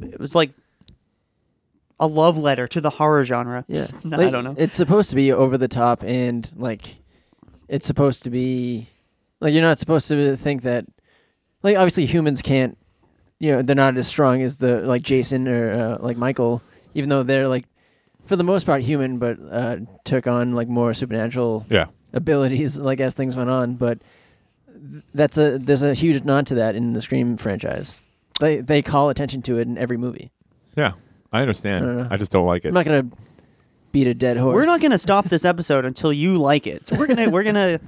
Speaker 4: it was like a love letter to the horror genre.
Speaker 3: yeah.
Speaker 4: No, I
Speaker 3: Like,
Speaker 4: don't know.
Speaker 3: It's supposed to be over the top and like it's supposed to be like you're not supposed to think that like obviously humans can't you know, they're not as strong as the like Jason or uh, like Michael, even though they're like for the most part human but uh took on like more supernatural
Speaker 2: Yeah.
Speaker 3: abilities like as things went on but th- that's a there's a huge nod to that in the scream franchise they they call attention to it in every movie
Speaker 2: Yeah, I
Speaker 3: I don't know.
Speaker 4: Uh,
Speaker 2: understand. I, just don't like it.
Speaker 3: i'm not gonna beat a dead horse
Speaker 4: We're not gonna stop this episode until you like it. So we're gonna we're gonna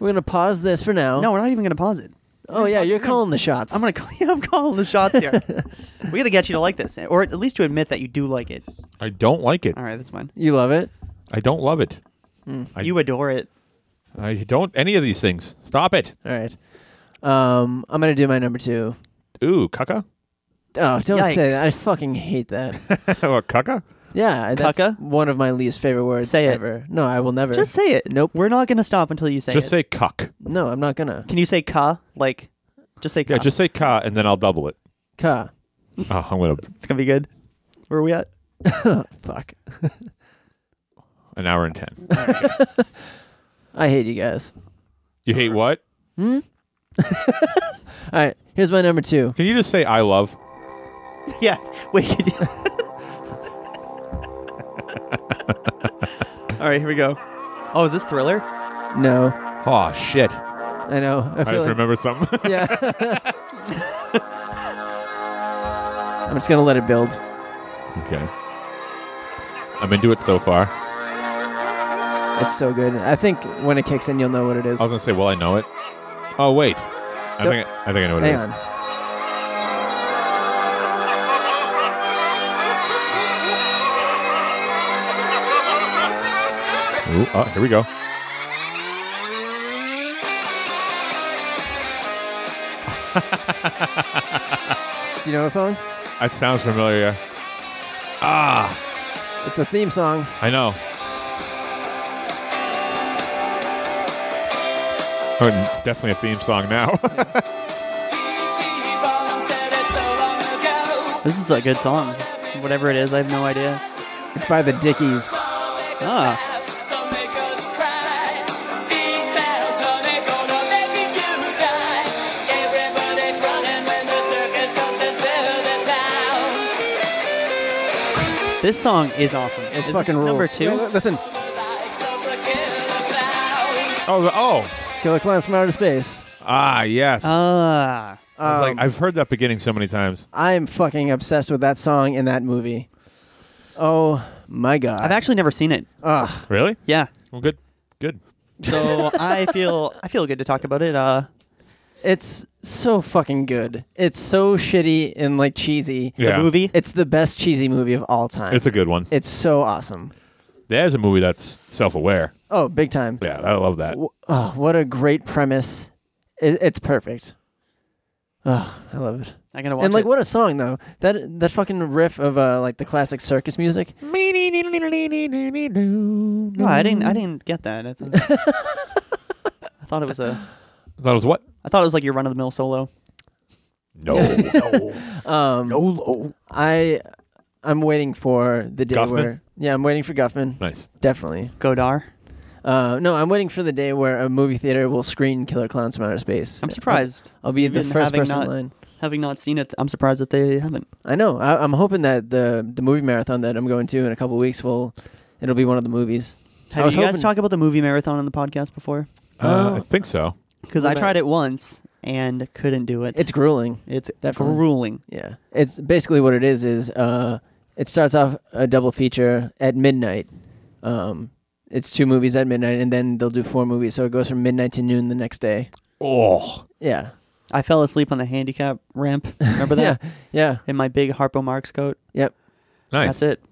Speaker 3: we're gonna pause this for now
Speaker 4: no, we're not even gonna pause it.
Speaker 3: oh yeah you're calling the shots
Speaker 4: I'm gonna call you. I'm calling the shots here. we gotta get you to like this, or at least to admit that you do like it.
Speaker 2: I don't like it.
Speaker 4: All right, that's fine.
Speaker 3: you love it
Speaker 2: I don't love it. I-
Speaker 4: You adore it.
Speaker 2: I don't any of these things. Stop it.
Speaker 3: all right um i'm gonna do my number two
Speaker 2: Ooh, caca.
Speaker 3: Oh, don't say
Speaker 4: Yikes.
Speaker 3: that. I fucking hate that.
Speaker 2: or caca.
Speaker 3: Yeah, that's
Speaker 4: Cucka?
Speaker 3: one of my least favorite words
Speaker 4: Say it.
Speaker 3: ever. No, I will never.
Speaker 4: Just say it.
Speaker 3: Nope.
Speaker 4: We're not gonna stop until you say
Speaker 2: Just
Speaker 4: it.
Speaker 2: say cuck.
Speaker 3: no, I'm not gonna.
Speaker 4: Can you say ka? Like, just say ka.
Speaker 2: Yeah, just say ca, and then I'll double it.
Speaker 3: Ka.
Speaker 2: Oh, I'm gonna
Speaker 4: it's gonna be good. Where are we at?
Speaker 3: Fuck.
Speaker 2: an hour and ten.
Speaker 3: I hate you guys.
Speaker 2: You hate what?
Speaker 3: All right, here's my number two.
Speaker 2: Can you just say I love?
Speaker 4: Yeah. Wait. Could you... All right, here we go. Oh, is this Thriller?
Speaker 3: No,
Speaker 2: Oh shit!
Speaker 3: I know. I
Speaker 2: I
Speaker 3: feel
Speaker 2: just
Speaker 3: like,
Speaker 2: remember something.
Speaker 3: yeah. I'm just gonna let it build.
Speaker 2: okay. I'm into it so far. I
Speaker 3: It's so good. I think when it kicks in, you'll know what it is.
Speaker 2: was gonna say, well, I know it. Oh wait, I
Speaker 3: Don't-
Speaker 2: think I, I think I know what
Speaker 3: Hang
Speaker 2: it is.
Speaker 3: on.
Speaker 2: Ooh, oh, here we go.
Speaker 3: Do you know the song?
Speaker 2: That sounds familiar. Ah,
Speaker 3: It's a theme song.
Speaker 2: I know. Oh, it's definitely a theme song now.
Speaker 4: This is a good song. Whatever it is, I have no idea.
Speaker 3: It's by the Dickies.
Speaker 4: Ah. This song is awesome. Is
Speaker 3: It's
Speaker 4: this
Speaker 3: fucking rules.
Speaker 4: number two.
Speaker 3: Listen,
Speaker 2: oh, the- oh,
Speaker 3: Killer Clowns from Outer Space.
Speaker 2: ah, yes.
Speaker 4: Ah,
Speaker 2: I was
Speaker 3: Um,
Speaker 2: like, I've heard that beginning so many times.
Speaker 3: I'm fucking obsessed with that song in that movie. Oh my god.
Speaker 4: I've actually never seen it.
Speaker 3: Ugh.
Speaker 2: Really?
Speaker 4: Yeah,
Speaker 2: Well, good, good.
Speaker 4: so I feel I feel good to talk about it. Uh,
Speaker 3: It's so fucking good. It's so shitty and like cheesy.
Speaker 2: Yeah.
Speaker 4: the movie.
Speaker 3: It's the best cheesy movie of all time.
Speaker 2: It's a good one.
Speaker 3: it's so awesome.
Speaker 2: There's a movie that's self-aware.
Speaker 3: Oh, big time.
Speaker 2: Yeah, I love that.
Speaker 3: W- Oh, what a great premise. It, it's perfect. Oh, I love it.
Speaker 4: I gotta watch
Speaker 3: and like
Speaker 4: it.
Speaker 3: what a song though. That that fucking riff of uh like the classic circus music.
Speaker 4: No, I didn't.
Speaker 3: Mm.
Speaker 4: I didn't get that. I thought, I thought it was a.
Speaker 2: That was what?
Speaker 4: I thought it was like your run of the mill solo.
Speaker 2: No, no,
Speaker 3: Um
Speaker 2: no, no.
Speaker 3: I I'm waiting for the day
Speaker 2: Guffman?
Speaker 3: where yeah, I'm waiting for Guffman.
Speaker 2: Nice.
Speaker 3: Definitely.
Speaker 4: Godar.
Speaker 3: Uh, no, I'm waiting for the day where a movie theater will screen Killer Clowns from Outer Space.
Speaker 4: I'm surprised.
Speaker 3: I'll, I'll be the
Speaker 4: Even
Speaker 3: first
Speaker 4: having
Speaker 3: person
Speaker 4: not-
Speaker 3: in line.
Speaker 4: Having not seen it, I'm surprised that they haven't.
Speaker 3: I know. I, I'm hoping that the the movie marathon that I'm going to in a couple weeks will it'll be one of the movies. I
Speaker 4: Have
Speaker 3: was
Speaker 4: you guys
Speaker 3: hoping-
Speaker 4: talked about the movie marathon on the podcast before?
Speaker 2: Uh, I think so.
Speaker 4: because I tried it once and couldn't do it.
Speaker 3: It's grueling.
Speaker 4: it's
Speaker 3: definitely.
Speaker 4: grueling.
Speaker 3: Yeah, it's basically what it is. Is uh, it starts off a double feature at midnight. Um, it's two movies at midnight, and then they'll do four movies. So it goes from midnight to noon the next day.
Speaker 2: Oh,
Speaker 3: Yeah,
Speaker 4: I fell asleep on the handicap ramp. Remember
Speaker 3: yeah,
Speaker 4: that?
Speaker 3: yeah,
Speaker 4: In my big Harpo Marx coat.
Speaker 3: yep,
Speaker 2: nice.
Speaker 4: That's it.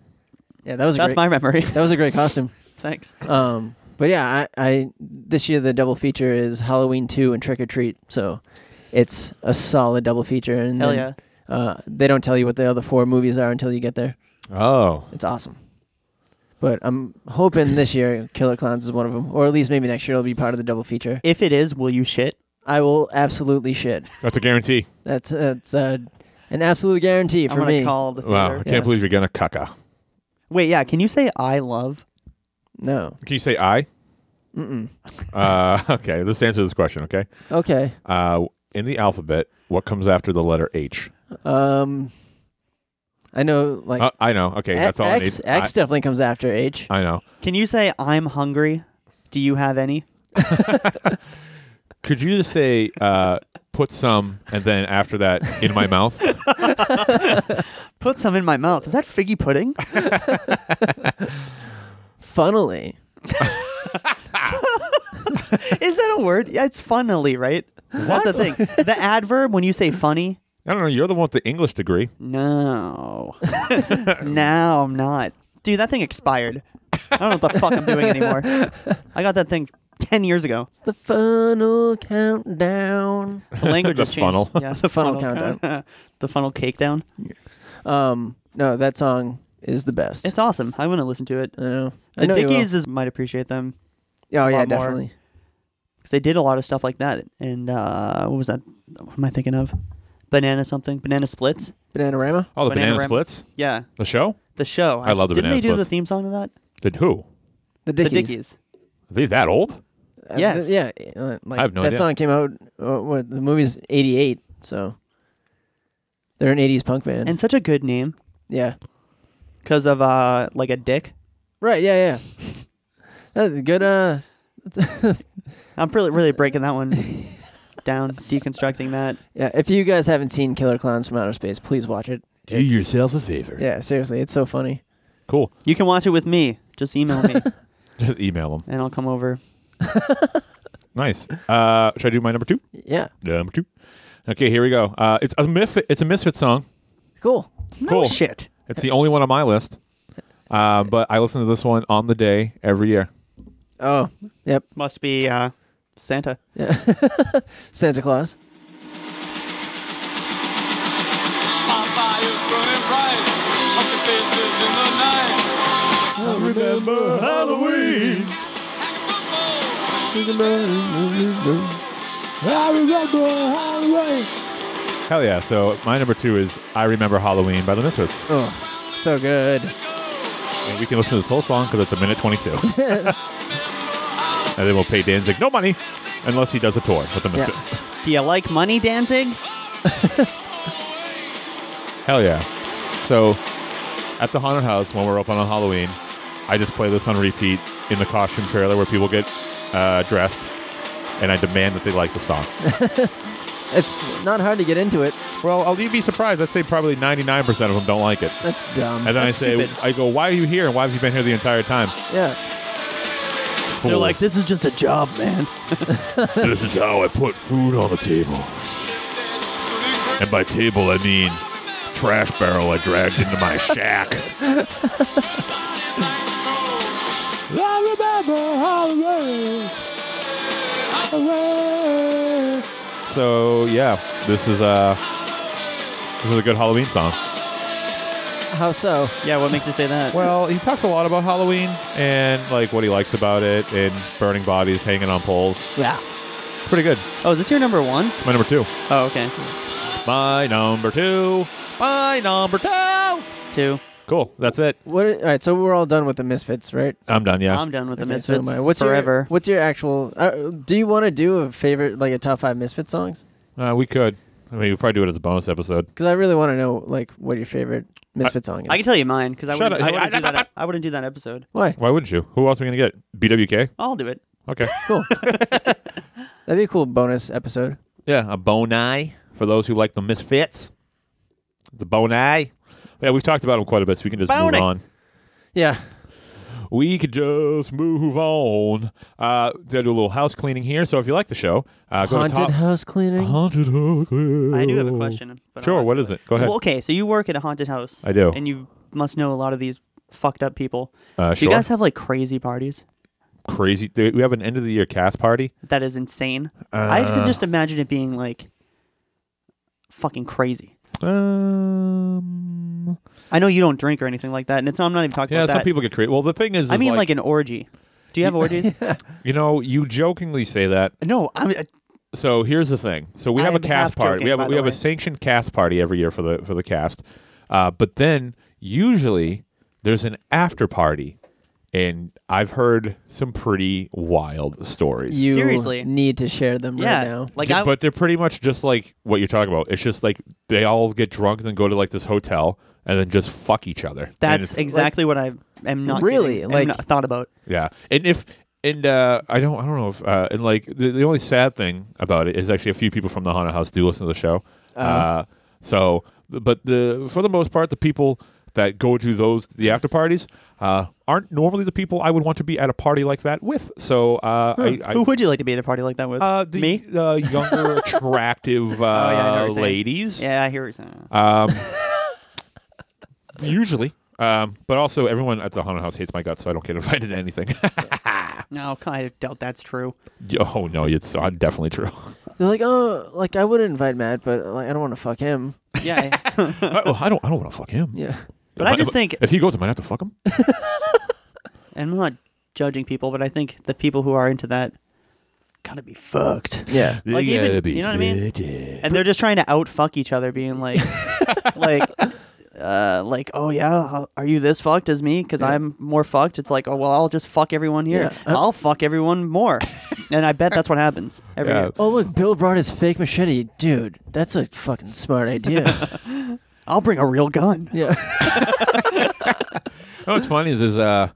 Speaker 3: yeah. That was a
Speaker 4: That's
Speaker 3: great,
Speaker 4: my memory.
Speaker 3: that was a great costume.
Speaker 4: Thanks.
Speaker 3: Um, but yeah, I, I this year the double feature is Halloween two and Trick or Treat, so it's a solid double feature. And
Speaker 4: Hell
Speaker 3: then, uh, they don't tell you what the other four movies are until you get there.
Speaker 2: Oh,
Speaker 3: It's awesome. But I'm hoping this year Killer Clowns is one of them, or at least maybe next year it'll be part of the double feature.
Speaker 4: If it is, will you shit?
Speaker 3: I will absolutely shit.
Speaker 2: that's a guarantee.
Speaker 3: That's that's uh, an absolute guarantee
Speaker 4: I'm
Speaker 3: for
Speaker 4: gonna
Speaker 3: me.
Speaker 4: call the
Speaker 2: Wow, I
Speaker 4: theater.
Speaker 2: can't
Speaker 3: Yeah.
Speaker 2: believe you're gonna cucka.
Speaker 4: Wait, yeah. Can you say I love?
Speaker 3: No.
Speaker 2: Can you say I?
Speaker 3: Mm-mm.
Speaker 2: Uh, okay, let's answer this question. Okay,
Speaker 3: Okay.
Speaker 2: uh, in the alphabet, what comes after the letter H?
Speaker 3: Um, I know like
Speaker 2: Uh, I know. Okay,
Speaker 3: A-
Speaker 2: that's all
Speaker 3: X,
Speaker 2: I need.
Speaker 3: X definitely comes after H.
Speaker 2: I, I know.
Speaker 4: Can you say I'm hungry? Do you have any?
Speaker 2: Could you just say uh, put some and then after that in my mouth?
Speaker 4: Put some in my mouth. Is that figgy pudding?
Speaker 3: Funnily,
Speaker 4: Is that a word? Yeah, it's funnily, right? That's a thing. The adverb when you say funny.
Speaker 2: I don't know. You're the one with the English degree.
Speaker 4: No. no, I'm not. Dude, that thing expired. I don't know what the fuck I'm doing anymore. I got that thing 10 years ago.
Speaker 3: it's the funnel countdown.
Speaker 4: The language
Speaker 2: The
Speaker 4: has changed.
Speaker 2: funnel.
Speaker 4: Yeah, the
Speaker 3: Funnel
Speaker 4: funnel, countdown.
Speaker 3: countdown.
Speaker 4: the funnel cake down.
Speaker 3: Um, no, that song is the best.
Speaker 4: It's awesome. I want to listen to it.
Speaker 3: I know. I
Speaker 4: The
Speaker 3: know you will.
Speaker 4: Dickies is, might appreciate them
Speaker 3: Oh yeah,
Speaker 4: lot more.
Speaker 3: definitely.
Speaker 4: because they did a lot of stuff like that. And uh, what was that? What am I thinking of? Banana something? Banana splits?
Speaker 3: Bananarama.
Speaker 2: Oh, the
Speaker 4: Banana
Speaker 2: banana,
Speaker 4: Ram-
Speaker 2: splits.
Speaker 4: Yeah.
Speaker 2: The show.
Speaker 4: The show.
Speaker 2: I love the
Speaker 4: Didn't
Speaker 2: Banana
Speaker 4: they do
Speaker 2: Splits.
Speaker 4: the theme song to that?
Speaker 2: Did who?
Speaker 3: The Dickies.
Speaker 4: The Dickies.
Speaker 2: Are they that old?
Speaker 3: Uh,
Speaker 4: Yes.
Speaker 3: th- yeah. uh, Like,
Speaker 2: I have no
Speaker 3: that
Speaker 2: idea.
Speaker 3: song came out. Uh, what, the movie's '88, so they're an '80s punk band.
Speaker 4: And such a good name
Speaker 3: yeah.
Speaker 4: because of uh, like a dick.
Speaker 3: Right. Yeah. Yeah. That's a good. Uh.
Speaker 4: I'm really really breaking that one down, deconstructing that.
Speaker 3: Yeah. If you guys haven't seen Killer Clowns from Outer Space, please watch it.
Speaker 2: Do yourself a favor.
Speaker 3: Yeah. Seriously, it's so funny.
Speaker 2: Cool.
Speaker 4: You can watch it with me. Just email me
Speaker 2: Just email them.
Speaker 4: and I'll come over.
Speaker 2: Nice. Uh, should I do my number two?
Speaker 3: Yeah.
Speaker 2: Number two. Okay, here we go. Uh, it's a misfit. It's a misfit song.
Speaker 3: Cool.
Speaker 2: cool.
Speaker 4: shit.
Speaker 2: It's the only one on my list. Uh, but I listen to this one on the day every year.
Speaker 3: Oh. Yep.
Speaker 4: Must be uh, Santa.
Speaker 3: Yeah. Santa Claus.
Speaker 7: Fire's burning bright, up to faces in the night.
Speaker 2: Remember Halloween. Hell yeah! So my number two is "I Remember Halloween" by the Misfits.
Speaker 3: Oh. So good.
Speaker 2: And we can listen to this whole song because it's a minute twenty-two. and then we'll pay Danzig no money unless he does a tour with the
Speaker 3: Yeah.
Speaker 2: Misfits.
Speaker 4: Do you like money, Danzig?
Speaker 2: Hell yeah. So at the haunted house when we're open on Halloween, I just play this on repeat in the costume trailer where people get uh, dressed and I demand that they like the song.
Speaker 3: It's not hard to get into it.
Speaker 2: well, I'll you'd be surprised. I'd say probably 99% of them don't like it.
Speaker 3: That's dumb.
Speaker 2: And then I
Speaker 4: That's
Speaker 2: say,
Speaker 4: stupid.
Speaker 2: I go, why are you here? And why have you been here the entire time?
Speaker 3: yeah.
Speaker 2: Fools.
Speaker 4: is just a job, man.
Speaker 2: this is how I put food on the table. And by table, I mean trash barrel I dragged into my shack. So yeah, this is a this is a good Halloween song.
Speaker 3: How so?
Speaker 4: Yeah, what makes you say that?
Speaker 2: Well, he talks a lot about Halloween and like what he likes about it and burning bodies, hanging on poles.
Speaker 3: Yeah.
Speaker 2: Pretty good.
Speaker 4: Oh, is this your number one?
Speaker 2: My number two.
Speaker 4: Oh, okay.
Speaker 2: My number two. My number two.
Speaker 4: Two.
Speaker 2: Cool. That's it.
Speaker 3: What? All right. So we're all done with the Misfits, right?
Speaker 2: I'm done. Yeah.
Speaker 4: I'm done with the
Speaker 3: Okay, so
Speaker 4: Misfits
Speaker 3: my- what's Your,
Speaker 4: forever.
Speaker 3: what's your actual? Uh, do you want to do a favorite, like a top five Misfit songs?
Speaker 2: Uh, we could. I mean, we probably do it as a bonus episode.
Speaker 3: Because I really want to know, like, what your favorite Misfit song is.
Speaker 4: I can tell you mine because I
Speaker 2: Shut up.
Speaker 4: wouldn't, I
Speaker 2: Hey,
Speaker 4: wouldn't
Speaker 2: I-
Speaker 4: do that. I wouldn't do that episode.
Speaker 3: Why?
Speaker 2: Why wouldn't you? Who else are we gonna get? BWK.
Speaker 4: I'll do it.
Speaker 2: Okay.
Speaker 3: Cool. That'd be a cool bonus episode.
Speaker 2: Yeah, a bonai for those who like the misfits. The bonai. Yeah, we've talked about them quite a bit, so we can just
Speaker 4: Bonai.
Speaker 2: move on.
Speaker 3: Yeah.
Speaker 2: We could just move on. Uh, gotta do a little house cleaning here. So if you like the show, uh, go
Speaker 3: Haunted
Speaker 2: to top.
Speaker 3: house cleaning.
Speaker 2: Haunted house cleaning.
Speaker 4: I do have a question. But I'll
Speaker 2: Sure,
Speaker 4: ask
Speaker 2: what
Speaker 4: you
Speaker 2: is
Speaker 4: later.
Speaker 2: it? Go ahead.
Speaker 4: Well, okay, so you work at a haunted house.
Speaker 2: I do.
Speaker 4: And you must know a lot of these fucked up people.
Speaker 2: Uh,
Speaker 4: do you
Speaker 2: sure.
Speaker 4: guys have like crazy parties?
Speaker 2: Crazy. th- We have an end of the year cast party.
Speaker 4: That is insane. I
Speaker 2: Uh.
Speaker 4: could just imagine it being like fucking crazy.
Speaker 2: Um,
Speaker 4: I know you don't drink or anything like that, and it's not, I'm not even talking
Speaker 2: yeah,
Speaker 4: about
Speaker 2: some
Speaker 4: that.
Speaker 2: people get crazy. Well, the thing is,
Speaker 4: I
Speaker 2: is
Speaker 4: mean, like, an orgy. Do you have orgies?
Speaker 2: you know, you jokingly say that.
Speaker 4: no,
Speaker 3: uh,
Speaker 4: I'm.
Speaker 2: So here's the thing. So we
Speaker 4: I
Speaker 2: have a
Speaker 4: am half
Speaker 2: cast party.
Speaker 4: joking,
Speaker 2: We have
Speaker 4: by
Speaker 2: a, we
Speaker 4: the
Speaker 2: have a
Speaker 4: way.
Speaker 2: sanctioned cast party every year for the for the cast. Uh, but then usually there's an after party, and I've heard some pretty wild stories.
Speaker 3: You
Speaker 4: Seriously.
Speaker 3: need to share them
Speaker 4: yeah,
Speaker 3: right now.
Speaker 4: like
Speaker 2: Ju-
Speaker 4: I,
Speaker 2: but they're pretty much just like what you're talking about. It's just like they all get drunk and then go to like this hotel and then just fuck each other. And
Speaker 4: that's
Speaker 2: it's-
Speaker 4: exactly what I am not
Speaker 3: Really?
Speaker 4: getting, am
Speaker 3: Like-
Speaker 4: not thought about.
Speaker 2: Yeah, and if and uh, I don't I don't know if uh, and like the, the only sad thing about it is actually a few people from the haunted house do listen to the show. uh
Speaker 4: Uh-huh.
Speaker 2: so, but the for the most part, the people that go to those the after parties uh, aren't normally the people I would want to be at a party like that with. So uh, I, I
Speaker 4: Who would you like to be at a party like that with?
Speaker 2: uh, the
Speaker 4: Me? Oh,
Speaker 2: uh, younger attractive uh,
Speaker 4: I know what you're saying.
Speaker 2: ladies.
Speaker 4: Yeah, I hear what you're saying.
Speaker 2: Um, usually. Um, but also, everyone at the haunted house hates my guts, so I don't get invited to anything.
Speaker 4: no, I doubt that's true.
Speaker 2: Oh no, it's uh, definitely true.
Speaker 3: They're like, oh, like I would invite Matt, but like I don't want to fuck him.
Speaker 4: Yeah, I-
Speaker 2: I, oh, I don't. I don't want to fuck him.
Speaker 3: Yeah.
Speaker 4: But I just think-
Speaker 2: if he goes, I might have to fuck him.
Speaker 4: and I'm not judging people, but I think the people who are into that gotta be fucked.
Speaker 3: Yeah.
Speaker 4: Like even, you know what I mean? And they're just teying to out fuck each other, being like, like, uh, like, oh yeah, are you this fucked as me? Because I'm more fucked. It's like, oh well, I'll just fuck everyone here.
Speaker 3: Yeah.
Speaker 4: I'll fuck everyone more, and I bet that's what happens every
Speaker 2: Yeah.
Speaker 4: year.
Speaker 3: Oh look, Bill brought his fake machete, dude. That's a fucking smart idea.
Speaker 4: I'll bring a real gun.
Speaker 3: yeah.
Speaker 2: You know what's funny is there's uh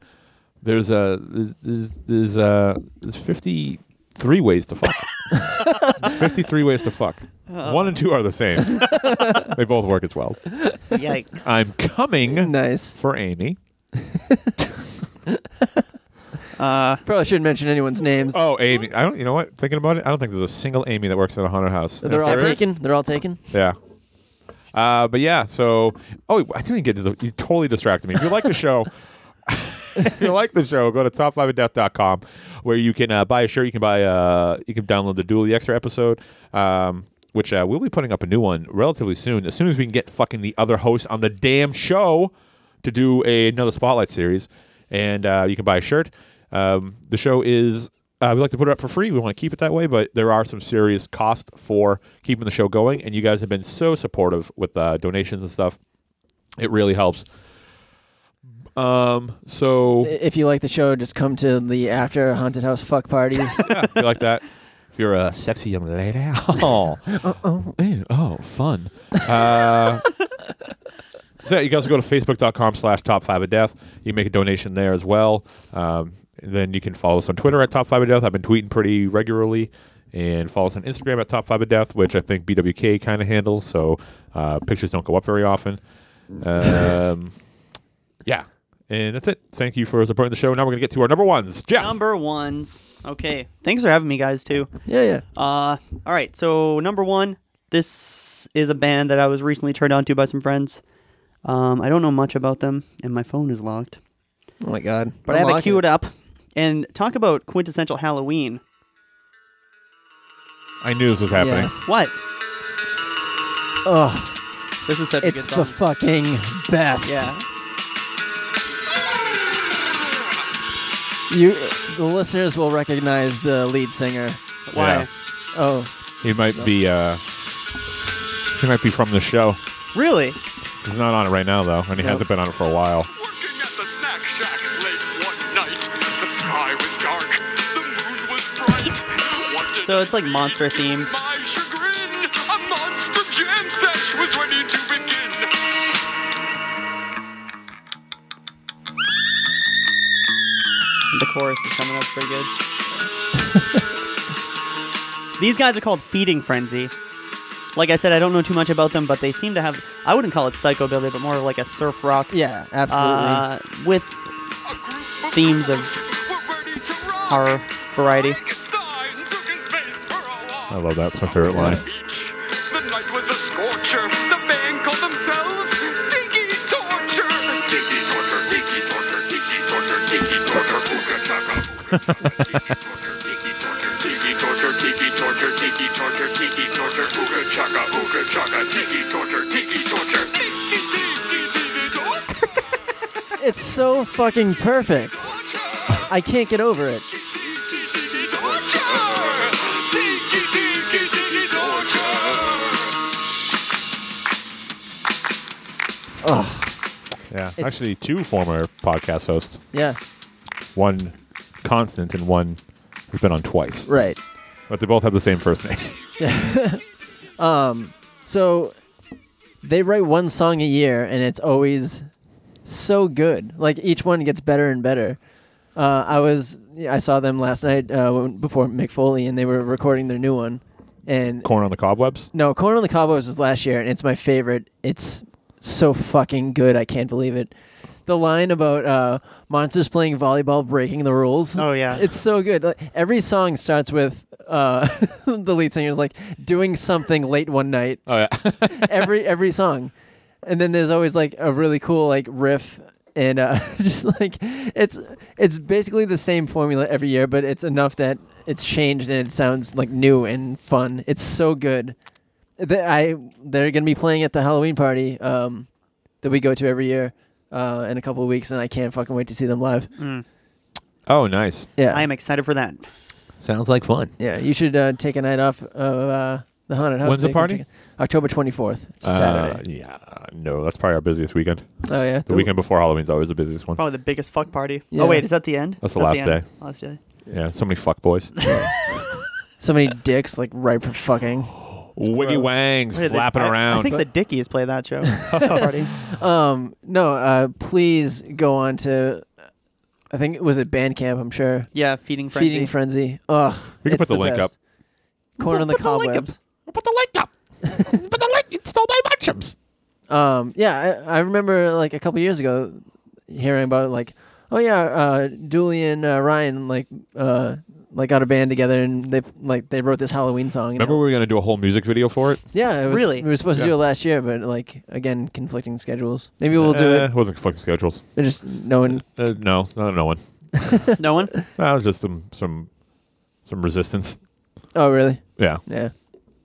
Speaker 2: there's uh there's there's uh there's fifty three ways to fuck. fifty three ways to fuck.
Speaker 4: Oh.
Speaker 2: One and two are the same. they both work as well.
Speaker 4: Yikes!
Speaker 2: I'm coming
Speaker 3: nice.
Speaker 2: for Amy.
Speaker 4: Uh,
Speaker 3: Probably shouldn't mention anyone's names.
Speaker 2: Oh, Amy. I don't. You know what? Thinking about it, I don't think there's a single Amy that works at a haunted house.
Speaker 3: They're
Speaker 2: If
Speaker 3: all
Speaker 2: there is-
Speaker 3: taken. They're all taken.
Speaker 2: Yeah. Uh, but yeah, so oh, I didn't get to the. You totally distracted me. If you like the show, if you like the show, go to top5ofdeath.com where you can uh, buy a shirt. You can buy uh, you can download the Duel the Extra episode, um, which uh, we'll be putting up a new one relatively soon. As soon as we can get fucking the other host on the damn show to do a, another spotlight series, and uh, you can buy a shirt. Um, the show is uh, we like to put it up for free. We want to keep it that way, but there are some serious costs for keeping the show going. And you guys have been so supportive with uh, donations and stuff. It really helps. Um, so
Speaker 3: I- If you like the show, just come to the after haunted house fuck parties.
Speaker 2: yeah, if you like that. If you're a sexy young lady, oh, Ew, oh, fun. Uh, so yeah, you guys go to facebook.com slash top five of death. You make a donation there as well. Um, and then you can follow us on Twitter at top five of death. I've been tweeting pretty regularly. And follow us on Instagram at top five of death, which I think BWK kind of handles. So uh, pictures don't go up very often. Um, yeah. And that's it. Thank you for supporting the show. Now we're going to get to our number ones. Jeff.
Speaker 4: number ones. Okay, thanks for having me, guys. Too.
Speaker 3: yeah, yeah.
Speaker 4: Uh, all right. So number one, this is a band that I was recently turned on to by some friends. Um, I don't know much about them, and my phone is locked.
Speaker 3: Oh my god.
Speaker 4: But I have it queued up. And talk about quintessential Halloween.
Speaker 2: I knew this was happening.
Speaker 3: Yes.
Speaker 4: What?
Speaker 3: Ugh,
Speaker 4: This is such
Speaker 3: it's
Speaker 4: a good
Speaker 3: the
Speaker 4: song.
Speaker 3: fucking best.
Speaker 4: yeah.
Speaker 3: You, the listeners will recognize the lead singer.
Speaker 4: Why?
Speaker 2: Yeah.
Speaker 3: Oh,
Speaker 2: He might be. uh He might be from the show.
Speaker 4: Really?
Speaker 2: He's not on it right now though, and he hasn't been on it for a while.
Speaker 8: Working at the snack shack late one night. The sky was dark, the moon was bright. What did
Speaker 4: So it's
Speaker 8: I
Speaker 4: like
Speaker 8: see
Speaker 4: monster
Speaker 8: to
Speaker 4: themed.
Speaker 8: My chagrin, a monster jam sesh was ready to begin.
Speaker 4: The chorus is coming up pretty good. These guys are called Feeding Frenzy. Like I said, I don't know too much about them, but they seem to have, I wouldn't call it psychobilly, but more of like a surf rock.
Speaker 3: Yeah, absolutely.
Speaker 4: Uh, with themes of horror variety.
Speaker 2: I love that. It's my favorite line.
Speaker 8: The night was a scorcher. The band called themselves Tiki Torture. Tiki Torture, Tiki Torture, Tiki Torture, Tiki Torture, Ooga Chaka. Tiki Torture, Tiki Torture, Tiki Torture, Tiki Torture, Tiki Torture, Tiki Torture, Ooga Chaka, Ooga Chaka, Tiki Torture, Tiki Torture. Tiki, tiki, tiki, torture.
Speaker 3: It's so fucking perfect. I can't get over it.
Speaker 8: Tiki, tiki, torture. Tiki, tiki, tiki, torture.
Speaker 2: Yeah.
Speaker 3: It's-
Speaker 2: Actually, two former podcast hosts.
Speaker 3: Yeah,
Speaker 2: One constant and one has been on twice.
Speaker 3: right.
Speaker 2: But they both have the same first name.
Speaker 3: So they write one song a year, and it's always so good. Like each one gets better and better. Uh, I was yeah, I saw them last night uh, when- before Mick Foley, and they were recording their new one. And
Speaker 2: Corn on the cobwebs.
Speaker 3: no, Corn on the Cobwebs was last year, and it's my favorite. It's so fucking good. I can't believe it. The line about uh, monsters playing volleyball breaking the rules.
Speaker 4: Oh, yeah.
Speaker 3: it's so good. Like, every song starts with uh, the lead singer's like doing something late one night
Speaker 2: Oh yeah.
Speaker 3: every every song, and then there's always like a really cool like riff and uh, just like it's it's basically the same formula every year, but it's enough that it's changed and it sounds like new and fun. It's so good. The, I they're gonna be playing at the Halloween party um, that we go to every year uh, in a couple of weeks, and I can't fucking wait to see them live.
Speaker 2: oh, nice.
Speaker 3: Yeah,
Speaker 4: I am excited for that.
Speaker 2: Sounds like fun.
Speaker 3: yeah. You should uh, take a night off of uh, the haunted house.
Speaker 2: When's the
Speaker 3: They can
Speaker 2: party?
Speaker 3: take it- October twenty fourth. It's a Saturday.
Speaker 2: Uh, yeah. No, that's probably our busiest weekend.
Speaker 3: Oh yeah,
Speaker 2: The weekend before Halloween's always the busiest one.
Speaker 4: Probably the biggest fuck party.
Speaker 3: Yeah.
Speaker 4: Oh, wait, is that the end?
Speaker 2: That's the last
Speaker 4: end.
Speaker 2: day.
Speaker 4: Last day.
Speaker 2: Yeah. So many fuck boys.
Speaker 3: So many dicks like ripe for fucking.
Speaker 2: Wiggy
Speaker 3: gross.
Speaker 2: wangs
Speaker 4: Wait, they-
Speaker 2: flapping
Speaker 4: I-
Speaker 2: around.
Speaker 4: I think the Dickies play that show. party.
Speaker 3: Um, no, uh, please go on to. I think was it Bandcamp. I'm sure.
Speaker 4: Yeah, Feeding Frenzy.
Speaker 3: Feeding frenzy. Ugh,
Speaker 2: We can
Speaker 3: it's
Speaker 2: put the link
Speaker 3: best. Corn on the
Speaker 2: put the link up.
Speaker 3: cobwebs.
Speaker 2: Put the link up. Put the link. It stole my mushrooms.
Speaker 3: Um, yeah, I, I remember like a couple years ago hearing about it, like, oh yeah, uh, Dooley and uh, Ryan like uh, like got a band together and they like they wrote this Halloween song. and
Speaker 2: Remember, we were gonna do a whole music video for it.
Speaker 3: it- yeah, it was,
Speaker 4: Really?
Speaker 3: we were supposed to
Speaker 2: Yeah.
Speaker 3: do it last year, but like again, conflicting schedules. Maybe we'll do
Speaker 2: Eh,
Speaker 3: it.
Speaker 2: Wasn't conflicting schedules.
Speaker 3: They're just no one.
Speaker 2: Uh, no, no, no one.
Speaker 4: No one?
Speaker 2: That was just some some some resistance.
Speaker 3: Oh really?
Speaker 2: Yeah.
Speaker 3: Yeah.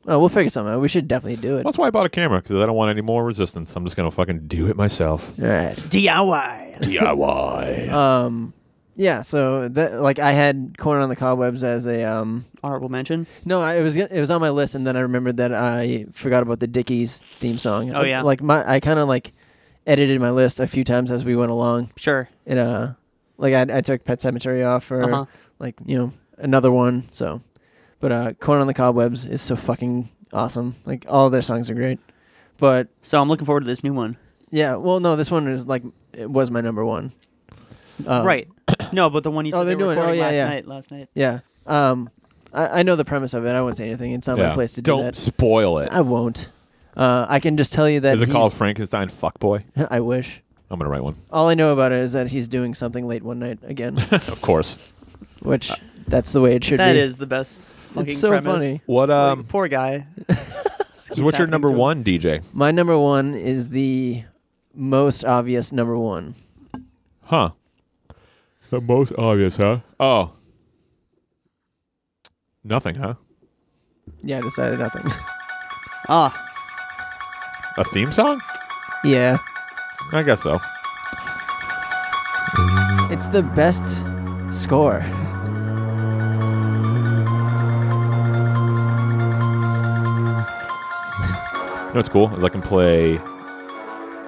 Speaker 3: Oh, we'll figure something out. We should definitely do it.
Speaker 2: That's why I bought a camera because I don't want any more resistance. I'm just gonna fucking do it myself.
Speaker 3: All right.
Speaker 4: DIY.
Speaker 2: DIY.
Speaker 3: Um, yeah. So that like I had corn on the cobwebs as a um.
Speaker 4: Honorable mention.
Speaker 3: No, I, it was gonna- it was on my list, and then I remembered that I forgot about the Dickies theme song.
Speaker 4: Oh, yeah.
Speaker 3: Like my, I kind of like edited my list a few times as we went along,
Speaker 4: Sure.
Speaker 3: and uh, like I, I took Pet Cemetery off for
Speaker 4: Uh-huh.
Speaker 3: like you know another one. So, but uh, corn on the cobwebs is so fucking awesome. Like all their songs are great, but
Speaker 4: So I'm looking forward to this new one.
Speaker 3: yeah. Well, no, this one is like it was my number one. Uh,
Speaker 4: right. no, but the one you
Speaker 3: Oh,
Speaker 4: they
Speaker 3: they're
Speaker 4: were
Speaker 3: doing- oh,
Speaker 4: recording
Speaker 3: yeah,
Speaker 4: last
Speaker 3: yeah.
Speaker 4: night. Last night.
Speaker 3: Yeah. Um, I, I know the premise of it. I won't say anything. It's not my place to do
Speaker 2: not
Speaker 3: that.
Speaker 2: spoil it.
Speaker 3: I won't. Uh, I can just tell you that.
Speaker 2: Is it
Speaker 3: he's-
Speaker 2: called Frankenstein Fuckboy?
Speaker 3: I wish.
Speaker 2: I'm gonna write one.
Speaker 3: All I know about it is that he's doing something late one night again,
Speaker 2: Of course.
Speaker 3: which that's the way it should
Speaker 4: That
Speaker 3: be.
Speaker 4: is the best fucking
Speaker 3: It's so
Speaker 4: premise.
Speaker 3: funny.
Speaker 2: What
Speaker 4: Like,
Speaker 2: um?
Speaker 4: poor guy.
Speaker 2: so what's your number one, DJ?
Speaker 3: My number one is the most obvious number one.
Speaker 2: Huh? The most obvious, huh? Oh. Nothing, huh?
Speaker 3: Yeah, I decided nothing.
Speaker 4: Ah,
Speaker 2: A theme song?
Speaker 3: yeah,
Speaker 2: I guess so.
Speaker 3: it's the best score.
Speaker 2: You know what's cool is I can play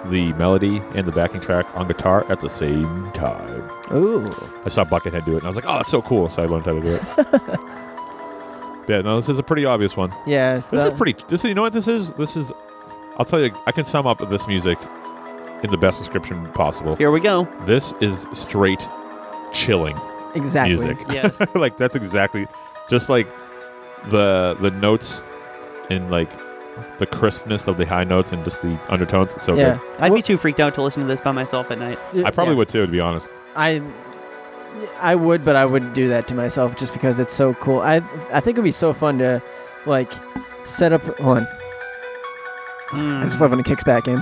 Speaker 2: the melody and the backing track on guitar at the same time.
Speaker 3: Ooh,
Speaker 2: I saw Buckethead do it, and I was like, "Oh, that's so cool!" So I learned how to do it. yeah, no, this is a pretty obvious one.
Speaker 3: yeah. It's
Speaker 2: This
Speaker 3: the-
Speaker 2: is pretty. This is you know what this is. This is. I'll tell you. I can sum up this music in the best description possible.
Speaker 4: here we go.
Speaker 2: This is straight chilling
Speaker 3: exactly.
Speaker 2: music.
Speaker 4: Yes.
Speaker 2: like that's exactly just like the the notes and like the crispness of the high notes and just the undertones. It's so
Speaker 3: yeah.
Speaker 4: I'd
Speaker 3: Well,
Speaker 4: be too freaked out to listen to this by myself at night.
Speaker 2: good. I probably
Speaker 3: yeah.
Speaker 2: would too, to be honest.
Speaker 3: I I would, but I wouldn't do that to myself just because it's so cool. I I think it'd be so fun to like set up hold on. I just love when it kicks back in.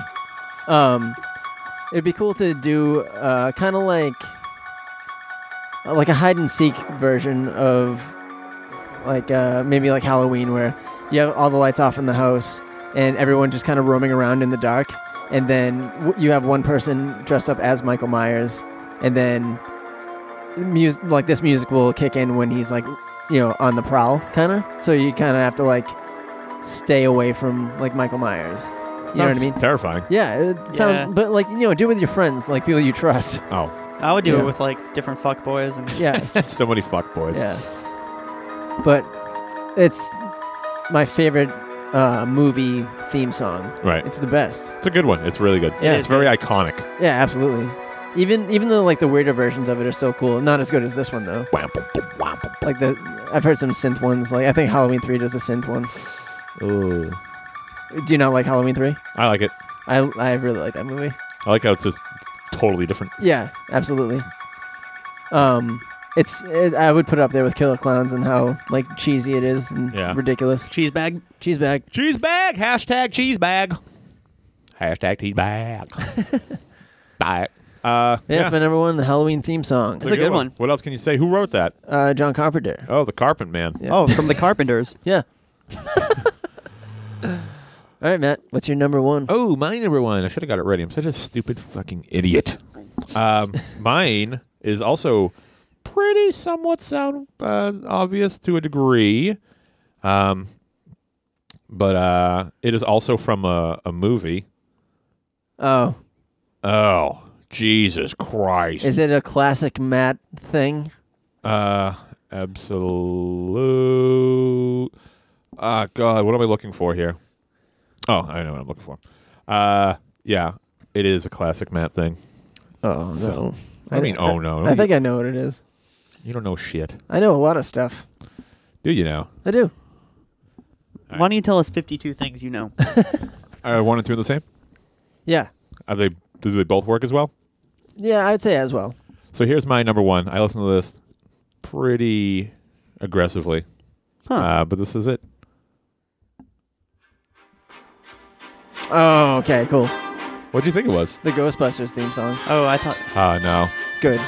Speaker 3: Um, it'd be cool to do uh, kind of like uh, like a hide and seek version of like uh, maybe like Halloween where you have all the lights off in the house and everyone just kind of roaming around in the dark and then w- you have one person dressed up as Michael Myers and then music like this music will kick in when he's like you know on the prowl kind of so you kind of have to like stay away from like Michael Myers you know what I
Speaker 2: Sounds
Speaker 3: mean
Speaker 2: Terrifying.
Speaker 3: yeah it
Speaker 4: Yeah.
Speaker 3: sounds but like you know do it with your friends like people you trust
Speaker 2: Oh,
Speaker 4: I would do
Speaker 3: Yeah.
Speaker 4: it with like different fuck boys and
Speaker 3: yeah
Speaker 2: so many fuck boys.
Speaker 3: Yeah. But it's my favorite uh, movie theme song.
Speaker 2: Right.
Speaker 3: It's the best.
Speaker 2: It's a good one. It's really good.
Speaker 3: Yeah.
Speaker 2: it's very iconic.
Speaker 3: Yeah, absolutely. Even even though like the weirder versions of it are so cool, not as good as this one though.
Speaker 2: Wham, boom, boom, wham, boom, boom.
Speaker 3: Like the I've heard some synth ones. Like I think Halloween three does a synth one. Ooh. Do you not like Halloween three?
Speaker 2: I like it.
Speaker 3: I I really like that movie.
Speaker 2: I like how it's just totally different.
Speaker 3: Yeah, absolutely. Um, it's it, I would put it up there with Killer Clowns and how like cheesy it is and
Speaker 2: Yeah.
Speaker 3: ridiculous.
Speaker 4: cheese bag.
Speaker 3: Cheese bag.
Speaker 2: Cheese bag. Hashtag cheese bag. Hashtag cheese bag. Bye. Uh,
Speaker 3: Yeah, it's my number one Halloween theme song.
Speaker 4: a good one.
Speaker 2: What else can you say? Who wrote that?
Speaker 3: Uh, John Carpenter.
Speaker 2: Oh, the Carpet Man.
Speaker 3: Yeah.
Speaker 4: Oh, from the Carpenters.
Speaker 3: Yeah. All right, Matt. What's your number one?
Speaker 2: Oh, my number one. I should have got it ready. I'm such a stupid fucking idiot. Um, mine is also pretty somewhat sound uh, obvious to a degree, um, but uh, it is also from a, a movie.
Speaker 3: Oh,
Speaker 2: Oh, Jesus Christ!
Speaker 3: is it a classic Matt thing?
Speaker 2: Uh, absolute. Ah, God, what am I looking for here? Oh, I know what I'm looking for. Uh, yeah, it is a classic Matt thing.
Speaker 3: Oh no.
Speaker 2: So, I mean, oh no,
Speaker 3: I think I know what it is.
Speaker 2: you don't know shit,
Speaker 3: I know a lot of stuff.
Speaker 2: do you? Now
Speaker 3: I do.
Speaker 4: Why don't you tell us 52 things you know?
Speaker 2: are one and two the same?
Speaker 3: Yeah.
Speaker 2: Are they? Do they both work as well?
Speaker 3: Yeah, I'd say as well.
Speaker 2: So here's my number one. I listen to this pretty aggressively,
Speaker 4: Huh.
Speaker 2: uh, but this is it.
Speaker 3: Oh, okay, cool.
Speaker 2: What do you think it was?
Speaker 3: The Ghostbusters theme song.
Speaker 4: oh, I thought.
Speaker 2: Ah, no,
Speaker 3: Good.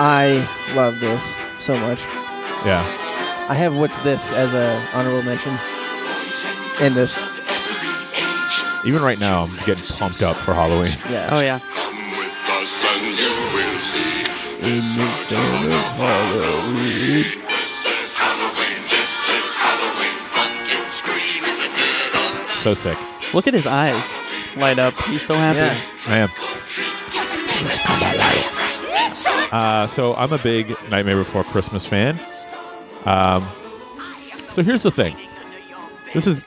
Speaker 3: I love this so much.
Speaker 2: yeah,
Speaker 3: I have what's this as a honorable mention. And this.
Speaker 2: even right now I'm getting pumped up for Halloween.
Speaker 3: Yeah.
Speaker 4: Oh yeah.
Speaker 8: Come with us and you will see. This is Halloween. This is Halloween. Pumpkin scream in the dead of
Speaker 2: So sick.
Speaker 4: Look at his eyes light up. He's so happy.
Speaker 3: Yeah.
Speaker 2: I am. Uh, so I'm a big Nightmare Before Christmas fan. Um, so here's the thing. This is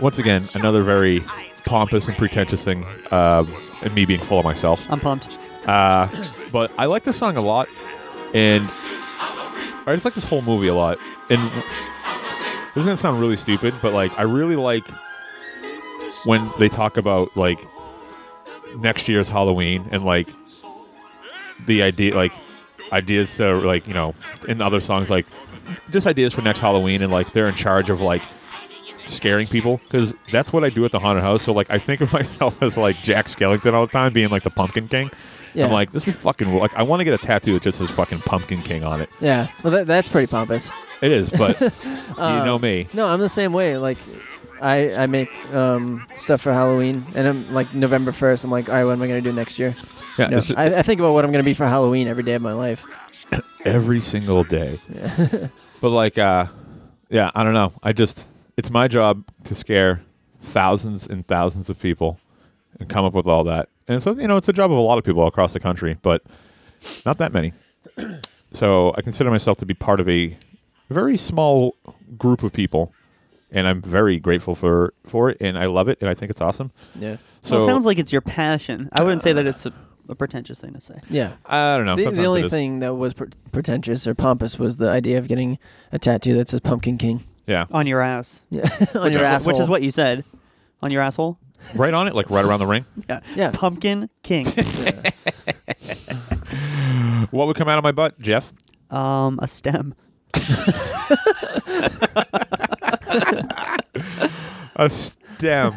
Speaker 2: once again another very pompous and pretentious thing, uh, and me being full of myself.
Speaker 4: I'm pumped.
Speaker 2: Uh, but I like this song a lot, and I just like this whole movie a lot. And this is gonna sound really stupid, but like I really like when they talk about like next year's Halloween and like the idea, like ideas to like you know, in other songs like just ideas for next Halloween, and like they're in charge of like scaring people because that's what I do at the haunted house. So like I think of myself as like Jack Skellington all the time, being like the Pumpkin King.
Speaker 3: Yeah.
Speaker 2: I'm like, this is fucking like I want to get a tattoo that just says fucking Pumpkin King on it.
Speaker 3: Yeah. Well, that, that's pretty pompous.
Speaker 2: It is, but you
Speaker 3: Um,
Speaker 2: know me.
Speaker 3: No, I'm the same way. Like, I I make um, stuff for Halloween, and I'm like November first. I'm like, all right, what am I gonna do next year?
Speaker 2: Yeah,
Speaker 3: No,
Speaker 2: it's just-
Speaker 3: I, I think about what I'm gonna be for Halloween every day of my life.
Speaker 2: every single day. but like, uh, yeah, I don't know. I just it's my job to scare thousands and thousands of people and come up with all that. And so you know, it's the job of a lot of people across the country, but not that many. so I consider myself to be part of a very small group of people, and I'm very grateful for for it, and I love it, and I think it's awesome.
Speaker 3: Yeah.
Speaker 2: So
Speaker 4: well, it sounds like it's your passion. I wouldn't say
Speaker 3: Uh,
Speaker 4: that it's a, a pretentious thing to say.
Speaker 3: Yeah.
Speaker 2: I don't know.
Speaker 3: The,
Speaker 2: sometimes
Speaker 3: the
Speaker 2: it
Speaker 3: only
Speaker 2: is.
Speaker 3: thing that was pre- pretentious or pompous was the idea of getting a tattoo that says Pumpkin King.
Speaker 2: Yeah,
Speaker 4: on your ass,
Speaker 3: Yeah, on your asshole.
Speaker 4: which is what you said, on your asshole.
Speaker 2: right on it, like right around the ring.
Speaker 4: Yeah,
Speaker 3: Yeah.
Speaker 4: Pumpkin King.
Speaker 2: What would come out of my butt, Jeff?
Speaker 4: um, a stem.
Speaker 2: A stem.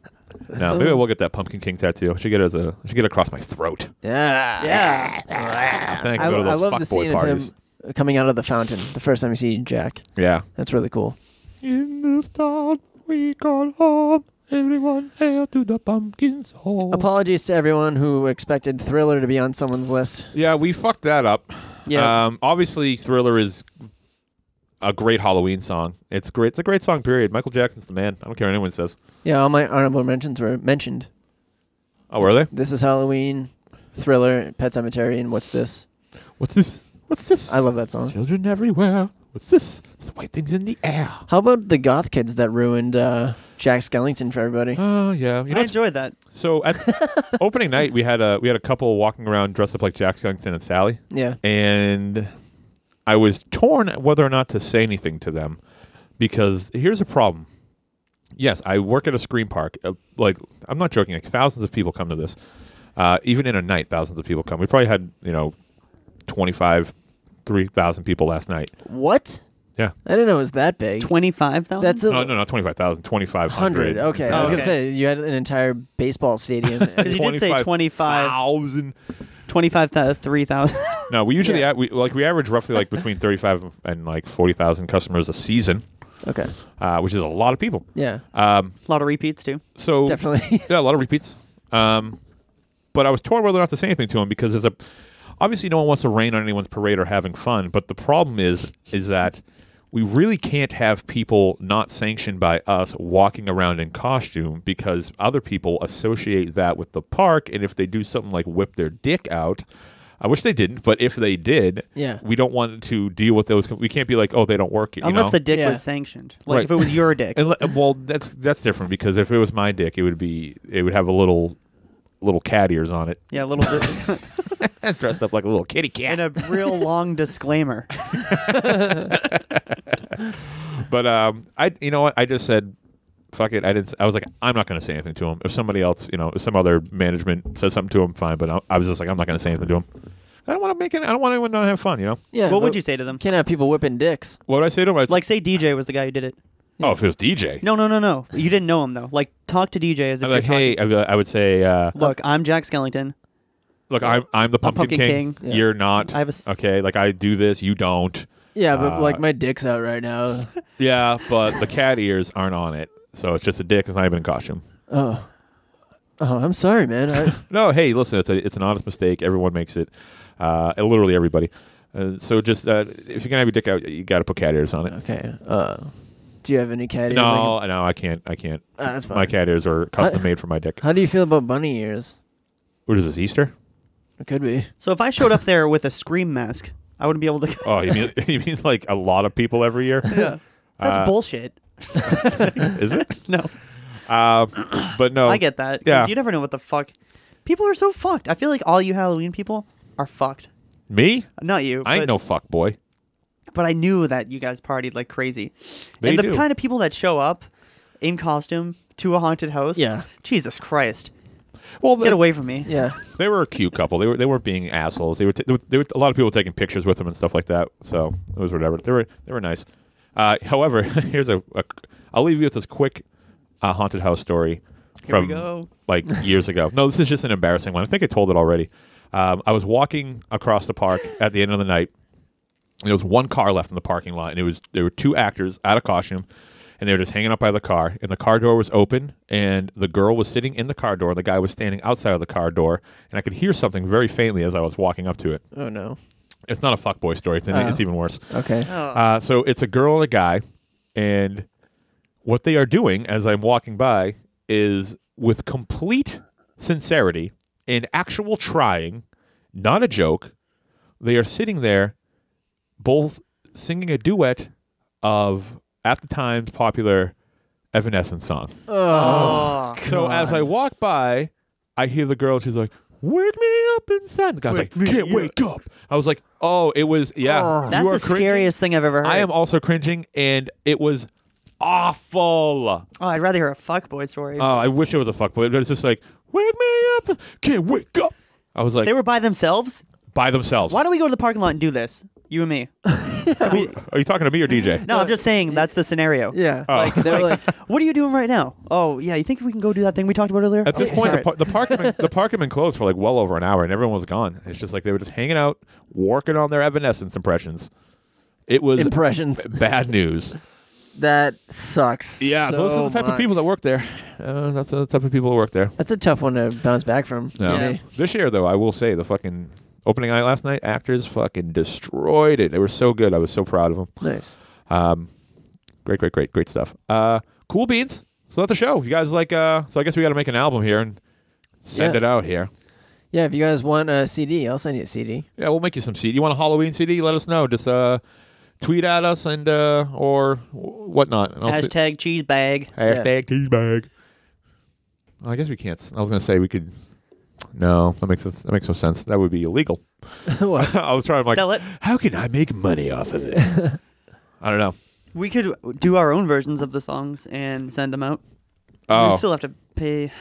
Speaker 2: no, maybe I will get that Pumpkin King tattoo. I should get it as a. I should get it across my throat.
Speaker 3: Yeah.
Speaker 4: Yeah.
Speaker 2: I think I
Speaker 3: I,
Speaker 2: can go to
Speaker 3: I
Speaker 2: those
Speaker 3: love the
Speaker 2: fuckboy
Speaker 3: scene
Speaker 2: parties.
Speaker 3: of him coming out of the fountain the first time you see Jack.
Speaker 2: Yeah.
Speaker 3: That's really cool.
Speaker 2: In this town we call home, everyone hail to the pumpkin's home.
Speaker 3: Apologies to everyone who expected Thriller to be on someone's list.
Speaker 2: yeah, we fucked that up.
Speaker 4: Yeah.
Speaker 2: Um, obviously, Thriller is a great Halloween song. It's great. It's a great song. Period. Michael Jackson's the man. I don't care what anyone says.
Speaker 3: Yeah, all my honorable mentions were mentioned.
Speaker 2: Oh, were they?
Speaker 3: This is Halloween, Thriller, Pet Cemetery, and what's this?
Speaker 2: What's this? What's this?
Speaker 3: I love that song.
Speaker 2: children everywhere. What's this? This white thing's in the air.
Speaker 3: How about the goth kids that ruined uh, Jack Skellington for everybody?
Speaker 2: Oh yeah. You know,
Speaker 4: I
Speaker 2: it's-
Speaker 4: enjoyed that.
Speaker 2: so at opening night, we had a we had a couple walking around dressed up like Jack Skellington and Sally.
Speaker 3: Yeah.
Speaker 2: and I was torn at whether or not to say anything to them because here's a problem. Yes, I work at a screen park. Uh, Like I'm not joking. Like thousands of people come to this. Uh, even in a night, thousands of people come. We probably had you know, 25, 3,000 people last night.
Speaker 3: What?
Speaker 2: Yeah.
Speaker 3: I didn't know it was that big.
Speaker 4: Twenty-five thousand.
Speaker 3: That's a
Speaker 2: Oh, No, no, not 25,000, 2,500.
Speaker 3: hundred. Okay, I was gonna
Speaker 4: Okay.
Speaker 3: say you had an entire baseball stadium.
Speaker 4: Because you did say 25,
Speaker 2: 25,000.
Speaker 4: 25 three thousand.
Speaker 2: No, we usually
Speaker 3: Yeah.
Speaker 2: a- we, like we average roughly like between 35 and like 40,000 customers a season,
Speaker 3: okay.
Speaker 2: uh, which is a lot of people.
Speaker 3: Yeah.
Speaker 2: Um,
Speaker 4: a lot of repeats too.
Speaker 2: So
Speaker 3: Definitely.
Speaker 2: yeah, a lot of repeats. Um, but I was torn whether or not to say anything to him because there's a obviously no one wants to rain on anyone's parade or having fun. But the problem is is that we really can't have people not sanctioned by us walking around in costume because other people associate that with the park, and if they do something like whip their dick out. I wish they didn't, but if they did,
Speaker 3: Yeah.
Speaker 2: we don't want to deal with those. We can't be like, oh, they don't work. You
Speaker 4: Unless
Speaker 2: know?
Speaker 4: the dick
Speaker 3: Yeah.
Speaker 4: was sanctioned. Like
Speaker 2: Right.
Speaker 4: if it was your dick.
Speaker 2: And, le- well, that's that's different because if it was my dick, it would be it would have a little little cat ears on it,
Speaker 4: yeah, a little bit.
Speaker 2: dressed up like a little kitty cat.
Speaker 4: and a real long disclaimer.
Speaker 2: But um, I you know what I just said. Fuck it! I didn't. s- I was like, I'm not going to say anything to him. If somebody else, you know, if some other management says something to him, fine. But I, I was just like, I'm not going to say anything to him. I don't want to make it. I don't want anyone to have fun. You know,
Speaker 3: Yeah.
Speaker 4: what would
Speaker 3: but
Speaker 4: you say to them?
Speaker 3: Can't have people whipping dicks.
Speaker 2: what would I say to him? I'd,
Speaker 4: Like say DJ was the guy who did it.
Speaker 2: oh, if it was DJ,
Speaker 4: No, no, no, no. You didn't know him though. Like talk to DJ as
Speaker 2: I'd
Speaker 4: if you're
Speaker 2: be like,
Speaker 4: talking-
Speaker 2: hey, I'd be like- I would say, uh,
Speaker 4: Look, I'm Jack Skellington.
Speaker 2: look, I'm I'm the pumpkin,
Speaker 4: Pumpkin
Speaker 2: king.
Speaker 4: King.
Speaker 3: Yeah.
Speaker 2: You're not.
Speaker 4: I have a s-
Speaker 2: okay, like I do this, you don't.
Speaker 3: Yeah, but
Speaker 2: Uh,
Speaker 3: like my dick's out right now.
Speaker 2: Yeah, but the cat ears aren't on it, so it's just a dick. It's not even a costume.
Speaker 3: Oh. Oh, I'm sorry, man. I,
Speaker 2: No, hey, listen, it's a, it's an honest mistake. Everyone makes it. Uh, and literally everybody. Uh, so just uh, if you're gonna have your dick out, you got to put cat ears on it.
Speaker 3: okay. Uh, do you have any cat ears? I
Speaker 2: No, no, I can't. I can't.
Speaker 3: can- Ah, that's fine.
Speaker 2: My cat ears are custom
Speaker 3: I-
Speaker 2: made for my dick.
Speaker 3: How do you feel about bunny ears?
Speaker 2: What is this Easter?
Speaker 3: It could be.
Speaker 4: So if I showed up there with a scream mask, I wouldn't be able to.
Speaker 2: Oh, you mean you mean like a lot of people every year?
Speaker 4: yeah. That's
Speaker 2: Uh,
Speaker 4: bullshit.
Speaker 2: Is it?
Speaker 4: No,
Speaker 2: Um, but no,
Speaker 4: I get that. 'cause
Speaker 2: yeah.
Speaker 4: You never know what the fuck. People are so fucked. I feel like all you Halloween people are fucked.
Speaker 2: Me,
Speaker 4: Not you.
Speaker 2: I ain't
Speaker 4: Uh, but-
Speaker 2: no fuck boy.
Speaker 4: but I knew that you guys partied like crazy.
Speaker 2: They
Speaker 4: and the
Speaker 2: do.
Speaker 4: kind of people that show up in costume to a haunted house.
Speaker 3: Yeah.
Speaker 4: Jesus Christ.
Speaker 2: Well,
Speaker 4: Get away from me.
Speaker 3: Yeah.
Speaker 2: They were a cute couple. They were they weren't being assholes. They were, t- they were, they were- a lot of people were taking pictures with them and stuff like that. So it was whatever. They were they were nice. Uh, however, here's a, a I'll leave you with this quick uh, haunted house story
Speaker 4: Here
Speaker 2: from
Speaker 4: we go.
Speaker 2: like years ago. No, this is just an embarrassing one. I think I told it already. Um, I was walking across the park at the end of the night. And there was one car left in the parking lot, and it was there were two actors out of costume, and they were just hanging out by the car. And the car door was open, and the girl was sitting in the car door. The guy was standing outside of the car door, and I could hear something very faintly as I was walking up to it.
Speaker 3: Oh no. Oh.
Speaker 2: It's not a fuckboy story. It's, it's even worse.
Speaker 3: Okay.
Speaker 4: Oh.
Speaker 2: Uh, so it's a girl and a guy, and what they are doing as I'm walking by is with complete sincerity and actual trying, not a joke. They are sitting there, both singing a duet of at the time's popular Evanescence song.
Speaker 3: Oh.
Speaker 4: Oh,
Speaker 2: So as I walk by, I hear the girl. She's like, Wake me up inside. The guy's like, can't wake up. I was like, oh, it was, yeah. you
Speaker 4: That's
Speaker 2: are
Speaker 4: the
Speaker 2: cringing.
Speaker 4: scariest thing I've ever heard.
Speaker 2: I am also cringing, and it was awful.
Speaker 4: Oh, I'd rather hear a fuckboy story.
Speaker 2: Oh, I wish it was a fuck, but it's just like, wake me up. Can't wake up. I was like,
Speaker 4: they were by themselves.
Speaker 2: by themselves.
Speaker 4: Why don't we go to the parking lot and do this, you and me?
Speaker 2: Who- are you talking to me or DJ?
Speaker 4: No, I'm just saying that's the scenario.
Speaker 3: Yeah.
Speaker 2: Oh.
Speaker 3: Like, they're like,
Speaker 4: What are you doing right now? Oh, yeah. You think we can go do that thing we talked about earlier?
Speaker 2: At this
Speaker 4: Okay,
Speaker 2: point, the,
Speaker 4: alright.
Speaker 2: par- the park had been, the park had been closed for like well over an hour, and everyone was gone. It's just like they were just hanging out, working on their Evanescence impressions. It was
Speaker 3: Impressions.
Speaker 2: b- bad news.
Speaker 3: that sucks.
Speaker 2: Yeah, those are the
Speaker 3: so
Speaker 2: type of
Speaker 3: much.
Speaker 2: people that work there. Uh, that's the type of people that work there.
Speaker 3: That's a tough one to bounce back from.
Speaker 2: No.
Speaker 3: for me.
Speaker 2: This year, though, I will say the fucking opening night last night, actors fucking destroyed it. They were so good. I was so proud of them.
Speaker 3: Nice.
Speaker 2: Um, great, great, great, great stuff. Uh, cool beans. So that's the show. You guys like? Uh, so I guess we got to make an album here and send
Speaker 3: Yeah.
Speaker 2: it out here.
Speaker 3: Yeah, if you guys want a CD, I'll send you a CD.
Speaker 2: Yeah, we'll make you some CD. You want a Halloween CD? Let us know. Just uh, tweet at us and uh, or whatnot. And I'll see-
Speaker 4: Hashtag cheese bag.
Speaker 2: Hashtag teabag. Well, I guess we can't. s- I was gonna say we could. No, that makes that makes no sense. That would be illegal.
Speaker 3: What?
Speaker 2: I was trying to like,
Speaker 4: Sell it.
Speaker 2: how can I make money off of this? I don't know.
Speaker 4: We could do our own versions of the songs and send them out.
Speaker 2: Oh,
Speaker 4: We'd still have to pay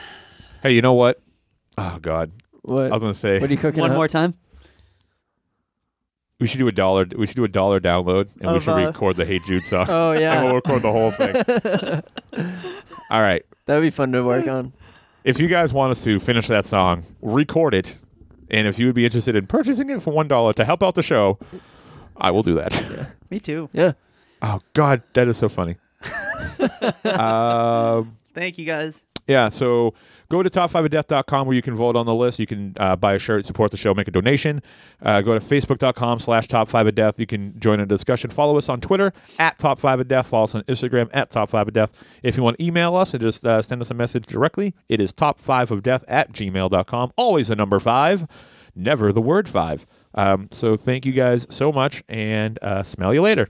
Speaker 2: hey, you know what? Oh God,
Speaker 3: What?
Speaker 2: I was gonna say
Speaker 3: what are you cooking?
Speaker 4: one
Speaker 3: up?
Speaker 4: more time.
Speaker 2: we should do a dollar. We should do a dollar download, and we
Speaker 4: Of,
Speaker 2: should
Speaker 4: uh,
Speaker 2: record the Hey Jude song.
Speaker 3: Oh
Speaker 2: and we'll
Speaker 3: yeah,
Speaker 2: record the whole thing. All right.
Speaker 3: that'd be fun to work on.
Speaker 2: If you guys want us to finish that song, record it, and if you would be interested in purchasing it for one dollar to help out the show, I will do that.
Speaker 4: Me too.
Speaker 3: Yeah.
Speaker 2: Oh God, that is so funny. um,
Speaker 4: Thank you guys.
Speaker 2: yeah, so go to top5ofdeath.com where you can vote on the list. You can uh, buy a shirt, support the show, make a donation. Uh, go to facebook.com slash top5ofdeath. You can join a discussion. Follow us on Twitter at top5ofdeath. Follow us on Instagram at top5ofdeath. If you want to email us and just uh, send us a message directly, it is top5ofdeath at gmail.com. Always the number five, never the word five. Um, so thank you guys so much, and uh, smell you later.